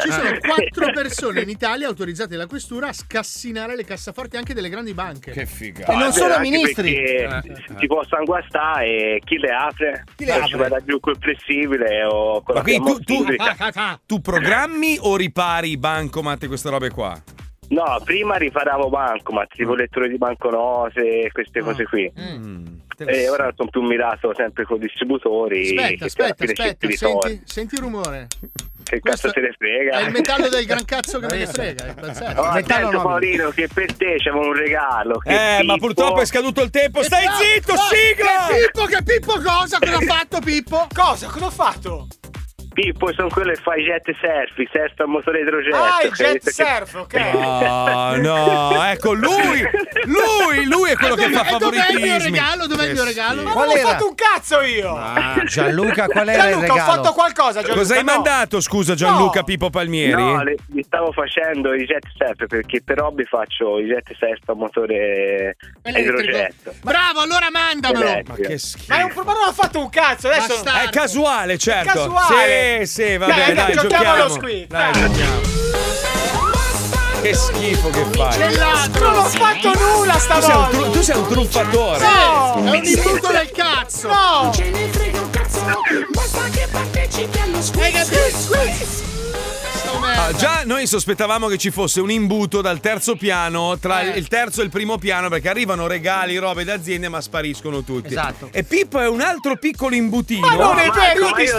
[SPEAKER 4] ci sono
[SPEAKER 2] eh.
[SPEAKER 4] quattro persone in Italia autorizzate dalla questura a scassinare le cassaforti anche delle grandi banche.
[SPEAKER 2] Che
[SPEAKER 13] No,
[SPEAKER 2] figata.
[SPEAKER 13] è vero, Ah, anche perché Si possono guastare e chi le apre?
[SPEAKER 4] Chi le
[SPEAKER 13] Non
[SPEAKER 4] apre?
[SPEAKER 13] Ci vada giù quel flessibile o con
[SPEAKER 2] Ma
[SPEAKER 13] la
[SPEAKER 2] quindi tu, tu- ah,
[SPEAKER 13] pubblica.
[SPEAKER 2] tu programmi o ripari i bancomat e queste robe qua?
[SPEAKER 13] No, prima riparavo bancomat, tipo letture di banconote, queste cose qui. E ora sono più mirato sempre con distributori.
[SPEAKER 4] Aspetta,
[SPEAKER 13] che alla
[SPEAKER 4] aspetta,
[SPEAKER 13] fine
[SPEAKER 4] aspetta,
[SPEAKER 13] cerchi di
[SPEAKER 4] senti,
[SPEAKER 13] soldi.
[SPEAKER 4] senti il rumore.
[SPEAKER 13] Che cazzo te ne frega?
[SPEAKER 4] È il metallo del gran cazzo che me ne frega, è pazzesco.
[SPEAKER 13] Oh,
[SPEAKER 4] Metallo
[SPEAKER 13] attento
[SPEAKER 4] nobile.
[SPEAKER 13] Paolino che per te c'è un regalo che
[SPEAKER 2] Eh, ma
[SPEAKER 13] Pippo-
[SPEAKER 2] purtroppo è scaduto il tempo. Stai
[SPEAKER 4] No,
[SPEAKER 2] zitto,
[SPEAKER 4] no,
[SPEAKER 2] sigla!
[SPEAKER 4] Che Pippo, che Pippo cosa? Cosa ha fatto Pippo? Cosa? Cosa ha fatto?
[SPEAKER 13] Eh, Pippo sono quello che fa i jet surf i surf a motore idrogetto
[SPEAKER 3] Ah, i
[SPEAKER 13] che
[SPEAKER 3] jet
[SPEAKER 13] hai detto che-
[SPEAKER 3] surf, ok.
[SPEAKER 2] No, no, ecco lui, lui, lui è quello che fa
[SPEAKER 3] E dov'è il
[SPEAKER 2] favoritismi.
[SPEAKER 3] mio regalo? Dov'è il mio
[SPEAKER 2] Che
[SPEAKER 3] regalo?
[SPEAKER 2] schifo.
[SPEAKER 3] Ma non ho fatto un cazzo io!
[SPEAKER 2] Ah, Gianluca, qual era il
[SPEAKER 3] Gianluca, ho
[SPEAKER 2] regalo?
[SPEAKER 3] fatto qualcosa, Gianluca.
[SPEAKER 2] Cosa hai
[SPEAKER 3] no.
[SPEAKER 2] mandato, scusa, Gianluca Pippo Palmieri?
[SPEAKER 13] No, le- li stavo facendo i jet surf perché per hobby faccio i jet surf a motore
[SPEAKER 3] Elettrico.
[SPEAKER 13] idrogetto.
[SPEAKER 3] Bravo, allora mandamelo!
[SPEAKER 13] Ma che
[SPEAKER 2] schifo.
[SPEAKER 3] Ma, è un pro- ma non ho fatto un cazzo, adesso...
[SPEAKER 2] È casuale, certo.
[SPEAKER 3] casuale.
[SPEAKER 2] Sì, sì, va bene, dai,
[SPEAKER 3] giochiamolo
[SPEAKER 2] giochiamo.
[SPEAKER 3] qui.
[SPEAKER 2] Dai, giochiamo. Che schifo che fai.
[SPEAKER 3] Non ho fatto nulla
[SPEAKER 2] Tu sei un,
[SPEAKER 3] stavolta!
[SPEAKER 2] tru- tu sei un truffatore.
[SPEAKER 3] No!
[SPEAKER 4] È un insulto del cazzo!
[SPEAKER 3] No!
[SPEAKER 20] Ce ne frega un cazzo, basta che partecipi allo squiz
[SPEAKER 2] Ah, già noi sospettavamo che ci fosse un imbuto dal terzo piano tra il- il terzo e il primo piano perché arrivano regali, robe d'aziende ma spariscono tutti. Esatto. E Pippo è un altro piccolo imbutino.
[SPEAKER 13] Marco, ma io ho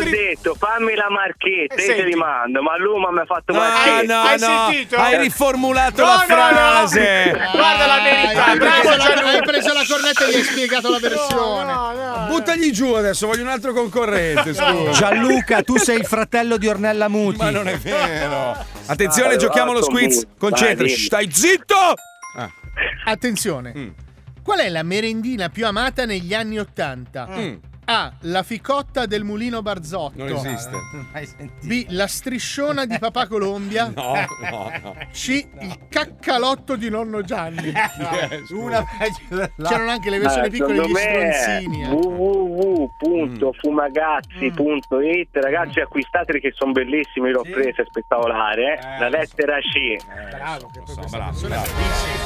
[SPEAKER 13] detto fammi la marchetta, io te li mando, ma lui mi ha fatto
[SPEAKER 2] Eh, Ah,
[SPEAKER 13] marchetta.
[SPEAKER 2] no, no, hai riformulato
[SPEAKER 13] No,
[SPEAKER 2] la
[SPEAKER 13] no, no.
[SPEAKER 2] frase.
[SPEAKER 13] Guarda la verità,
[SPEAKER 4] Hai
[SPEAKER 13] bravo
[SPEAKER 4] preso la-
[SPEAKER 13] Gianluca.
[SPEAKER 4] Hai preso la cornetta e gli hai spiegato la versione.
[SPEAKER 2] Buttagli giù adesso, voglio un altro concorrente. scusa.
[SPEAKER 5] Gianluca, tu sei il fratello di Ornella Muti. Ma non
[SPEAKER 2] è vero. Attenzione, giochiamo lo squiz. Concentrati, stai zitto. Ah. Mm.
[SPEAKER 4] Attenzione. Qual è la merendina più amata negli anni 80?
[SPEAKER 2] Mm.
[SPEAKER 4] A. La ficotta del mulino Barzotto.
[SPEAKER 2] Non esiste.
[SPEAKER 4] B. La strisciona di papà Colombia.
[SPEAKER 2] No, no, no.
[SPEAKER 4] C. Il caccalotto di nonno Gianni.
[SPEAKER 5] Una
[SPEAKER 4] C'erano anche le versioni
[SPEAKER 13] Ma
[SPEAKER 4] piccole degli
[SPEAKER 13] secondo me
[SPEAKER 4] stronzini. eh.
[SPEAKER 13] www.fumagazzi.it
[SPEAKER 4] Mm.
[SPEAKER 13] ragazzi acquistateli che sono bellissimi l'ho presa è spettacolare eh. la lettera C
[SPEAKER 2] bravo,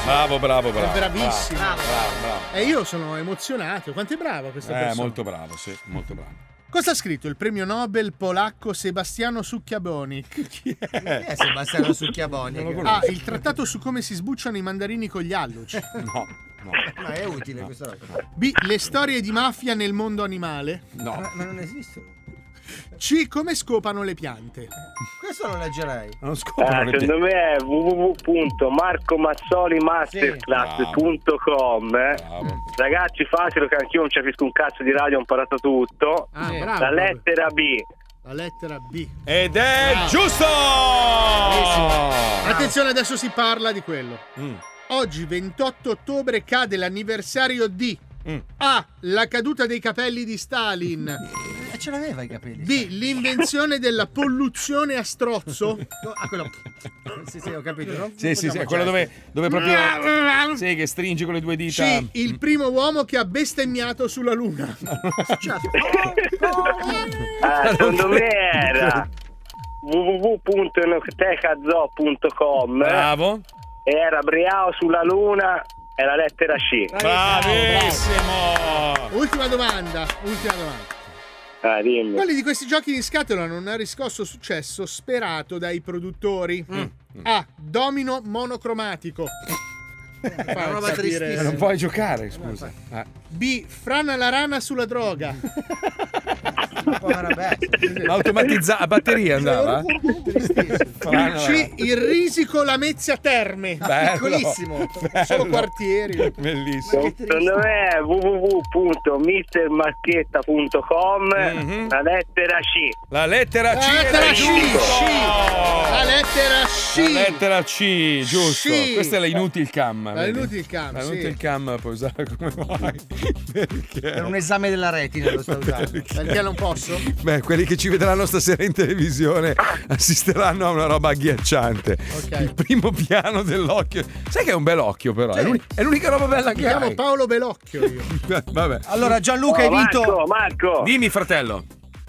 [SPEAKER 2] bravo, bravo, bravo. Bravo,
[SPEAKER 4] È bravissimo.
[SPEAKER 2] bravo, bravo.
[SPEAKER 4] E io sono emozionato. Quanto è brava questa
[SPEAKER 2] Eh,
[SPEAKER 4] persona?
[SPEAKER 2] molto bravo, sì, molto bravo.
[SPEAKER 4] Cosa ha scritto il premio Nobel polacco Sebastiano Succhiaboni? Chi
[SPEAKER 5] Eh,
[SPEAKER 2] è?
[SPEAKER 4] è
[SPEAKER 2] Sebastiano Succhiaboni? Non lo conosco.
[SPEAKER 4] Ah, il trattato su come si sbucciano i mandarini con gli alluci.
[SPEAKER 2] No, no.
[SPEAKER 5] Ma è utile questa roba.
[SPEAKER 4] B. Le storie di mafia nel mondo animale.
[SPEAKER 2] No.
[SPEAKER 5] Ma, ma non esiste.
[SPEAKER 4] C. Come scopano le piante.
[SPEAKER 5] Questo lo leggerei.
[SPEAKER 2] Non
[SPEAKER 13] Ah, secondo me è www.marcomazzolimasterclass.com eh. Ragazzi fatelo che anch'io non ci capisco un cazzo di radio ho imparato tutto
[SPEAKER 4] Ah,
[SPEAKER 13] la
[SPEAKER 4] bravo.
[SPEAKER 13] lettera B
[SPEAKER 4] La lettera B. Ah.
[SPEAKER 2] Ed è giusto!
[SPEAKER 24] Ah.
[SPEAKER 4] Attenzione, adesso si parla di quello.
[SPEAKER 2] Mm.
[SPEAKER 4] Oggi, 28 ottobre, cade l'anniversario di
[SPEAKER 24] Mm.
[SPEAKER 4] A. La caduta dei capelli di Stalin.
[SPEAKER 24] Eh, ce l'aveva i capelli.
[SPEAKER 4] B. L'invenzione della polluzione a strozzo.
[SPEAKER 24] Ah, quello. Sì, sì, ho capito. No? cioè.
[SPEAKER 2] Sì, sì, sì, è quello dove, dove proprio. Sì, che stringi con le due dita.
[SPEAKER 4] C. Il primo uomo che ha bestemmiato sulla Luna.
[SPEAKER 24] Cioè,
[SPEAKER 13] Ah, secondo me era www.noctecazoo.com
[SPEAKER 2] Bravo.
[SPEAKER 13] Era Briao sulla luna e la lettera C.
[SPEAKER 4] Ultima domanda, ultima domanda.
[SPEAKER 13] Ah, dimmi.
[SPEAKER 4] Quali di questi giochi in scatola non ha riscosso successo sperato dai produttori?
[SPEAKER 2] Mm.
[SPEAKER 4] A. Domino monocromatico. Fa
[SPEAKER 2] roba
[SPEAKER 4] capire-
[SPEAKER 2] tristissima. Non puoi giocare, scusa. Ah.
[SPEAKER 4] B. Frana la rana sulla droga.
[SPEAKER 2] Eh. Ma automatizza- a batteria andava? Frana la
[SPEAKER 4] C. Il risico Lamezia Terme.
[SPEAKER 2] Bello.
[SPEAKER 4] Piccolissimo.
[SPEAKER 2] Bello.
[SPEAKER 4] Solo quartieri.
[SPEAKER 2] Bellissimo.
[SPEAKER 13] Secondo me è www.mistermarchetta.com
[SPEAKER 2] Mhm.
[SPEAKER 13] La lettera C.
[SPEAKER 2] La lettera C.
[SPEAKER 4] La lettera
[SPEAKER 2] era
[SPEAKER 4] C,
[SPEAKER 2] giusto.
[SPEAKER 4] C. La lettera
[SPEAKER 2] La
[SPEAKER 4] C.
[SPEAKER 2] lettera C, giusto.
[SPEAKER 4] Sì.
[SPEAKER 2] Questa è la inutil cam.
[SPEAKER 4] La
[SPEAKER 2] vedi?
[SPEAKER 4] inutil cam,
[SPEAKER 2] La
[SPEAKER 4] sì.
[SPEAKER 2] inutil cam puoi usare come vuoi. Perché?
[SPEAKER 5] Per un esame della retina lo sta usando.
[SPEAKER 4] Perché non posso?
[SPEAKER 2] Beh, quelli che ci vedranno stasera in televisione assisteranno a una roba agghiacciante. Il primo piano dell'occhio. Sai che è un bel occhio, però. È, l'uni- eh, è l'unica roba bella
[SPEAKER 4] Mi
[SPEAKER 2] che
[SPEAKER 4] chiamo
[SPEAKER 2] hai.
[SPEAKER 4] Paolo Belocchio io.
[SPEAKER 2] Vabbè.
[SPEAKER 5] Allora, Gianluca,
[SPEAKER 13] Oh,
[SPEAKER 5] hai vinto.
[SPEAKER 13] Marco, Marco.
[SPEAKER 2] Dimmi, fratello.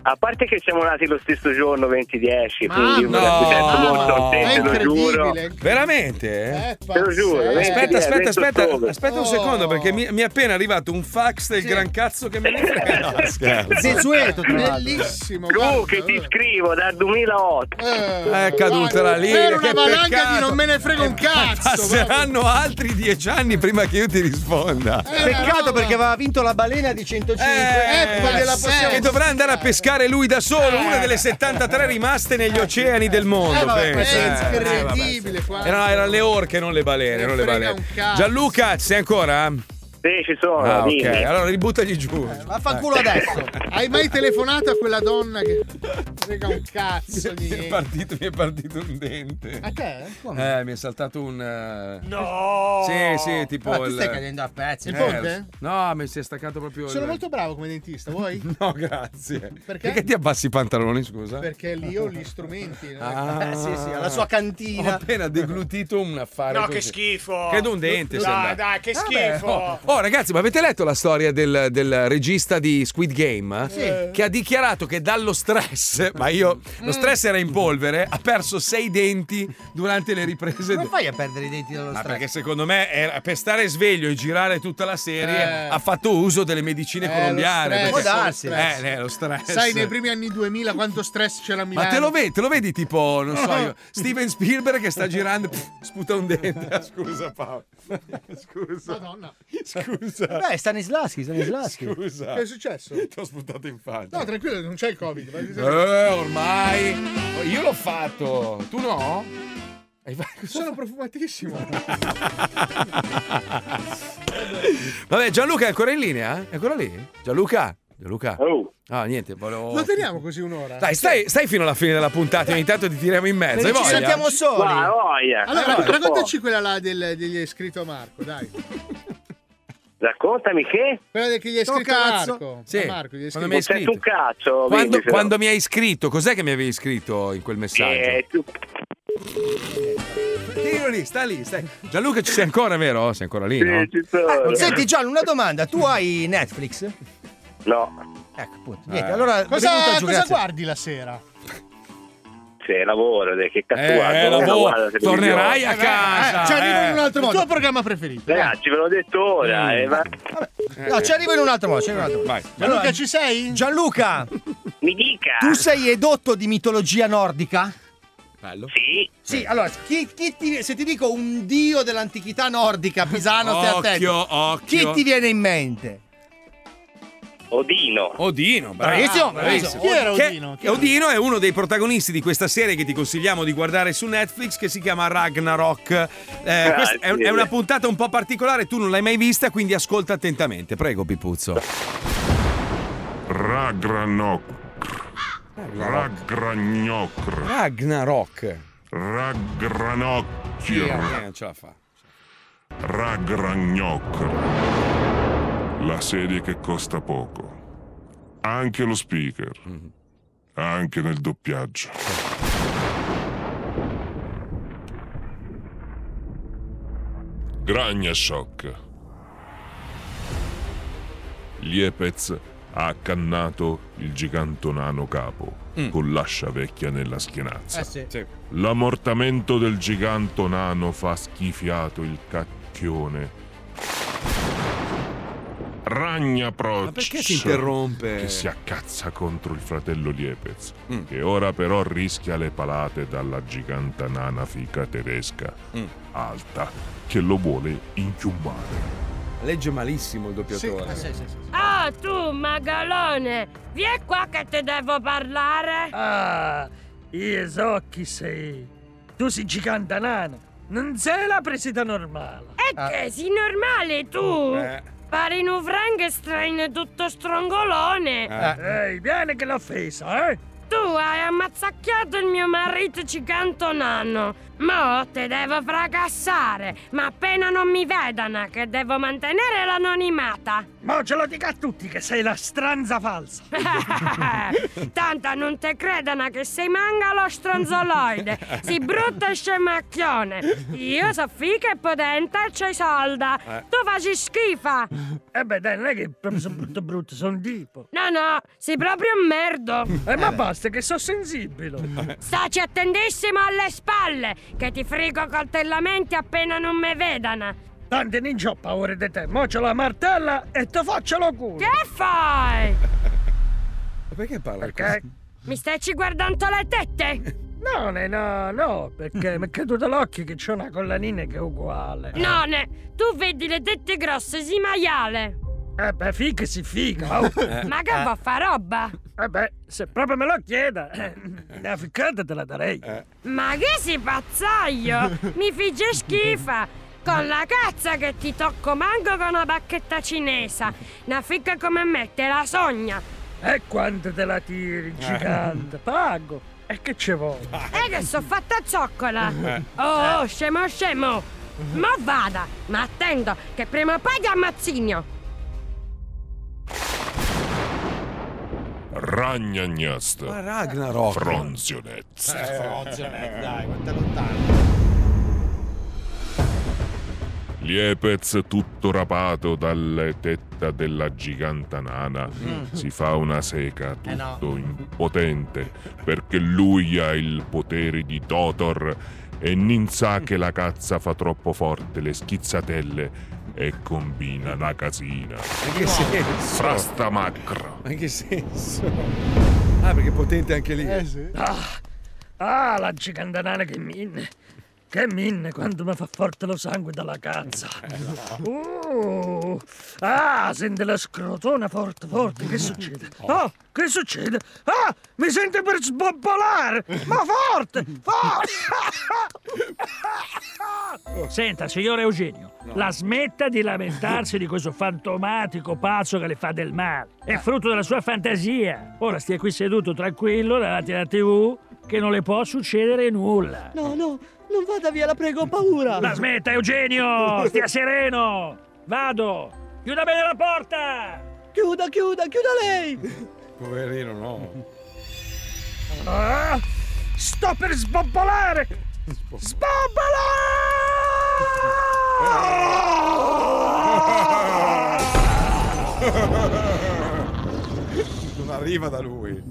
[SPEAKER 13] A parte che siamo nati lo stesso giorno, 2010,
[SPEAKER 2] Mamma
[SPEAKER 13] quindi
[SPEAKER 2] mia.
[SPEAKER 13] mi sento molto
[SPEAKER 2] No.
[SPEAKER 13] contento,
[SPEAKER 2] È
[SPEAKER 13] lo giuro.
[SPEAKER 2] Veramente? eh?
[SPEAKER 13] Te lo giuro.
[SPEAKER 2] Aspetta,
[SPEAKER 13] 20,
[SPEAKER 2] aspetta,
[SPEAKER 13] 20
[SPEAKER 2] aspetta,
[SPEAKER 13] ottobre.
[SPEAKER 2] aspetta un secondo perché mi, mi è appena arrivato un fax del gran cazzo che me ne frega. No, scherzo.
[SPEAKER 4] Bellissimo.
[SPEAKER 13] Tu che ti scrivo dal 2008.
[SPEAKER 2] Eh, È caduta la lira.
[SPEAKER 4] Era una
[SPEAKER 2] che
[SPEAKER 4] valanga di
[SPEAKER 2] peccato.
[SPEAKER 4] non me ne frega un cazzo.
[SPEAKER 2] Passeranno altri dieci anni prima che io ti risponda.
[SPEAKER 4] Eh,
[SPEAKER 5] Peccato perché aveva vinto la balena di 105.
[SPEAKER 2] Eh, che dovrà andare a pescare lui da solo, una delle 73 rimaste negli oceani del mondo.
[SPEAKER 4] Eh, vabbè,
[SPEAKER 2] pensa.
[SPEAKER 4] è
[SPEAKER 2] Eh, vabbè.
[SPEAKER 4] incredibile qua.
[SPEAKER 2] Eh, no, erano le orche, non le balene. Non le
[SPEAKER 4] frega
[SPEAKER 2] balene.
[SPEAKER 4] un cazzo.
[SPEAKER 2] Gianluca, sei ancora?
[SPEAKER 13] Sì, ci sono.
[SPEAKER 2] Ah, ok,
[SPEAKER 13] dimmi.
[SPEAKER 2] allora ributtagli giù.
[SPEAKER 4] Eh. Vaffanculo adesso. Hai mai telefonato a quella donna che frega un cazzo di
[SPEAKER 2] Mi è
[SPEAKER 4] niente?
[SPEAKER 2] partito, mi è partito un dente.
[SPEAKER 4] A te? Come?
[SPEAKER 2] Eh, mi è saltato un. eh,
[SPEAKER 4] No!
[SPEAKER 2] Sì, sì, tipo.
[SPEAKER 5] Ma tu
[SPEAKER 2] il-
[SPEAKER 5] stai cadendo a pezzi.
[SPEAKER 4] Il
[SPEAKER 2] Eh,
[SPEAKER 4] ponte?
[SPEAKER 2] No, mi si è staccato proprio.
[SPEAKER 4] Sono
[SPEAKER 2] il-
[SPEAKER 4] molto bravo come dentista, vuoi?
[SPEAKER 2] No, grazie. Perché?
[SPEAKER 4] Perché?
[SPEAKER 2] ti abbassi i pantaloni, scusa?
[SPEAKER 4] Perché lì ho gli strumenti. no? Eh,
[SPEAKER 2] Ah. Ho
[SPEAKER 4] cantina.
[SPEAKER 2] appena deglutito un affare.
[SPEAKER 19] No,
[SPEAKER 2] così.
[SPEAKER 19] che schifo.
[SPEAKER 2] Credo un dente.
[SPEAKER 19] Dai,
[SPEAKER 2] sembra.
[SPEAKER 19] dai, che
[SPEAKER 2] Vabbè,
[SPEAKER 19] schifo.
[SPEAKER 2] oh. Oh, ragazzi, ma avete letto la storia del, del regista di Squid Game? Eh.
[SPEAKER 19] Sì.
[SPEAKER 2] Che ha dichiarato che dallo stress, ma io,
[SPEAKER 4] Mm.
[SPEAKER 2] lo stress era in polvere, ha perso sei denti durante le riprese.
[SPEAKER 5] Come
[SPEAKER 2] de-
[SPEAKER 5] fai a perdere i denti dallo
[SPEAKER 2] Ma
[SPEAKER 5] stress?
[SPEAKER 2] perché secondo me era- per stare sveglio e girare tutta la serie
[SPEAKER 4] Eh.
[SPEAKER 2] ha fatto uso delle medicine
[SPEAKER 4] Eh, lo
[SPEAKER 2] colombiane.
[SPEAKER 4] stress,
[SPEAKER 2] perché-
[SPEAKER 4] può darsi.
[SPEAKER 2] Eh, eh, lo stress.
[SPEAKER 4] Sai, nei primi anni 2000 quanto stress c'era a
[SPEAKER 2] Ma
[SPEAKER 4] Milano.
[SPEAKER 2] te lo, vedi, te lo vedi tipo, non so io, Steven Spielberg che sta girando, pff, sputa un dente. Scusa Paolo. Scusa.
[SPEAKER 4] Madonna.
[SPEAKER 2] Scusa.
[SPEAKER 5] Beh, Stanislaschi, Stanislaschi.
[SPEAKER 2] Scusa.
[SPEAKER 4] Che è successo?
[SPEAKER 2] Ti ho sputato in faccia.
[SPEAKER 4] No, tranquillo, non c'è il Covid.
[SPEAKER 2] Eh, ormai. Io l'ho fatto. Tu no?
[SPEAKER 4] Sono profumatissimo.
[SPEAKER 2] Vabbè, Gianluca è ancora in linea? È ancora lì? Gianluca? Gianluca? Ah, niente, volevo...
[SPEAKER 4] Lo teniamo così un'ora.
[SPEAKER 2] Dai, stai, stai fino alla fine della puntata, ogni tanto ti tiriamo in mezzo.
[SPEAKER 4] Perché
[SPEAKER 2] Hai
[SPEAKER 4] ci
[SPEAKER 2] voglia?
[SPEAKER 4] sentiamo soli. Ma
[SPEAKER 13] voglia.
[SPEAKER 4] Allora, raccontaci quella là del, degli iscritto a Marco, dai.
[SPEAKER 13] Raccontami che?
[SPEAKER 4] Quello che gli hai scritto a Marco.
[SPEAKER 2] Sì.
[SPEAKER 4] A Marco gli hai
[SPEAKER 2] Quando
[SPEAKER 4] scritto.
[SPEAKER 2] mi hai
[SPEAKER 13] Cioè,
[SPEAKER 2] scritto.
[SPEAKER 13] tu cazzo,
[SPEAKER 2] Quando,
[SPEAKER 13] vedi, se
[SPEAKER 2] quando
[SPEAKER 13] no.
[SPEAKER 2] mi hai scritto, cos'è che mi avevi scritto in quel messaggio?
[SPEAKER 13] Eh, tu-
[SPEAKER 2] Tiro lì, sta lì, stai. Gianluca, ci sei ancora, vero? Sei ancora lì, no?
[SPEAKER 5] Ah, Senti, Gian, una domanda. Tu hai Netflix?
[SPEAKER 13] No,
[SPEAKER 5] Ecco, appunto. Niente,
[SPEAKER 2] Eh.
[SPEAKER 5] allora. benvenuto a
[SPEAKER 4] Cosa,
[SPEAKER 5] Giù,
[SPEAKER 4] cosa
[SPEAKER 5] grazie.
[SPEAKER 4] guardi la sera?
[SPEAKER 13] se lavoro, dai, che cazzo
[SPEAKER 4] Eh,
[SPEAKER 13] guardo?
[SPEAKER 4] eh,
[SPEAKER 13] Non
[SPEAKER 4] lavoro.
[SPEAKER 13] guardo la televisione.
[SPEAKER 2] Tornerai a casa.
[SPEAKER 4] Eh, ci arrivo
[SPEAKER 2] eh.
[SPEAKER 4] in un altro modo.
[SPEAKER 5] Il tuo programma preferito.
[SPEAKER 13] Ragazzi, ve l'ho detto
[SPEAKER 4] Mm.
[SPEAKER 13] ora. eh, ma-
[SPEAKER 5] No, ci arrivo in un altro modo. Ci arrivo in un altro modo.
[SPEAKER 4] Gianluca, ci sei?
[SPEAKER 5] Gianluca,
[SPEAKER 13] Mi dica.
[SPEAKER 5] tu sei edotto di mitologia nordica?
[SPEAKER 13] Sì.
[SPEAKER 2] Eh,
[SPEAKER 5] Sì, allora, chi- chi ti- se ti dico un dio dell'antichità nordica, Pisano, stai attento.
[SPEAKER 2] Occhio, occhio.
[SPEAKER 5] Chi ti viene in mente?
[SPEAKER 13] Odino.
[SPEAKER 2] Odino, bravo.
[SPEAKER 5] Ah, Bravissimo, bravissimo. Chi era
[SPEAKER 2] Ah, Che-
[SPEAKER 5] Odino? Chi
[SPEAKER 2] che Odino è uno dei protagonisti di questa serie che ti consigliamo di guardare su Netflix che si chiama Ragnarok. Eh, questa è, è una puntata un po' particolare, tu non l'hai mai vista, quindi ascolta attentamente. Prego, Pipuzzo.
[SPEAKER 14] Ragranok. Ragragnok.
[SPEAKER 2] Ragnarok.
[SPEAKER 14] Ragranocchio.
[SPEAKER 2] Eh, non ce la fa.
[SPEAKER 14] Ragragnok. La serie che costa poco. Anche lo speaker. Anche nel doppiaggio. Gragnashock. Liepez ha accannato il gigantonano capo con l'ascia vecchia nella schienazza.
[SPEAKER 2] Eh
[SPEAKER 14] L'ammortamento del giganto nano fa schifiato il cacchione. Ragna Proc.
[SPEAKER 2] Ma perché si interrompe? Mm.
[SPEAKER 14] Che si accazza contro il fratello Liepez, che ora però rischia le palate dalla giganta nana fica tedesca,
[SPEAKER 7] Mm. Ah,
[SPEAKER 14] alta, che lo vuole inchiummare.
[SPEAKER 2] Legge malissimo il
[SPEAKER 14] eh,
[SPEAKER 2] doppiatore.
[SPEAKER 25] Ah, tu, magalone! Vieni qua che ti devo parlare!
[SPEAKER 15] Ah, io so chi sei. Tu sei giganta nana. Non sei Mm, la Ah. presida normale.
[SPEAKER 25] E che sei normale tu?
[SPEAKER 15] Eh.
[SPEAKER 25] Pari un Frankenstein tutto
[SPEAKER 15] Eh,
[SPEAKER 25] strongolone! Eh.
[SPEAKER 15] Ehi, vieni che l'ho offesa, eh?
[SPEAKER 25] Tu hai ammazzacchiato il mio marito gigante nano. Mo te devo fracassare, ma appena non mi vedano che devo mantenere l'anonimata.
[SPEAKER 15] Ma ce lo dica a tutti che sei la stranza falsa.
[SPEAKER 25] Eh, Tanto non te credono che sei mangalo stronzoloide, sei brutto e scemacchione. Io so figa e potente e c'hai solda.
[SPEAKER 15] Eh.
[SPEAKER 25] Tu faci schifa.
[SPEAKER 15] E Eh beh, dai, non è che proprio sono brutto brutto, sono tipo.
[SPEAKER 25] No, no, sei proprio un merdo.
[SPEAKER 15] Eh, ma basta, che sono sensibile.
[SPEAKER 25] Staci attentissimo alle spalle, che ti frigo coltellamenti appena non mi vedano.
[SPEAKER 15] Tanti non ho paura di te. Mo c'ho la martella e ti faccio lo culo.
[SPEAKER 25] Che fai?
[SPEAKER 2] Perché parla
[SPEAKER 15] Perché?
[SPEAKER 25] Mi stai ci guardando le tette?
[SPEAKER 15] No, ne- no, no, perché mi è caduto l'occhio che c'è una collanina che è uguale.
[SPEAKER 25] No, ne, tu vedi le tette grosse, si maiale.
[SPEAKER 15] Eh beh, figa si figa. oh.
[SPEAKER 25] Ma che va a fa roba?
[SPEAKER 15] Eh beh, se proprio me lo chieda, eh, una ficcata te la darei.
[SPEAKER 25] Ma che sei pazzaio? Mi fige schifa! Con la cazza che ti tocco manco con una bacchetta cinese! Una ficca come me te la sogna!
[SPEAKER 15] E Eh, quanto te la tiri, gigante? Pago. E che ci vuole?
[SPEAKER 25] E Eh, che so fatta zoccola!
[SPEAKER 15] Eh.
[SPEAKER 25] Oh, oh, scemo scemo! Ma vada! Ma attendo, che prima o poi ti ammazzigno!
[SPEAKER 14] Ragnagnast.
[SPEAKER 25] Ma
[SPEAKER 2] Ragnarok.
[SPEAKER 14] Fronzionez.
[SPEAKER 2] eh,
[SPEAKER 4] dai, quanto è lontano.
[SPEAKER 14] Liepez, tutto rapato dalle tetta della giganta nana, Mm. si fa una seca tutto Eh no. impotente perché lui ha il potere di Totor e Nin sa che la cazza fa troppo forte le schizzatelle e combina una casina.
[SPEAKER 2] Ma che senso?
[SPEAKER 14] Frasta macro.
[SPEAKER 2] Ma in che senso? Ah, perché è potente anche lì.
[SPEAKER 4] Eh,
[SPEAKER 15] Ah, ah, la gigantanana che minne. Che minne quando mi fa forte lo sangue dalla cazza. Uh, ah, sente la scrotona forte, forte. Che succede? Oh, che succede? Ah, mi sento per sbobbolare. Ma forte, forte. Senta, signore Eugenio, la smetta di lamentarsi di questo fantomatico pazzo che le fa del male. È frutto della sua fantasia. Ora stia qui seduto tranquillo davanti alla TV che non le può succedere nulla.
[SPEAKER 3] No, no, non vada via, la prego, ho paura.
[SPEAKER 15] La smetta, Eugenio! Stia sereno! Vado! Chiuda bene la porta!
[SPEAKER 5] Chiuda, chiuda, chiuda lei!
[SPEAKER 2] Poverino, no.
[SPEAKER 15] Ah, sto per sbobbolare! Sbobbola!
[SPEAKER 2] Non arriva da lui.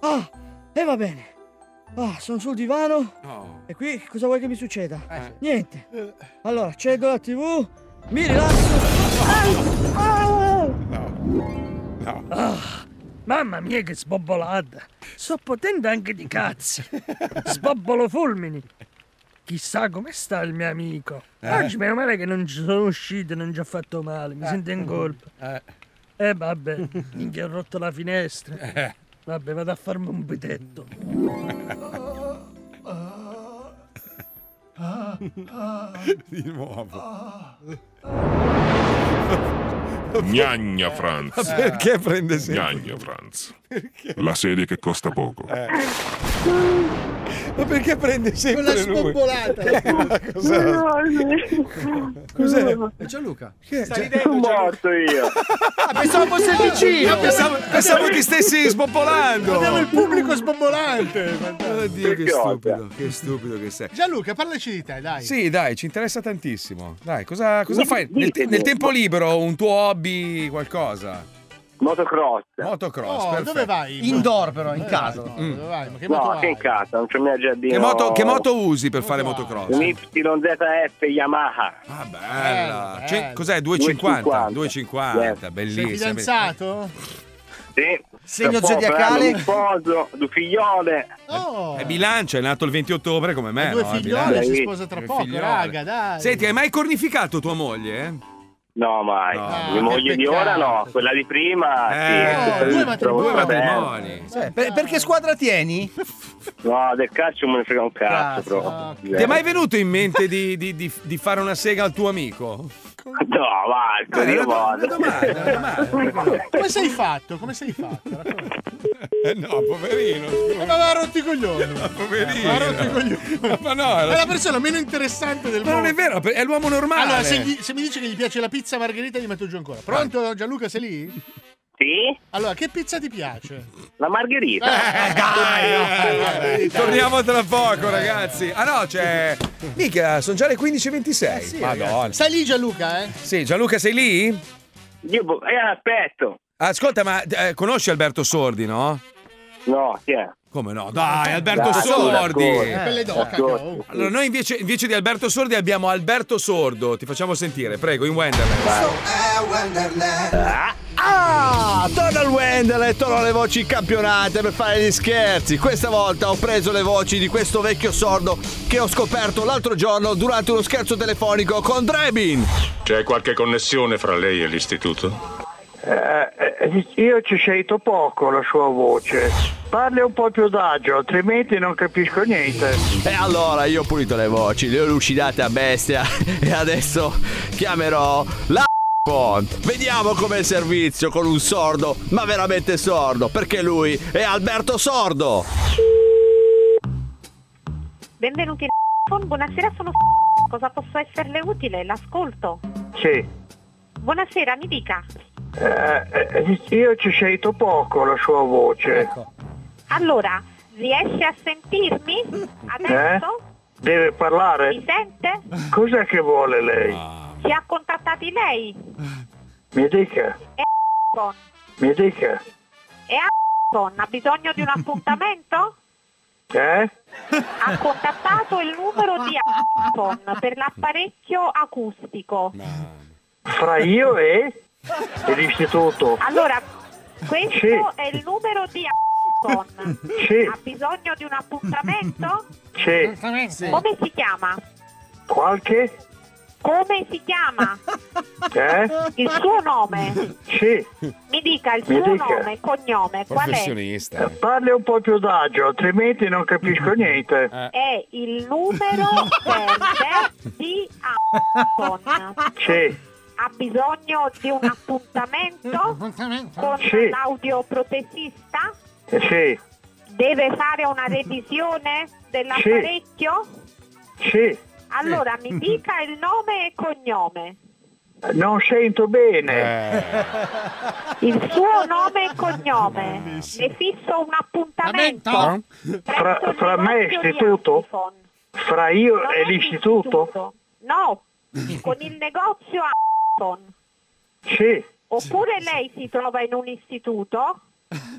[SPEAKER 3] Ah, e va bene. Ah, sono sul divano.
[SPEAKER 2] No. Eh.
[SPEAKER 3] E qui cosa vuoi che mi succeda? Niente. Allora, cedo la TV, mi rilasso.
[SPEAKER 15] Ah!
[SPEAKER 2] No.
[SPEAKER 15] Ah, mamma mia che sbobbolata! Sto potendo anche di cazzo! Sbobbolo fulmini! Chissà come sta il mio amico.
[SPEAKER 11] Eh.
[SPEAKER 15] Oggi meno male che non ci sono uscito, non ci ho fatto male, mi sento in colpa.
[SPEAKER 2] Eh.
[SPEAKER 15] vabbè, minchia ho rotto la finestra.
[SPEAKER 2] Eh.
[SPEAKER 15] Vabbè, vado a farmi un bitetto.
[SPEAKER 2] Di nuovo.
[SPEAKER 3] Ah.
[SPEAKER 14] Gnagna Franz.
[SPEAKER 2] Ma perché prende sempre?
[SPEAKER 14] Gnagna Franz. La serie che costa poco.
[SPEAKER 2] Eh. Ma perché prende sempre
[SPEAKER 26] Quella
[SPEAKER 2] lui?
[SPEAKER 26] spopolata.
[SPEAKER 2] Eh, ma cos'è? Cos'è?
[SPEAKER 26] È Eh, Gianluca.
[SPEAKER 2] Stai
[SPEAKER 13] Sono morto io.
[SPEAKER 26] Ah, pensavo fosse il vicino.
[SPEAKER 2] Io pensavo, pensavo
[SPEAKER 26] Abbiamo-
[SPEAKER 2] che stessi sbobbolando.
[SPEAKER 26] Abbiamo il pubblico sbombolante.
[SPEAKER 2] Oddio, che stupido, che stupido che sei.
[SPEAKER 4] Gianluca, parlaci di te, dai.
[SPEAKER 2] Sì, dai, ci interessa tantissimo. Dai, cosa, cosa fai? Nel, te- nel tempo libero, un tuo hobby, qualcosa?
[SPEAKER 13] Motocross.
[SPEAKER 2] Motocross,
[SPEAKER 4] Oh,
[SPEAKER 2] perfetto.
[SPEAKER 4] dove vai?
[SPEAKER 5] Indoor però,
[SPEAKER 4] Eh,
[SPEAKER 5] in casa.
[SPEAKER 2] Mm.
[SPEAKER 4] Dove vai? Ma che moto
[SPEAKER 13] No,
[SPEAKER 4] hai?
[SPEAKER 13] che in casa, non c'ho mia giardino.
[SPEAKER 2] Che moto, che moto usi per fare motocross?
[SPEAKER 13] Un YZF Yamaha.
[SPEAKER 2] Ah, Bella. Ce- cos'è? 250? 250,
[SPEAKER 4] Eh, Sei
[SPEAKER 2] bellissima.
[SPEAKER 4] fidanzato?
[SPEAKER 13] Sì.
[SPEAKER 2] Segno
[SPEAKER 13] Tra poco
[SPEAKER 2] zodiacale?
[SPEAKER 13] hanno Eh, Un sposo, due figliole.
[SPEAKER 4] Oh,
[SPEAKER 2] È bilancia, è nato il 20 ottobre come me.
[SPEAKER 4] due
[SPEAKER 2] no? È
[SPEAKER 4] figliole, si
[SPEAKER 2] bilancia.
[SPEAKER 4] sposa tra
[SPEAKER 2] Due
[SPEAKER 4] poco,
[SPEAKER 2] figliole.
[SPEAKER 4] raga, dai.
[SPEAKER 2] Senti, hai mai cornificato tua moglie?
[SPEAKER 13] No, mai.
[SPEAKER 4] Ah,
[SPEAKER 2] No.
[SPEAKER 13] Mia moglie di ora no, quella di prima. sì,
[SPEAKER 2] Eh,
[SPEAKER 13] questa
[SPEAKER 2] due
[SPEAKER 13] mi
[SPEAKER 2] matrimoni.
[SPEAKER 13] trovo
[SPEAKER 2] Due
[SPEAKER 13] bene.
[SPEAKER 2] matrimoni.
[SPEAKER 5] perché squadra tieni?
[SPEAKER 13] No, del calcio me ne frega un cazzo, proprio.
[SPEAKER 2] Ti è mai venuto in mente di, di- di- di fare una sega al tuo amico?
[SPEAKER 13] No, Marco,
[SPEAKER 2] Eh,
[SPEAKER 13] io
[SPEAKER 2] una
[SPEAKER 13] vado.
[SPEAKER 2] do-
[SPEAKER 4] Come sei fatto? Come sei fatto?
[SPEAKER 2] Eh no, poverino.
[SPEAKER 4] Eh, ma va rotti i coglioni.
[SPEAKER 2] Poverino.
[SPEAKER 4] Ma rotti i coglioni.
[SPEAKER 2] Ma no,
[SPEAKER 4] è la persona meno interessante del
[SPEAKER 2] Ma
[SPEAKER 4] mondo.
[SPEAKER 2] non è vero, è l'uomo normale.
[SPEAKER 4] Allora, se, gli- se mi dice che gli piace la pizza margherita, gli metto giù ancora. Pronto, Gianluca, sei lì?
[SPEAKER 13] Sì?
[SPEAKER 4] Allora, che pizza ti piace?
[SPEAKER 13] La margherita.
[SPEAKER 2] Eh, Torniamo tra poco, ragazzi. Ah no, c'è. Mica, sono già le 15.26. Madonna.
[SPEAKER 4] Stai lì, Gianluca, eh?
[SPEAKER 2] Sì, Gianluca, sei lì?
[SPEAKER 13] Io bo- eh, aspetto.
[SPEAKER 2] Ascolta, ma eh, conosci Alberto Sordi, no?
[SPEAKER 13] No, chi è?
[SPEAKER 2] Come no? Dai, Alberto
[SPEAKER 13] Dai,
[SPEAKER 2] Sordi! Eh,
[SPEAKER 13] d'accordo. Pelle d'oca, D'accordo. cavolo.
[SPEAKER 2] Allora, noi invece, invece di Alberto Sordi abbiamo Alberto Sordo. Ti facciamo sentire, prego, in Wonderland.
[SPEAKER 22] Ah, ah, torno al Wendell e torno alle voci campionate per fare gli scherzi. Questa volta ho preso le voci di questo vecchio sordo che ho scoperto l'altro giorno durante uno scherzo telefonico con Drebin.
[SPEAKER 27] C'è qualche connessione fra lei e l'istituto?
[SPEAKER 20] Eh, io ci sento poco la sua voce. Parli un po' più d'agio, altrimenti non capisco niente.
[SPEAKER 22] E allora io ho pulito le voci, le ho lucidate a bestia e adesso chiamerò la Font. Vediamo com'è il servizio con un sordo, ma veramente sordo, perché lui è Alberto Sordo.
[SPEAKER 18] Benvenuti in buonasera sono cosa posso esserle utile? L'ascolto.
[SPEAKER 20] Sì. Eh,
[SPEAKER 18] Buonasera, mi dica.
[SPEAKER 20] io ci sento poco la sua voce.
[SPEAKER 18] Allora, riesce a sentirmi? Adesso?
[SPEAKER 20] Deve parlare?
[SPEAKER 18] Mi sente?
[SPEAKER 20] Cos'è che vuole lei?
[SPEAKER 2] Ah.
[SPEAKER 18] Ci ha contattati lei?
[SPEAKER 20] Mi dica,
[SPEAKER 18] E con?
[SPEAKER 20] mi dica.
[SPEAKER 18] E a con? Ha bisogno di un appuntamento?
[SPEAKER 20] Eh?
[SPEAKER 18] Ha contattato il numero di a con per l'apparecchio acustico.
[SPEAKER 20] Fra io e, e l'istituto.
[SPEAKER 18] Allora, questo
[SPEAKER 20] Sì.
[SPEAKER 18] è il numero di a con.
[SPEAKER 20] Sì.
[SPEAKER 18] Ha bisogno di un appuntamento?
[SPEAKER 20] Sì.
[SPEAKER 18] Come si chiama?
[SPEAKER 20] Qualche?
[SPEAKER 18] Come si chiama?
[SPEAKER 20] Eh?
[SPEAKER 18] Il suo nome?
[SPEAKER 20] Sì.
[SPEAKER 18] Mi dica il
[SPEAKER 20] Mi
[SPEAKER 18] suo
[SPEAKER 20] dica.
[SPEAKER 18] nome e cognome, qual è?
[SPEAKER 2] Professionista. Eh.
[SPEAKER 20] Parli un po' più d'agio, altrimenti non capisco niente.
[SPEAKER 2] Eh.
[SPEAKER 18] È il numero verde di Amazon.
[SPEAKER 20] Sì.
[SPEAKER 18] Ha bisogno di un appuntamento con
[SPEAKER 20] Sì.
[SPEAKER 18] l'audioprotesista?
[SPEAKER 20] Sì.
[SPEAKER 18] Deve fare una revisione dell'apparecchio?
[SPEAKER 20] Sì.
[SPEAKER 18] Allora mi dica il nome e cognome.
[SPEAKER 20] Non sento bene.
[SPEAKER 18] Il suo nome e cognome. Le fisso un appuntamento.
[SPEAKER 20] Fra, fra me e istituto? Fra io e l'istituto?
[SPEAKER 18] No, con il negozio Amazon.
[SPEAKER 20] Sì.
[SPEAKER 18] Oppure lei si trova in un istituto?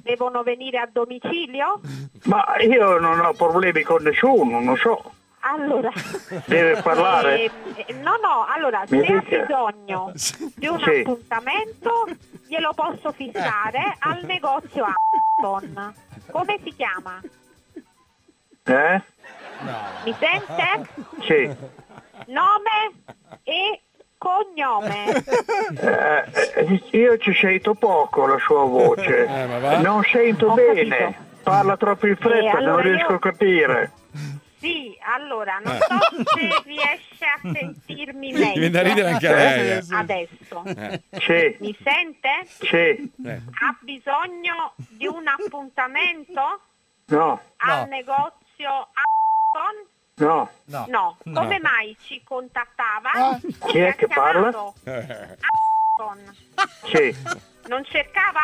[SPEAKER 18] Devono venire a domicilio?
[SPEAKER 20] Ma io non ho problemi con nessuno, non so.
[SPEAKER 18] Allora,
[SPEAKER 20] Deve parlare?
[SPEAKER 18] eh, eh, no, no, allora,
[SPEAKER 20] Mi
[SPEAKER 18] se ha
[SPEAKER 20] dica.
[SPEAKER 18] bisogno di un
[SPEAKER 20] Sì.
[SPEAKER 18] appuntamento glielo posso fissare al negozio Amazon. Come si chiama?
[SPEAKER 20] Eh?
[SPEAKER 18] Mi sente?
[SPEAKER 20] Sì.
[SPEAKER 18] Nome e cognome.
[SPEAKER 20] Eh, eh, io ci sento poco la sua voce.
[SPEAKER 28] Eh, ma va.
[SPEAKER 20] Non sento
[SPEAKER 18] Ho
[SPEAKER 20] bene.
[SPEAKER 18] capito.
[SPEAKER 20] Parla troppo in fretta,
[SPEAKER 18] Eh,
[SPEAKER 20] non
[SPEAKER 18] allora
[SPEAKER 20] riesco
[SPEAKER 18] io-
[SPEAKER 20] a capire.
[SPEAKER 18] Sì, allora, non
[SPEAKER 20] Eh.
[SPEAKER 18] so se riesce a sentirmi
[SPEAKER 20] Mi
[SPEAKER 18] meglio.
[SPEAKER 20] viene da ridere anche a lei, eh.
[SPEAKER 18] Adesso.
[SPEAKER 20] Sì.
[SPEAKER 18] Mi sente?
[SPEAKER 20] Sì.
[SPEAKER 18] Ha bisogno di un appuntamento
[SPEAKER 20] No,
[SPEAKER 18] al negozio Amazon?
[SPEAKER 20] no. Ah.
[SPEAKER 18] No. Come mai ci contattava?
[SPEAKER 20] Chi è che parla?
[SPEAKER 18] Chiamato Amazon.
[SPEAKER 20] Sì,
[SPEAKER 18] Non cercava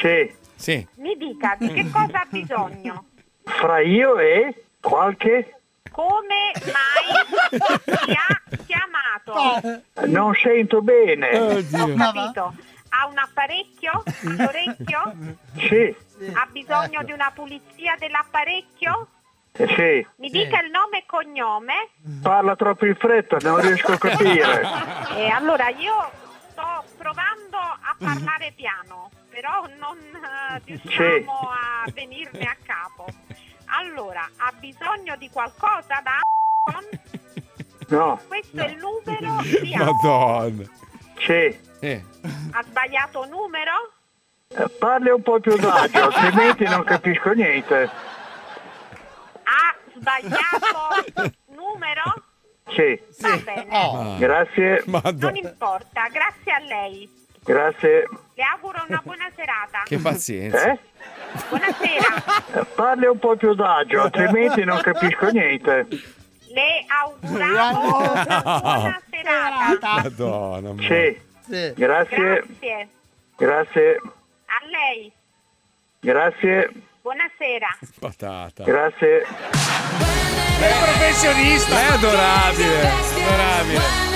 [SPEAKER 20] sì.
[SPEAKER 2] Sì.
[SPEAKER 18] Mi dica di che cosa ha bisogno?
[SPEAKER 20] Fra io e qualche...
[SPEAKER 18] Come mai ti ha chiamato?
[SPEAKER 20] Non sento bene.
[SPEAKER 18] Ho capito. Ha un apparecchio? All'orecchio?
[SPEAKER 20] Sì, Ecco.
[SPEAKER 18] Ha bisogno di una pulizia dell'apparecchio?
[SPEAKER 20] Eh, sì.
[SPEAKER 18] Mi dica il nome e cognome.
[SPEAKER 20] Parla troppo in fretta, non riesco a capire.
[SPEAKER 18] E allora io sto provando a parlare piano, però non eh, riusciamo a venirne a capo. Allora, ha bisogno di qualcosa da Amazon?
[SPEAKER 20] No,
[SPEAKER 18] Questo è il numero di Amazon.
[SPEAKER 28] Madonna.
[SPEAKER 20] Sì.
[SPEAKER 18] Ha sbagliato numero?
[SPEAKER 20] Eh, Parli un po' più d'agio, altrimenti non capisco niente.
[SPEAKER 18] Ha sbagliato numero?
[SPEAKER 20] Sì. Oh.
[SPEAKER 18] Va bene.
[SPEAKER 20] Grazie.
[SPEAKER 18] Non importa, grazie a lei.
[SPEAKER 20] Grazie.
[SPEAKER 18] Le auguro una buona serata.
[SPEAKER 2] pazienza.
[SPEAKER 20] Eh? Buonasera. Parli un po' più d'agio, altrimenti non capisco niente.
[SPEAKER 18] Le auguravo una buona serata.
[SPEAKER 20] Madonna.
[SPEAKER 28] mia.
[SPEAKER 20] Sì.
[SPEAKER 18] Sì.
[SPEAKER 20] Grazie.
[SPEAKER 18] Grazie.
[SPEAKER 20] Grazie.
[SPEAKER 18] A lei.
[SPEAKER 20] Grazie.
[SPEAKER 18] Buonasera.
[SPEAKER 2] Patata.
[SPEAKER 20] Grazie.
[SPEAKER 28] Lei è professionista.
[SPEAKER 2] Lei è adorabile. Adorabile.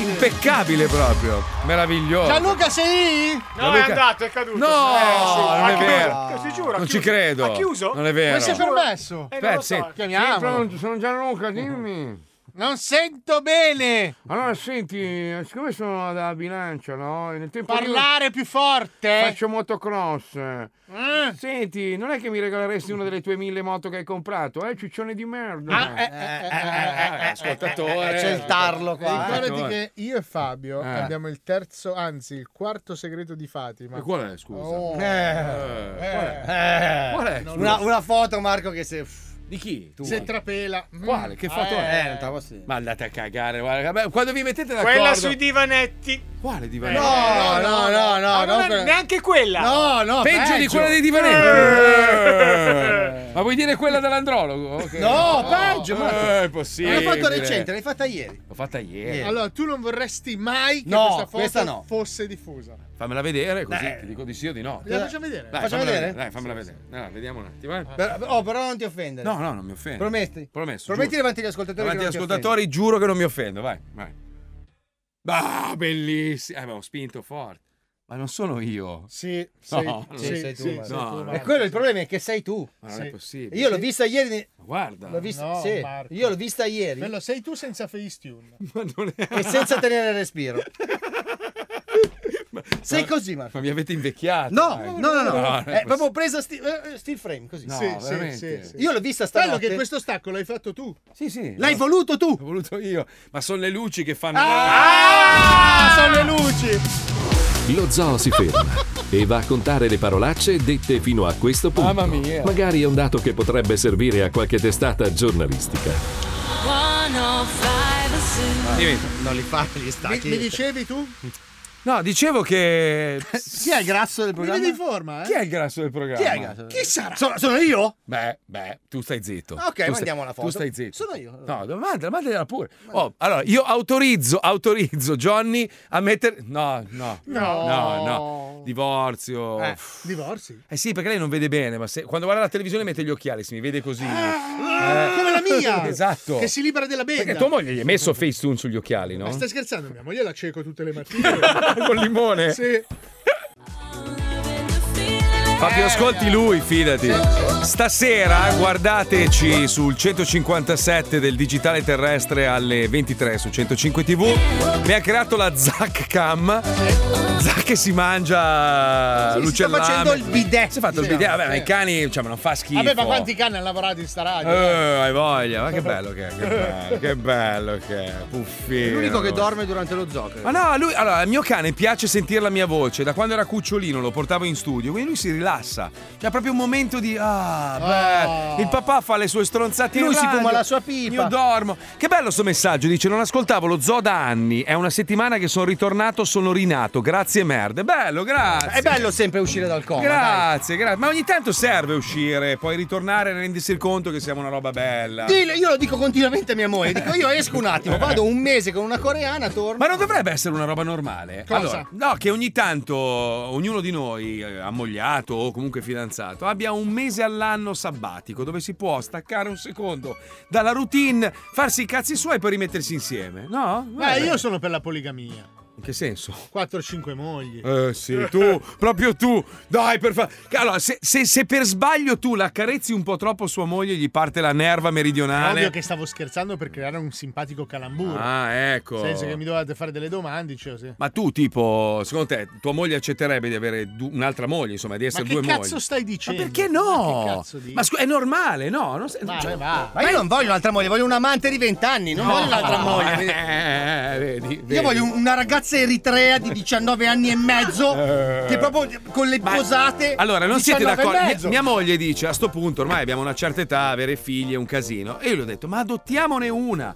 [SPEAKER 2] Impeccabile proprio. Meraviglioso.
[SPEAKER 4] Gianluca sei?
[SPEAKER 29] No, è andato, è caduto. Eh,
[SPEAKER 2] No, non è vero.
[SPEAKER 29] Si giuro, ha
[SPEAKER 2] Non ci
[SPEAKER 29] chiuso.
[SPEAKER 2] credo.
[SPEAKER 29] Ha chiuso?
[SPEAKER 2] Non è vero.
[SPEAKER 4] Come si è permesso?
[SPEAKER 29] Eh, non lo so.
[SPEAKER 2] Pezzi.
[SPEAKER 4] Chiamiamolo.
[SPEAKER 3] Sì, pronto, sono Gianluca, dimmi.
[SPEAKER 4] Non sento bene.
[SPEAKER 3] Allora, senti, siccome sono da bilancia, no? E Nel tempo
[SPEAKER 4] Parlare
[SPEAKER 3] più forte. Faccio motocross.
[SPEAKER 29] Eh?
[SPEAKER 3] Senti, non è che mi regaleresti una delle tue mille moto che hai comprato, eh, ciccione di merda.
[SPEAKER 29] Ah, eh.
[SPEAKER 5] Eh,
[SPEAKER 2] ascoltatore.
[SPEAKER 3] C'è il tarlo qua.
[SPEAKER 4] Ricordati che io e Fabio
[SPEAKER 3] Eh.
[SPEAKER 4] abbiamo il terzo, anzi il quarto segreto di Fatima.
[SPEAKER 3] E qual è, scusa?
[SPEAKER 4] Oh.
[SPEAKER 3] Eh,
[SPEAKER 4] Eh.
[SPEAKER 3] Qual è?
[SPEAKER 4] Non lo
[SPEAKER 5] Una,
[SPEAKER 4] so.
[SPEAKER 5] una foto, Marco, che se.
[SPEAKER 2] Di chi? Tu?
[SPEAKER 4] Se trapela. Mm.
[SPEAKER 2] Quale? Che foto
[SPEAKER 4] Eh.
[SPEAKER 2] è?
[SPEAKER 5] non te la posso
[SPEAKER 2] Ma andate a cagare, guarda. Vabbè, Quando vi mettete d'accordo. Ah,
[SPEAKER 29] Quella sui divanetti.
[SPEAKER 2] Quale divanetti?
[SPEAKER 4] No, no, no,
[SPEAKER 29] Ah,
[SPEAKER 4] no.
[SPEAKER 29] non
[SPEAKER 4] no,
[SPEAKER 29] è
[SPEAKER 4] per-
[SPEAKER 29] neanche quella.
[SPEAKER 4] No, no.
[SPEAKER 2] peggio, di quella dei
[SPEAKER 29] Eh.
[SPEAKER 2] divanetti. Ma vuoi dire quella dell'andrologo? Ok.
[SPEAKER 4] No, peggio, ma-
[SPEAKER 2] Eh, è possibile.
[SPEAKER 4] L'ho fatta recente, l'hai fatta ieri.
[SPEAKER 2] L'ho fatta ieri.
[SPEAKER 4] Allora, tu non vorresti mai che
[SPEAKER 2] No,
[SPEAKER 4] questa foto
[SPEAKER 2] questa no.
[SPEAKER 4] fosse diffusa.
[SPEAKER 2] Fammela vedere così ti dico di sì o di no.
[SPEAKER 4] La facciamo vedere?
[SPEAKER 2] Dai,
[SPEAKER 5] Facciamo
[SPEAKER 2] fammela
[SPEAKER 5] vedere?
[SPEAKER 2] vedere. Dai, fammela vedere. Dai, vediamo un attimo. eh.
[SPEAKER 5] Per- oh, però non ti offendere.
[SPEAKER 2] No, no, non mi offendo.
[SPEAKER 5] Prometti.
[SPEAKER 2] Promesso.
[SPEAKER 5] Prometti
[SPEAKER 2] giuro.
[SPEAKER 5] davanti agli ascoltatori.
[SPEAKER 2] Davanti
[SPEAKER 5] che
[SPEAKER 2] agli
[SPEAKER 5] non ti
[SPEAKER 2] ascoltatori, giuro che non mi offendo. Vai, vai. Ah, bellissimo. Eh, abbiamo spinto forte. Ma non sono io.
[SPEAKER 4] Sì,
[SPEAKER 5] sei-
[SPEAKER 2] no,
[SPEAKER 5] sì,
[SPEAKER 2] non-
[SPEAKER 5] sei tu,
[SPEAKER 2] sì,
[SPEAKER 5] Marco.
[SPEAKER 2] no,
[SPEAKER 5] Sei tu,
[SPEAKER 2] no.
[SPEAKER 5] Marco. E quello è il problema è che sei tu.
[SPEAKER 2] Ma non è possibile.
[SPEAKER 5] Io l'ho vista ieri.
[SPEAKER 2] Guarda.
[SPEAKER 5] L'ho vista,
[SPEAKER 4] No,
[SPEAKER 5] sì.
[SPEAKER 4] Marco.
[SPEAKER 5] Io l'ho vista ieri.
[SPEAKER 4] Bello, sei tu senza facetune.
[SPEAKER 5] E senza tenere il respiro. Sei così, Marco.
[SPEAKER 2] Ma mi avete invecchiato.
[SPEAKER 5] No,
[SPEAKER 2] dai.
[SPEAKER 5] no, no, no.
[SPEAKER 2] non è
[SPEAKER 5] È proprio presa sti- eh, steel frame così.
[SPEAKER 2] No, Sì, sì, veramente. sì, sì.
[SPEAKER 5] Io l'ho vista
[SPEAKER 4] Bello
[SPEAKER 5] stanotte.
[SPEAKER 4] che questo stacco l'hai fatto tu.
[SPEAKER 2] Sì, sì.
[SPEAKER 5] L'hai voluto tu.
[SPEAKER 2] L'ho voluto io. Ma sono le luci che fanno.
[SPEAKER 4] Ah, sono le luci.
[SPEAKER 1] Lo zoo si ferma e va a contare le parolacce dette fino a questo punto.
[SPEAKER 2] Mamma mia.
[SPEAKER 1] Magari è un dato che potrebbe servire a qualche testata giornalistica.
[SPEAKER 4] Non
[SPEAKER 2] Dimmi.
[SPEAKER 5] Non li fa gli
[SPEAKER 4] Mi, mi dicevi tu?
[SPEAKER 2] No, dicevo che.
[SPEAKER 4] Chi è il grasso del
[SPEAKER 2] programma?
[SPEAKER 4] Mi vedi in forma, eh?
[SPEAKER 2] Chi è il grasso del programma?
[SPEAKER 4] Chi è il grasso? Chi sarà?
[SPEAKER 2] Sono,
[SPEAKER 4] sono io?
[SPEAKER 2] Beh, Eh, beh, tu stai zitto.
[SPEAKER 4] Ok,
[SPEAKER 2] Tu stai-
[SPEAKER 4] mandiamo la foto.
[SPEAKER 2] Tu stai zitto.
[SPEAKER 4] Sono io.
[SPEAKER 2] No, do- mandala, mandala pure. Oh, allora, io autorizzo, autorizzo Johnny a mettere. No, no.
[SPEAKER 4] No.
[SPEAKER 2] No, no. Divorzio.
[SPEAKER 4] Eh,
[SPEAKER 2] Eh.
[SPEAKER 4] divorzi?
[SPEAKER 2] sì, perché lei non vede bene, ma se- quando guarda la televisione mette gli occhiali, si mi vede così. Eh.
[SPEAKER 4] Ah, Come la mia!
[SPEAKER 2] Esatto.
[SPEAKER 4] Che si libera della benda.
[SPEAKER 2] Perché tua moglie gli ha messo Facetune sugli occhiali, no?
[SPEAKER 4] Ma stai scherzando? Mia moglie la cieco tutte le mattine.
[SPEAKER 2] Con limone?
[SPEAKER 4] Sì.
[SPEAKER 2] Fabio, ascolti lui, fidati. Stasera guardateci sul 157 del digitale terrestre alle 23 su 105 TV. Ne ha creato la Zac Cam. Zac che si mangia
[SPEAKER 4] Sì, si sta
[SPEAKER 2] l'uccellame.
[SPEAKER 4] facendo il bidet.
[SPEAKER 2] Si è fatto il
[SPEAKER 4] Sì,
[SPEAKER 2] bidet.
[SPEAKER 4] no,
[SPEAKER 2] Vabbè, ma
[SPEAKER 4] sì.
[SPEAKER 2] i cani, cioè, ma non fa schifo.
[SPEAKER 4] Vabbè, ma quanti cani hanno lavorato in sta radio?
[SPEAKER 2] Eh, hai voglia, ma che bello che è, che bello, che bello che è, puffino.
[SPEAKER 5] L'unico che dorme durante lo zoccolo.
[SPEAKER 2] Ma no, lui, allora, al mio cane piace sentire la mia voce. Da quando era cucciolino lo portavo in studio, quindi lui si rilassa. C'è proprio un momento di. Ah, beh. Il papà fa le sue stronzate in
[SPEAKER 5] Lui si
[SPEAKER 2] radio,
[SPEAKER 5] fuma la sua pipa.
[SPEAKER 2] Io dormo. Che bello sto messaggio, dice: Non ascoltavo lo zoo da anni. È una settimana che sono ritornato, sono rinato. Grazie, merda. Bello, grazie.
[SPEAKER 5] È bello sempre uscire dal coma.
[SPEAKER 2] Grazie, grazie. Ma ogni tanto serve uscire, poi ritornare e rendersi il conto che siamo una roba bella.
[SPEAKER 5] dai. Dillo, io lo dico continuamente a mia moglie, dico io esco un attimo, vado un mese con una coreana, torno.
[SPEAKER 2] Ma non dovrebbe essere una roba normale?
[SPEAKER 5] Cosa?
[SPEAKER 2] Allora, no, che ogni tanto ognuno di noi, eh, ammogliato o comunque fidanzato, abbia un mese all'anno sabbatico dove si può staccare un secondo dalla routine, farsi i cazzi suoi e poi rimettersi insieme. No?
[SPEAKER 4] Beh, io sono per la poligamia.
[SPEAKER 2] In che senso?
[SPEAKER 4] 4-5 mogli.
[SPEAKER 2] Eh sì, tu, proprio tu. Dai, per fa... Allora, se, se- se per sbaglio tu la carezzi un po' troppo sua moglie, gli parte la nerva
[SPEAKER 4] È
[SPEAKER 2] meridionale.
[SPEAKER 4] Ovvio che stavo scherzando per creare un simpatico calamburo.
[SPEAKER 2] Ah, ecco.
[SPEAKER 4] Nel senso che mi dovevate fare delle domande, dicevo sì.
[SPEAKER 2] Ma tu, tipo, secondo te, tua moglie accetterebbe di avere du- un'altra moglie, insomma, di essere
[SPEAKER 4] Ma
[SPEAKER 2] due
[SPEAKER 4] che
[SPEAKER 2] mogli?
[SPEAKER 4] cazzo stai dicendo?
[SPEAKER 2] Ma perché no?
[SPEAKER 4] Ma che cazzo dici?
[SPEAKER 2] Ma scu- è normale, no? Non
[SPEAKER 4] Ma
[SPEAKER 2] cioè-
[SPEAKER 4] va.
[SPEAKER 5] Ma io non voglio un'altra moglie, voglio un amante di 20 anni, non voglio un'altra
[SPEAKER 2] No,
[SPEAKER 5] moglie.
[SPEAKER 2] eh, vedi, vedi.
[SPEAKER 5] Io voglio un- una ragazza eritrea di 19 anni e mezzo
[SPEAKER 2] Eh.
[SPEAKER 5] che proprio con le posate
[SPEAKER 2] Allora, non siete
[SPEAKER 5] 19 e
[SPEAKER 2] d'accordo? Mia,
[SPEAKER 5] mezzo.
[SPEAKER 2] mia moglie dice a sto punto ormai abbiamo una certa età, avere figli è un casino. E io le ho detto, ma adottiamone una.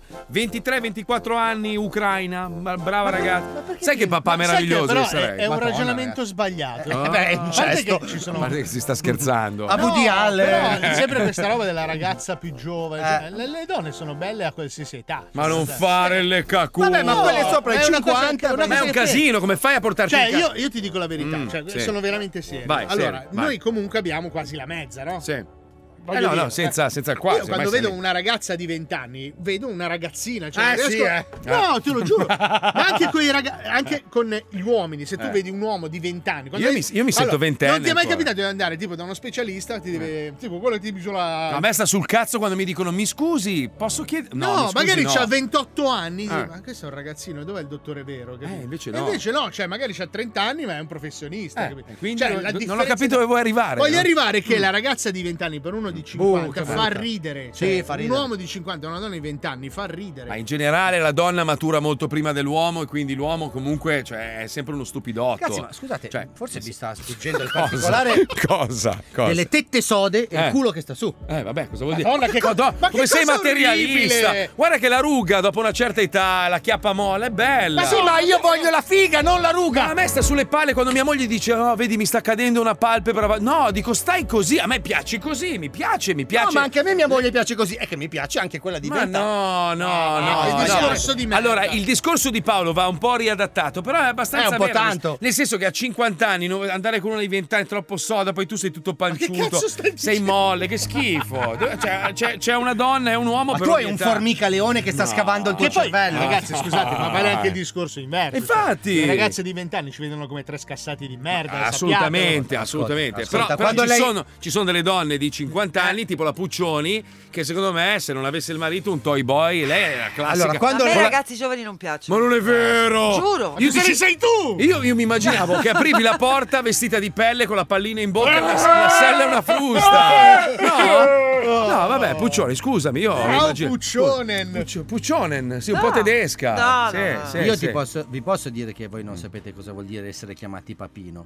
[SPEAKER 2] 23-24 anni, Ucraina, ma- brava ragazza. Sai che papà
[SPEAKER 4] Ma sai
[SPEAKER 2] meraviglioso
[SPEAKER 4] che però
[SPEAKER 2] che sarei?
[SPEAKER 4] è, è un
[SPEAKER 2] Madonna,
[SPEAKER 4] ragionamento
[SPEAKER 2] ragazzi.
[SPEAKER 4] sbagliato.
[SPEAKER 2] Ah.
[SPEAKER 4] Eh beh, a parte che ci sono
[SPEAKER 2] A parte che si sta scherzando.
[SPEAKER 4] No, però c'è sempre questa roba della ragazza più giovane. cioè, le, le donne sono belle a qualsiasi età. cioè,
[SPEAKER 2] Ma non fare le cacure.
[SPEAKER 4] Vabbè, ma quelle sopra i
[SPEAKER 2] È una cosa
[SPEAKER 4] 50,
[SPEAKER 2] che- ma è un casino, come fai a portarti
[SPEAKER 4] Cioè,
[SPEAKER 2] in casa?
[SPEAKER 4] io, io ti dico la verità,
[SPEAKER 2] Mm,
[SPEAKER 4] cioè,
[SPEAKER 2] sì.
[SPEAKER 4] sono veramente serio.
[SPEAKER 2] Vai,
[SPEAKER 4] allora,
[SPEAKER 2] serio, vai.
[SPEAKER 4] noi comunque abbiamo quasi la mezza, no?
[SPEAKER 2] Sì.
[SPEAKER 4] Voglio
[SPEAKER 2] Eh no,
[SPEAKER 4] dire,
[SPEAKER 2] no, senza, senza quasi.
[SPEAKER 4] Io
[SPEAKER 2] ormai
[SPEAKER 4] quando
[SPEAKER 2] sei
[SPEAKER 4] vedo
[SPEAKER 2] lì.
[SPEAKER 4] una ragazza di 20 anni, vedo una ragazzina. Cioè
[SPEAKER 2] Eh,
[SPEAKER 4] non
[SPEAKER 2] sì,
[SPEAKER 4] riesco-
[SPEAKER 2] eh.
[SPEAKER 4] No,
[SPEAKER 2] Eh.
[SPEAKER 4] te lo giuro. Ma anche, coi raga- anche con gli uomini, se tu
[SPEAKER 2] Eh.
[SPEAKER 4] vedi un uomo di 20 anni. quando
[SPEAKER 2] Io
[SPEAKER 4] vedi-
[SPEAKER 2] mi- io mi sento
[SPEAKER 4] Allora, Non ti
[SPEAKER 2] ventenne
[SPEAKER 4] è mai
[SPEAKER 2] ancora. Eh.
[SPEAKER 4] capitato di andare tipo da uno specialista, ti deve. Tipo quello che ti misura.
[SPEAKER 2] A me sta sul cazzo quando mi dicono mi scusi, posso chiedere?
[SPEAKER 4] No,
[SPEAKER 2] mi scusi,
[SPEAKER 4] magari
[SPEAKER 2] no.
[SPEAKER 4] c'ha 28 anni. dici,
[SPEAKER 2] Eh.
[SPEAKER 4] Ma questo è un ragazzino, dov'è il dottore vero? capito?
[SPEAKER 2] Eh, invece
[SPEAKER 4] E
[SPEAKER 2] no.
[SPEAKER 4] invece no, cioè magari c'ha 30 anni, ma è un professionista.
[SPEAKER 2] Eh,
[SPEAKER 4] capito?
[SPEAKER 2] quindi
[SPEAKER 4] Cioè,
[SPEAKER 2] non-
[SPEAKER 4] la
[SPEAKER 2] non ho
[SPEAKER 4] differenza-
[SPEAKER 2] capito dove vuoi arrivare,
[SPEAKER 4] Voglio
[SPEAKER 2] no?
[SPEAKER 4] arrivare che
[SPEAKER 2] Mm.
[SPEAKER 4] la ragazza di 20 anni per uno di
[SPEAKER 2] Buca,
[SPEAKER 4] 50 fa
[SPEAKER 2] buca.
[SPEAKER 4] ridere.
[SPEAKER 2] Sì,
[SPEAKER 4] Cioè,
[SPEAKER 2] fa ridere.
[SPEAKER 4] Un uomo di 50, una donna di 20 anni fa ridere.
[SPEAKER 2] Ma in generale la donna matura molto prima dell'uomo e quindi l'uomo comunque cioè, è sempre uno stupidotto. Cioè,
[SPEAKER 5] Ragazzi, ma scusate, forse vi sta sfuggendo il
[SPEAKER 2] Cosa?
[SPEAKER 5] particolare
[SPEAKER 2] Cosa? Cosa?
[SPEAKER 5] delle tette sode e
[SPEAKER 2] Eh.
[SPEAKER 5] il culo che sta su.
[SPEAKER 2] Eh, vabbè, cosa vuol dire?
[SPEAKER 5] Madonna, che co-
[SPEAKER 2] Madonna,
[SPEAKER 5] ma che
[SPEAKER 2] come sei
[SPEAKER 5] cosa
[SPEAKER 2] materialista?
[SPEAKER 5] orribile!
[SPEAKER 2] Guarda che la ruga dopo una certa età, la chiappa molla, è bella.
[SPEAKER 5] Ma sì, ma io voglio la figa, non la ruga.
[SPEAKER 2] Ma a me sta sulle palle quando mia moglie dice: No, vedi, mi sta cadendo una palpebra. No, dico, stai così. A me piaci così, mi piace, mi piace.
[SPEAKER 5] No, ma anche a me mia moglie piace così. È che mi piace anche quella di
[SPEAKER 2] Ma
[SPEAKER 5] 20 anni.
[SPEAKER 2] no,
[SPEAKER 5] Eh,
[SPEAKER 2] no, no.
[SPEAKER 5] il discorso
[SPEAKER 2] no. Allora, il discorso di Paolo va un po' riadattato, però è abbastanza
[SPEAKER 5] Eh, un po'
[SPEAKER 2] vero, nel-
[SPEAKER 5] tanto.
[SPEAKER 2] Nel senso che a 50 anni no- andare con uno di 20 anni è troppo soda, poi tu sei tutto panciuto,
[SPEAKER 5] cazzo stai
[SPEAKER 2] sei molle, che schifo. Dove- Cioè, c'è, c'è una donna e un uomo
[SPEAKER 5] Ma
[SPEAKER 2] per
[SPEAKER 5] tu hai
[SPEAKER 2] ogni
[SPEAKER 5] un
[SPEAKER 2] età.
[SPEAKER 5] formica leone che sta
[SPEAKER 2] No.
[SPEAKER 5] scavando il tuo
[SPEAKER 2] Che poi-
[SPEAKER 5] cervello.
[SPEAKER 4] Ragazzi, scusate, ma vale anche il discorso inverso.
[SPEAKER 2] Infatti.
[SPEAKER 4] Cioè, le ragazze di 20 anni ci vedono come tre scassati di merda. lo
[SPEAKER 2] Assolutamente,
[SPEAKER 4] sappiate.
[SPEAKER 2] assolutamente.
[SPEAKER 4] Ascolta,
[SPEAKER 2] però però
[SPEAKER 4] quando
[SPEAKER 2] ci,
[SPEAKER 4] lei-
[SPEAKER 2] sono, ci sono delle donne di 50 anni, tipo la Puccioni, che secondo me se non avesse il marito un toy boy, lei è la classica.
[SPEAKER 8] a me
[SPEAKER 2] Con la-
[SPEAKER 8] ragazzi giovani non piacciono.
[SPEAKER 2] Ma non è vero!
[SPEAKER 8] Giuro.
[SPEAKER 2] Io dici-
[SPEAKER 4] tu!
[SPEAKER 2] Io, io mi immaginavo che aprivi la porta vestita di pelle con la pallina in bocca, la, la sella e una fusta. No? No, vabbè, Puccioni, scusami, io.
[SPEAKER 4] Ciao,
[SPEAKER 2] immagino-
[SPEAKER 4] Puccionen.
[SPEAKER 2] Puccio- Puccionen, sì, un
[SPEAKER 6] Ah,
[SPEAKER 4] No.
[SPEAKER 2] po' tedesca. Sì, sì,
[SPEAKER 8] Io
[SPEAKER 2] sì.
[SPEAKER 8] Ti posso, vi posso dire che voi non sapete cosa vuol dire essere chiamati papino.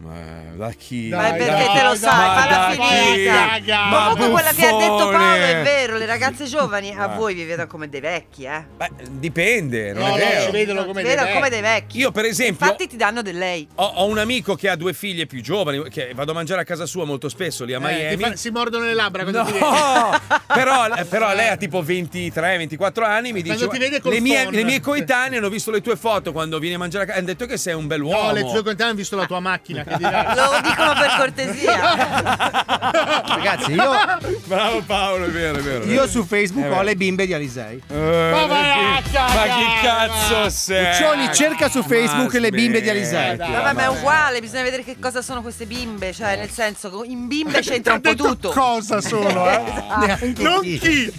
[SPEAKER 2] da chi?
[SPEAKER 6] Ma perché te lo sai, falla finita. Comunque quella che ha detto Paolo è vero, le ragazze giovani a
[SPEAKER 2] Ma-
[SPEAKER 6] voi vi vedono come dei vecchi, eh.
[SPEAKER 2] Dipende, non
[SPEAKER 6] No,
[SPEAKER 2] è
[SPEAKER 6] no,
[SPEAKER 2] vero.
[SPEAKER 6] ci vedono come Vedono dei come vecchi. dei vecchi.
[SPEAKER 2] Io, per esempio,
[SPEAKER 6] Infatti ti danno del lei.
[SPEAKER 2] ho, ho un amico che ha due figlie più giovani, che vado a mangiare a casa sua molto spesso lì a
[SPEAKER 4] Eh, ti
[SPEAKER 2] Miami.
[SPEAKER 4] fa- si mordono le labbra quando
[SPEAKER 2] No!
[SPEAKER 4] ti vede.
[SPEAKER 2] però, eh, però lei ha tipo 23-24 anni mi dice
[SPEAKER 4] Quando ti vede col
[SPEAKER 2] le mie,
[SPEAKER 4] phone."
[SPEAKER 2] le mie coetanee hanno visto le tue foto quando vieni a mangiare a casa hanno detto che sei un bel uomo
[SPEAKER 4] No, le tue contane hanno visto la tua macchina. Che dirà.
[SPEAKER 6] Lo dicono per cortesia.
[SPEAKER 2] Ah,
[SPEAKER 5] Ragazzi, io.
[SPEAKER 2] Bravo Paolo, è vero, è vero.
[SPEAKER 5] Io su Facebook
[SPEAKER 2] Eh,
[SPEAKER 5] ho
[SPEAKER 2] beh.
[SPEAKER 5] le bimbe di Alisei.
[SPEAKER 2] ma
[SPEAKER 5] va,
[SPEAKER 2] chi cazzo sei?
[SPEAKER 5] Puccioni, cerca su Facebook le bimbe di
[SPEAKER 2] Alisei.
[SPEAKER 5] Alisei.
[SPEAKER 6] Ma vabbè, è uguale, bisogna vedere che cosa sono queste bimbe, cioè nel senso in bimbe c'entra un po' tutto.
[SPEAKER 4] Cosa sono, eh?
[SPEAKER 6] Esatto.
[SPEAKER 4] Non chi?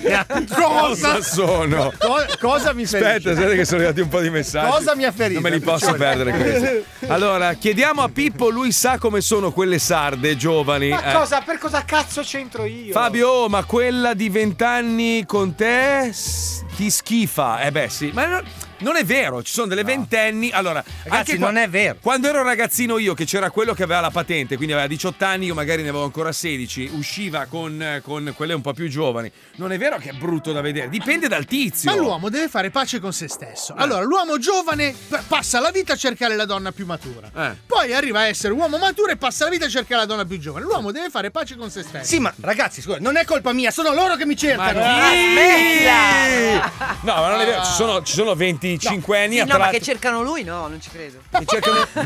[SPEAKER 2] Cosa sono?
[SPEAKER 5] cosa mi
[SPEAKER 2] Aspetta, aspetta che sono arrivati un po' di messaggi.
[SPEAKER 5] Cosa mi ha ferito?
[SPEAKER 2] Non me li posso
[SPEAKER 5] Cioè-
[SPEAKER 2] perdere questi. Allora, chiediamo a Pippo, lui sa come sono quelle sarde giovani.
[SPEAKER 19] Ma
[SPEAKER 2] Eh.
[SPEAKER 19] cosa, per cosa cazzo c'entro io?
[SPEAKER 2] Fabio, ma quella di vent'anni con te s- ti schifa. Eh beh, sì, ma no- non è vero, ci sono delle ventenni. Allora,
[SPEAKER 5] Ragazzi, non
[SPEAKER 2] è vero. Quando ero ragazzino io, che c'era quello che aveva la patente, quindi aveva 18 anni, io magari ne avevo ancora 16, usciva con, eh, con quelle un po' più giovani. Non è vero che è brutto da vedere, dipende dal tizio.
[SPEAKER 4] Ma l'uomo deve fare pace con se stesso. Allora, l'uomo giovane p- passa la vita a cercare la donna più matura.
[SPEAKER 2] Eh.
[SPEAKER 4] Poi arriva a essere uomo maturo e passa la vita a cercare la donna più giovane. L'uomo deve fare pace con se stesso.
[SPEAKER 5] Sì, ma ragazzi, scusa, non è colpa mia, sono loro che mi cercano. Ah,
[SPEAKER 2] Smettila! No, ma non è vero, ci sono, ci sono 25 anni
[SPEAKER 6] Sì, no, ma che
[SPEAKER 2] attratti.
[SPEAKER 6] cercano lui? No, non ci credo.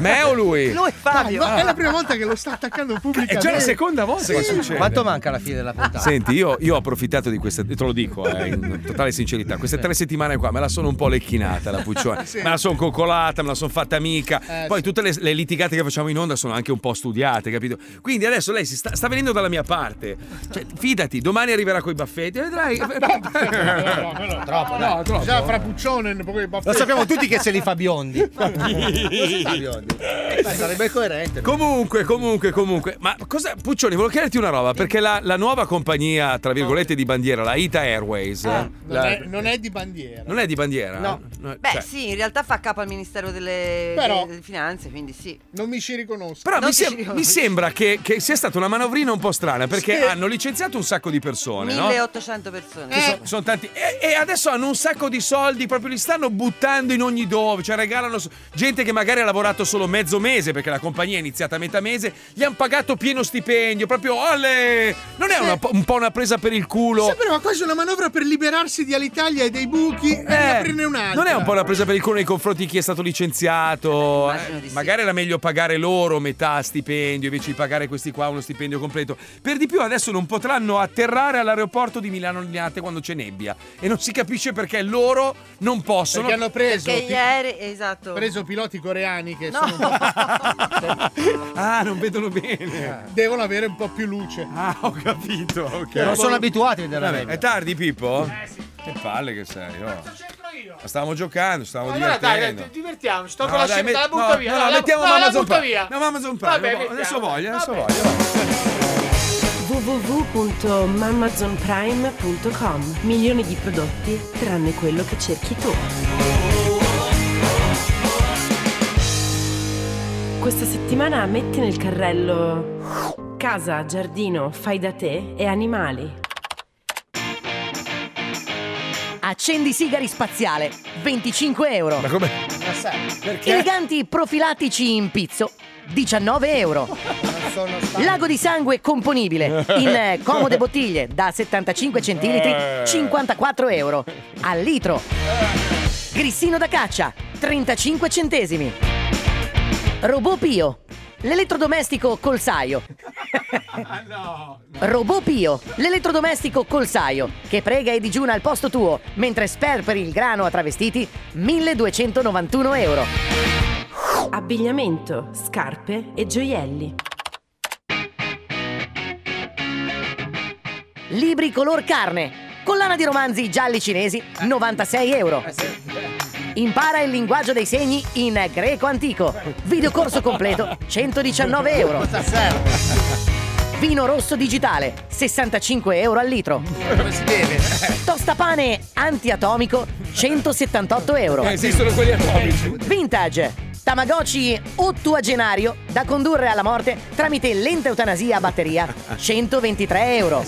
[SPEAKER 2] Me o lui?
[SPEAKER 6] Lui, Fabio.
[SPEAKER 4] Dai, ma è la prima volta che lo sta attaccando
[SPEAKER 2] Eh,
[SPEAKER 4] pubblicamente.
[SPEAKER 2] volta che succede.
[SPEAKER 5] Quanto manca alla fine della puntata?
[SPEAKER 2] Senti, io, io ho approfittato di questa, te lo dico eh, in totale sincerità, queste tre settimane qua me la sono un po' lecchinata la Puccione,
[SPEAKER 5] Sì.
[SPEAKER 2] me la sono coccolata, me la sono fatta amica,
[SPEAKER 5] Eh,
[SPEAKER 2] poi
[SPEAKER 5] sì.
[SPEAKER 2] tutte le, le litigate che facciamo in onda sono anche un po' studiate, capito? Quindi adesso lei si sta, sta venendo dalla mia parte, Cioè, fidati, domani arriverà coi baffetti, vedrai. eh,
[SPEAKER 4] Troppo,
[SPEAKER 2] dai.
[SPEAKER 4] no, troppo. Già fra Puccione, poi
[SPEAKER 5] Lo sappiamo tutti che se li fa biondi. Lo si fa biondi. Beh, sarebbe coerente.
[SPEAKER 2] Comunque, comunque, comunque. Ma cosa, Puccioni, volevo chiederti una roba, perché la, la nuova compagnia, tra virgolette, di bandiera, la Ita Airways, eh,
[SPEAKER 4] Non,
[SPEAKER 2] la-
[SPEAKER 4] è, non è di bandiera.
[SPEAKER 2] non è di bandiera?
[SPEAKER 4] No.
[SPEAKER 6] Beh,
[SPEAKER 2] cioè-
[SPEAKER 6] sì, in realtà fa capo al Ministero delle,
[SPEAKER 4] Però-
[SPEAKER 6] delle Finanze, quindi sì.
[SPEAKER 4] Non mi ci riconosco.
[SPEAKER 2] Però
[SPEAKER 6] Non
[SPEAKER 2] mi,
[SPEAKER 6] ti
[SPEAKER 2] sem-
[SPEAKER 6] ci riconosco.
[SPEAKER 2] mi sembra che, che sia stata una manovrina un po' strana perché
[SPEAKER 6] Sì.
[SPEAKER 2] hanno licenziato un sacco di persone, no?
[SPEAKER 6] 1800 persone.
[SPEAKER 2] Che so- sono tanti. E, e adesso hanno un sacco di soldi, proprio li stanno buttando in ogni dove. Cioè, regalano s- gente che magari ha lavorato solo mezzo mese perché la compagnia è iniziata a metà mese. Gli hanno pagato pieno stipendio. Proprio alle. Non è una- un po' una presa per il culo?
[SPEAKER 4] Sembrava quasi una manovra per liberarsi di Alitalia e dei buchi e
[SPEAKER 5] Eh,
[SPEAKER 4] aprirne un'altra.
[SPEAKER 2] Non è un po' una presa per il culo nei confronti di chi è stato licenziato? Eh, Magari era meglio pagare loro metà stipendio invece di pagare questi qua uno stipendio completo. Per di più adesso non potranno atterrare all'aeroporto di Milano Linate quando c'è nebbia e non si capisce perché loro non possono.
[SPEAKER 4] Perché hanno preso
[SPEAKER 6] Perché gli aerei, esatto.
[SPEAKER 4] preso piloti coreani che
[SPEAKER 6] No.
[SPEAKER 4] sono-
[SPEAKER 2] Ah, non vedono bene.
[SPEAKER 4] devono avere un po' più luce.
[SPEAKER 2] Ah, ho capito. ok.
[SPEAKER 4] Non sono
[SPEAKER 5] abituati a vedere
[SPEAKER 2] Vabbè,
[SPEAKER 5] la nebbia.
[SPEAKER 2] È tardi, Pippo? Eh sì. Che palle che sei, oh. Ma Stavamo giocando, stavamo
[SPEAKER 19] Allora dai,
[SPEAKER 2] divertendo.
[SPEAKER 3] eh,
[SPEAKER 19] dai, divertiamoci, tolgo
[SPEAKER 2] No,
[SPEAKER 19] la
[SPEAKER 2] dai,
[SPEAKER 19] scelta,
[SPEAKER 2] met-
[SPEAKER 19] la butto
[SPEAKER 2] no,
[SPEAKER 19] via.
[SPEAKER 2] no,
[SPEAKER 19] dai, la-
[SPEAKER 2] mettiamo
[SPEAKER 19] no, la
[SPEAKER 2] Amazon
[SPEAKER 19] butto
[SPEAKER 2] Prime.
[SPEAKER 19] via.
[SPEAKER 2] No, Amazon Prime,
[SPEAKER 19] Vabbè,
[SPEAKER 2] lo-
[SPEAKER 19] mettiamo.
[SPEAKER 2] adesso voglio, adesso
[SPEAKER 19] Vabbè.
[SPEAKER 2] voglio.
[SPEAKER 9] www.mamazonprime.com Milioni di prodotti tranne quello che cerchi tu. Questa settimana metti nel carrello casa, giardino, fai da te e animali.
[SPEAKER 30] Accendi sigari spaziale, 25 euro.
[SPEAKER 2] Ma come?
[SPEAKER 30] Eleganti profilattici in pizzo, 19 euro. Lago di sangue componibile in eh, comode bottiglie da 75 centilitri,
[SPEAKER 9] Eh.
[SPEAKER 30] 54 euro al litro. Grissino da caccia, 35 centesimi. Robot Pio, l'elettrodomestico col saio. Robot Pio, l'elettrodomestico col saio, che prega e digiuna al posto tuo, mentre sperperi il grano a travestiti, 1291 euro.
[SPEAKER 9] Abbigliamento, scarpe e gioielli.
[SPEAKER 30] Libri color carne. Collana di romanzi gialli cinesi, 96 euro. Impara il linguaggio dei segni in greco antico. Videocorso completo, 119 euro. Vino rosso digitale, 65 euro al litro.
[SPEAKER 4] Come si deve?
[SPEAKER 30] Tostapane antiatomico, 178 euro.
[SPEAKER 2] Eh, esistono quelli atomici.
[SPEAKER 30] Vintage. Tamagotchi ottuagenario da condurre alla morte tramite lenta eutanasia a batteria, 123 euro.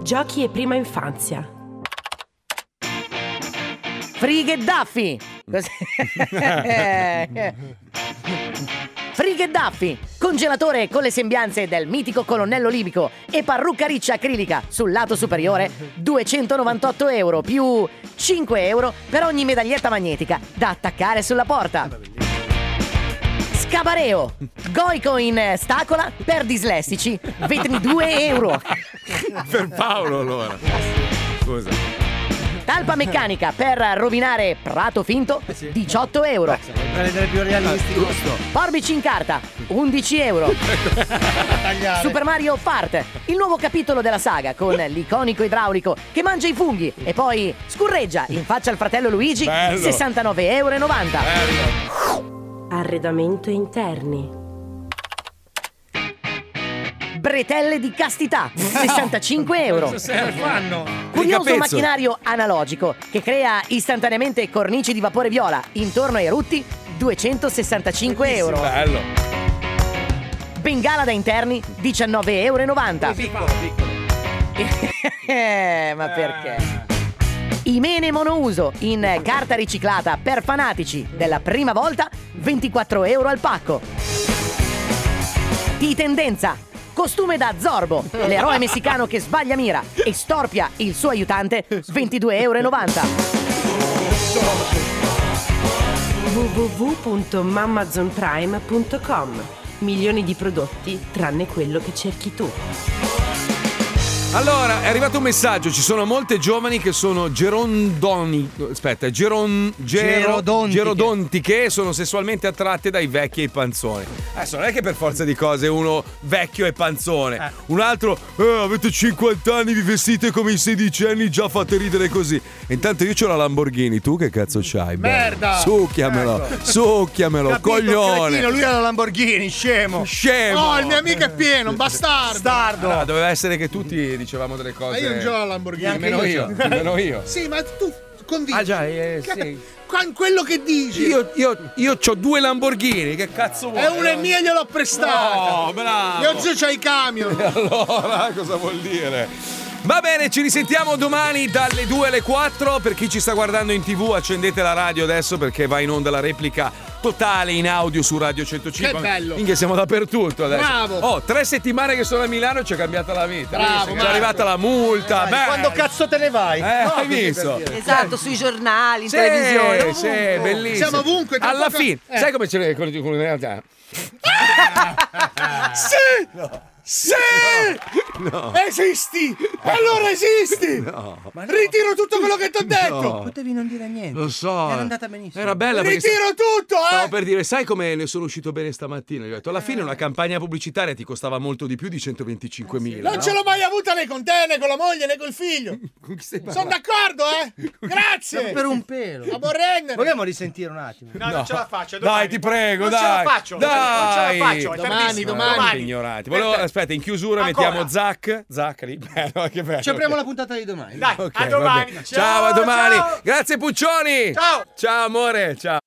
[SPEAKER 9] Giochi e prima infanzia.
[SPEAKER 30] Frighe Daffy. Frighe Daffy, congelatore con le sembianze del mitico colonnello libico e parrucca riccia acrilica sul lato superiore, 298 euro più 5 euro per ogni medaglietta magnetica da attaccare sulla porta. Scabareo, goico in stacola per dislessici, 22 euro.
[SPEAKER 2] per Paolo allora. Scusa.
[SPEAKER 30] Talpa meccanica per rovinare prato finto, 18 euro.
[SPEAKER 5] Per rendere più realistico.
[SPEAKER 30] Forbici in carta, 11 euro. Super Mario Fart, il nuovo capitolo della saga con l'iconico idraulico che mangia i funghi e poi scurreggia in faccia al fratello Luigi,
[SPEAKER 9] Bello.
[SPEAKER 30] 69,90 euro.
[SPEAKER 9] Arredamento interni.
[SPEAKER 30] Bretelle di castità, 65 euro.
[SPEAKER 4] Cosa serve? Fanno?
[SPEAKER 30] Curioso
[SPEAKER 4] Ricapezzo.
[SPEAKER 30] macchinario analogico che crea istantaneamente cornici di vapore viola intorno ai rutti, 265 euro.
[SPEAKER 2] Bello.
[SPEAKER 30] Bengala da interni, 19,90 euro. Eh, ma perché? Imene monouso in carta riciclata per fanatici della prima volta, 24 euro al pacco. T-tendenza, costume da Zorbo, l'eroe messicano che sbaglia mira e storpia il suo aiutante, 22,90 euro.
[SPEAKER 9] www.mamazonprime.com Milioni di prodotti tranne quello che cerchi tu.
[SPEAKER 2] Allora, è arrivato un messaggio, ci sono molte giovani che sono gerondoni, aspetta, geron, gero-
[SPEAKER 5] Gerodontiche.
[SPEAKER 2] gerodontiche e sono sessualmente attratte dai vecchi e i panzoni. Adesso non è che per forza di cose uno vecchio e panzone, un altro "Eh, avete 50 anni, vi vestite come i 16 anni, già fate ridere così. Intanto io ho la Lamborghini, tu che cazzo c'hai? Beh,
[SPEAKER 20] Merda!
[SPEAKER 2] Succhiamelo, succhiamelo,
[SPEAKER 20] Capito,
[SPEAKER 2] coglione!
[SPEAKER 20] cretino, lui ha la
[SPEAKER 2] Lamborghini, scemo! Scemo!
[SPEAKER 4] Oh, il mio amico è pieno, un bastardo.
[SPEAKER 2] Allora, Ah, doveva essere che tutti dicevamo delle cose.
[SPEAKER 4] Ma io non ce l'ho la Lamborghini.
[SPEAKER 2] Nemmeno io, nemmeno io.
[SPEAKER 4] sì, ma tu convinci.
[SPEAKER 2] Ah, già, eh, sì.
[SPEAKER 4] Con quello che dici.
[SPEAKER 2] Io, io, io ho due Lamborghini, che cazzo vuoi?
[SPEAKER 4] E una è mia gliel'ho prestata.
[SPEAKER 2] No, bravo.
[SPEAKER 4] Io giù c'hai i camion.
[SPEAKER 2] E allora, cosa vuol dire? Va bene, ci risentiamo domani dalle 2 alle 4. Per chi ci sta guardando in tv, accendete la radio adesso perché va in onda la replica totale in audio su Radio 105.
[SPEAKER 4] Che bello.
[SPEAKER 2] Minchia, siamo dappertutto adesso.
[SPEAKER 4] Bravo.
[SPEAKER 2] Oh, tre settimane che sono a Milano e ci è cambiata la vita.
[SPEAKER 5] Bravo,
[SPEAKER 2] Ci è
[SPEAKER 5] Marco.
[SPEAKER 2] arrivata la multa. Beh,
[SPEAKER 5] Quando cazzo te ne vai?
[SPEAKER 2] Eh, hai visto?
[SPEAKER 6] Esatto, sui giornali, in
[SPEAKER 2] Sì,
[SPEAKER 6] televisione.
[SPEAKER 2] sì,
[SPEAKER 6] ovunque.
[SPEAKER 2] bellissimo.
[SPEAKER 6] tra
[SPEAKER 2] Alla
[SPEAKER 6] poco-
[SPEAKER 2] fine,
[SPEAKER 6] Eh.
[SPEAKER 2] sai come ce l'è con con in realtà?
[SPEAKER 3] Ah.
[SPEAKER 20] Sì! Sì!
[SPEAKER 2] No.
[SPEAKER 20] Esisti! Allora esisti!
[SPEAKER 2] No.
[SPEAKER 20] Ritiro tutto quello che ti ho detto!
[SPEAKER 8] Potevi non dire niente.
[SPEAKER 2] Lo so.
[SPEAKER 8] Era andata benissimo.
[SPEAKER 2] Era bella perché
[SPEAKER 20] Ritiro tutto, eh!
[SPEAKER 2] Stavo per dire, sai come ne sono uscito bene stamattina? Gli ho detto, alla fine
[SPEAKER 5] Eh.
[SPEAKER 2] una campagna pubblicitaria ti costava molto di più di 125.000.
[SPEAKER 5] Eh
[SPEAKER 4] Non
[SPEAKER 2] no?
[SPEAKER 4] ce l'ho mai avuta né con te, né con la moglie, né col figlio. Sono d'accordo, eh? Grazie.
[SPEAKER 5] Per un pelo.
[SPEAKER 4] A Borrendere.
[SPEAKER 5] Vogliamo risentire un attimo?
[SPEAKER 4] No,
[SPEAKER 2] non ce la
[SPEAKER 4] faccio.
[SPEAKER 2] Dai, ti prego,
[SPEAKER 5] Non ce
[SPEAKER 2] dai.
[SPEAKER 5] la faccio,
[SPEAKER 2] dai.
[SPEAKER 5] non ce la- non ce la faccio, è
[SPEAKER 2] Domani,
[SPEAKER 5] tardissimo.
[SPEAKER 2] domani.
[SPEAKER 5] Domani.
[SPEAKER 2] Ignorati. Volevo-
[SPEAKER 5] Perfetto.
[SPEAKER 2] aspetta, in chiusura
[SPEAKER 5] Ancora.
[SPEAKER 2] mettiamo Zac. Zac lì. Bello, che bello.
[SPEAKER 5] Ci apriamo la puntata di domani.
[SPEAKER 2] Ok, va bene. Ciao, a domani. Grazie Puccioni.
[SPEAKER 5] Ciao.
[SPEAKER 2] Ciao amore, ciao.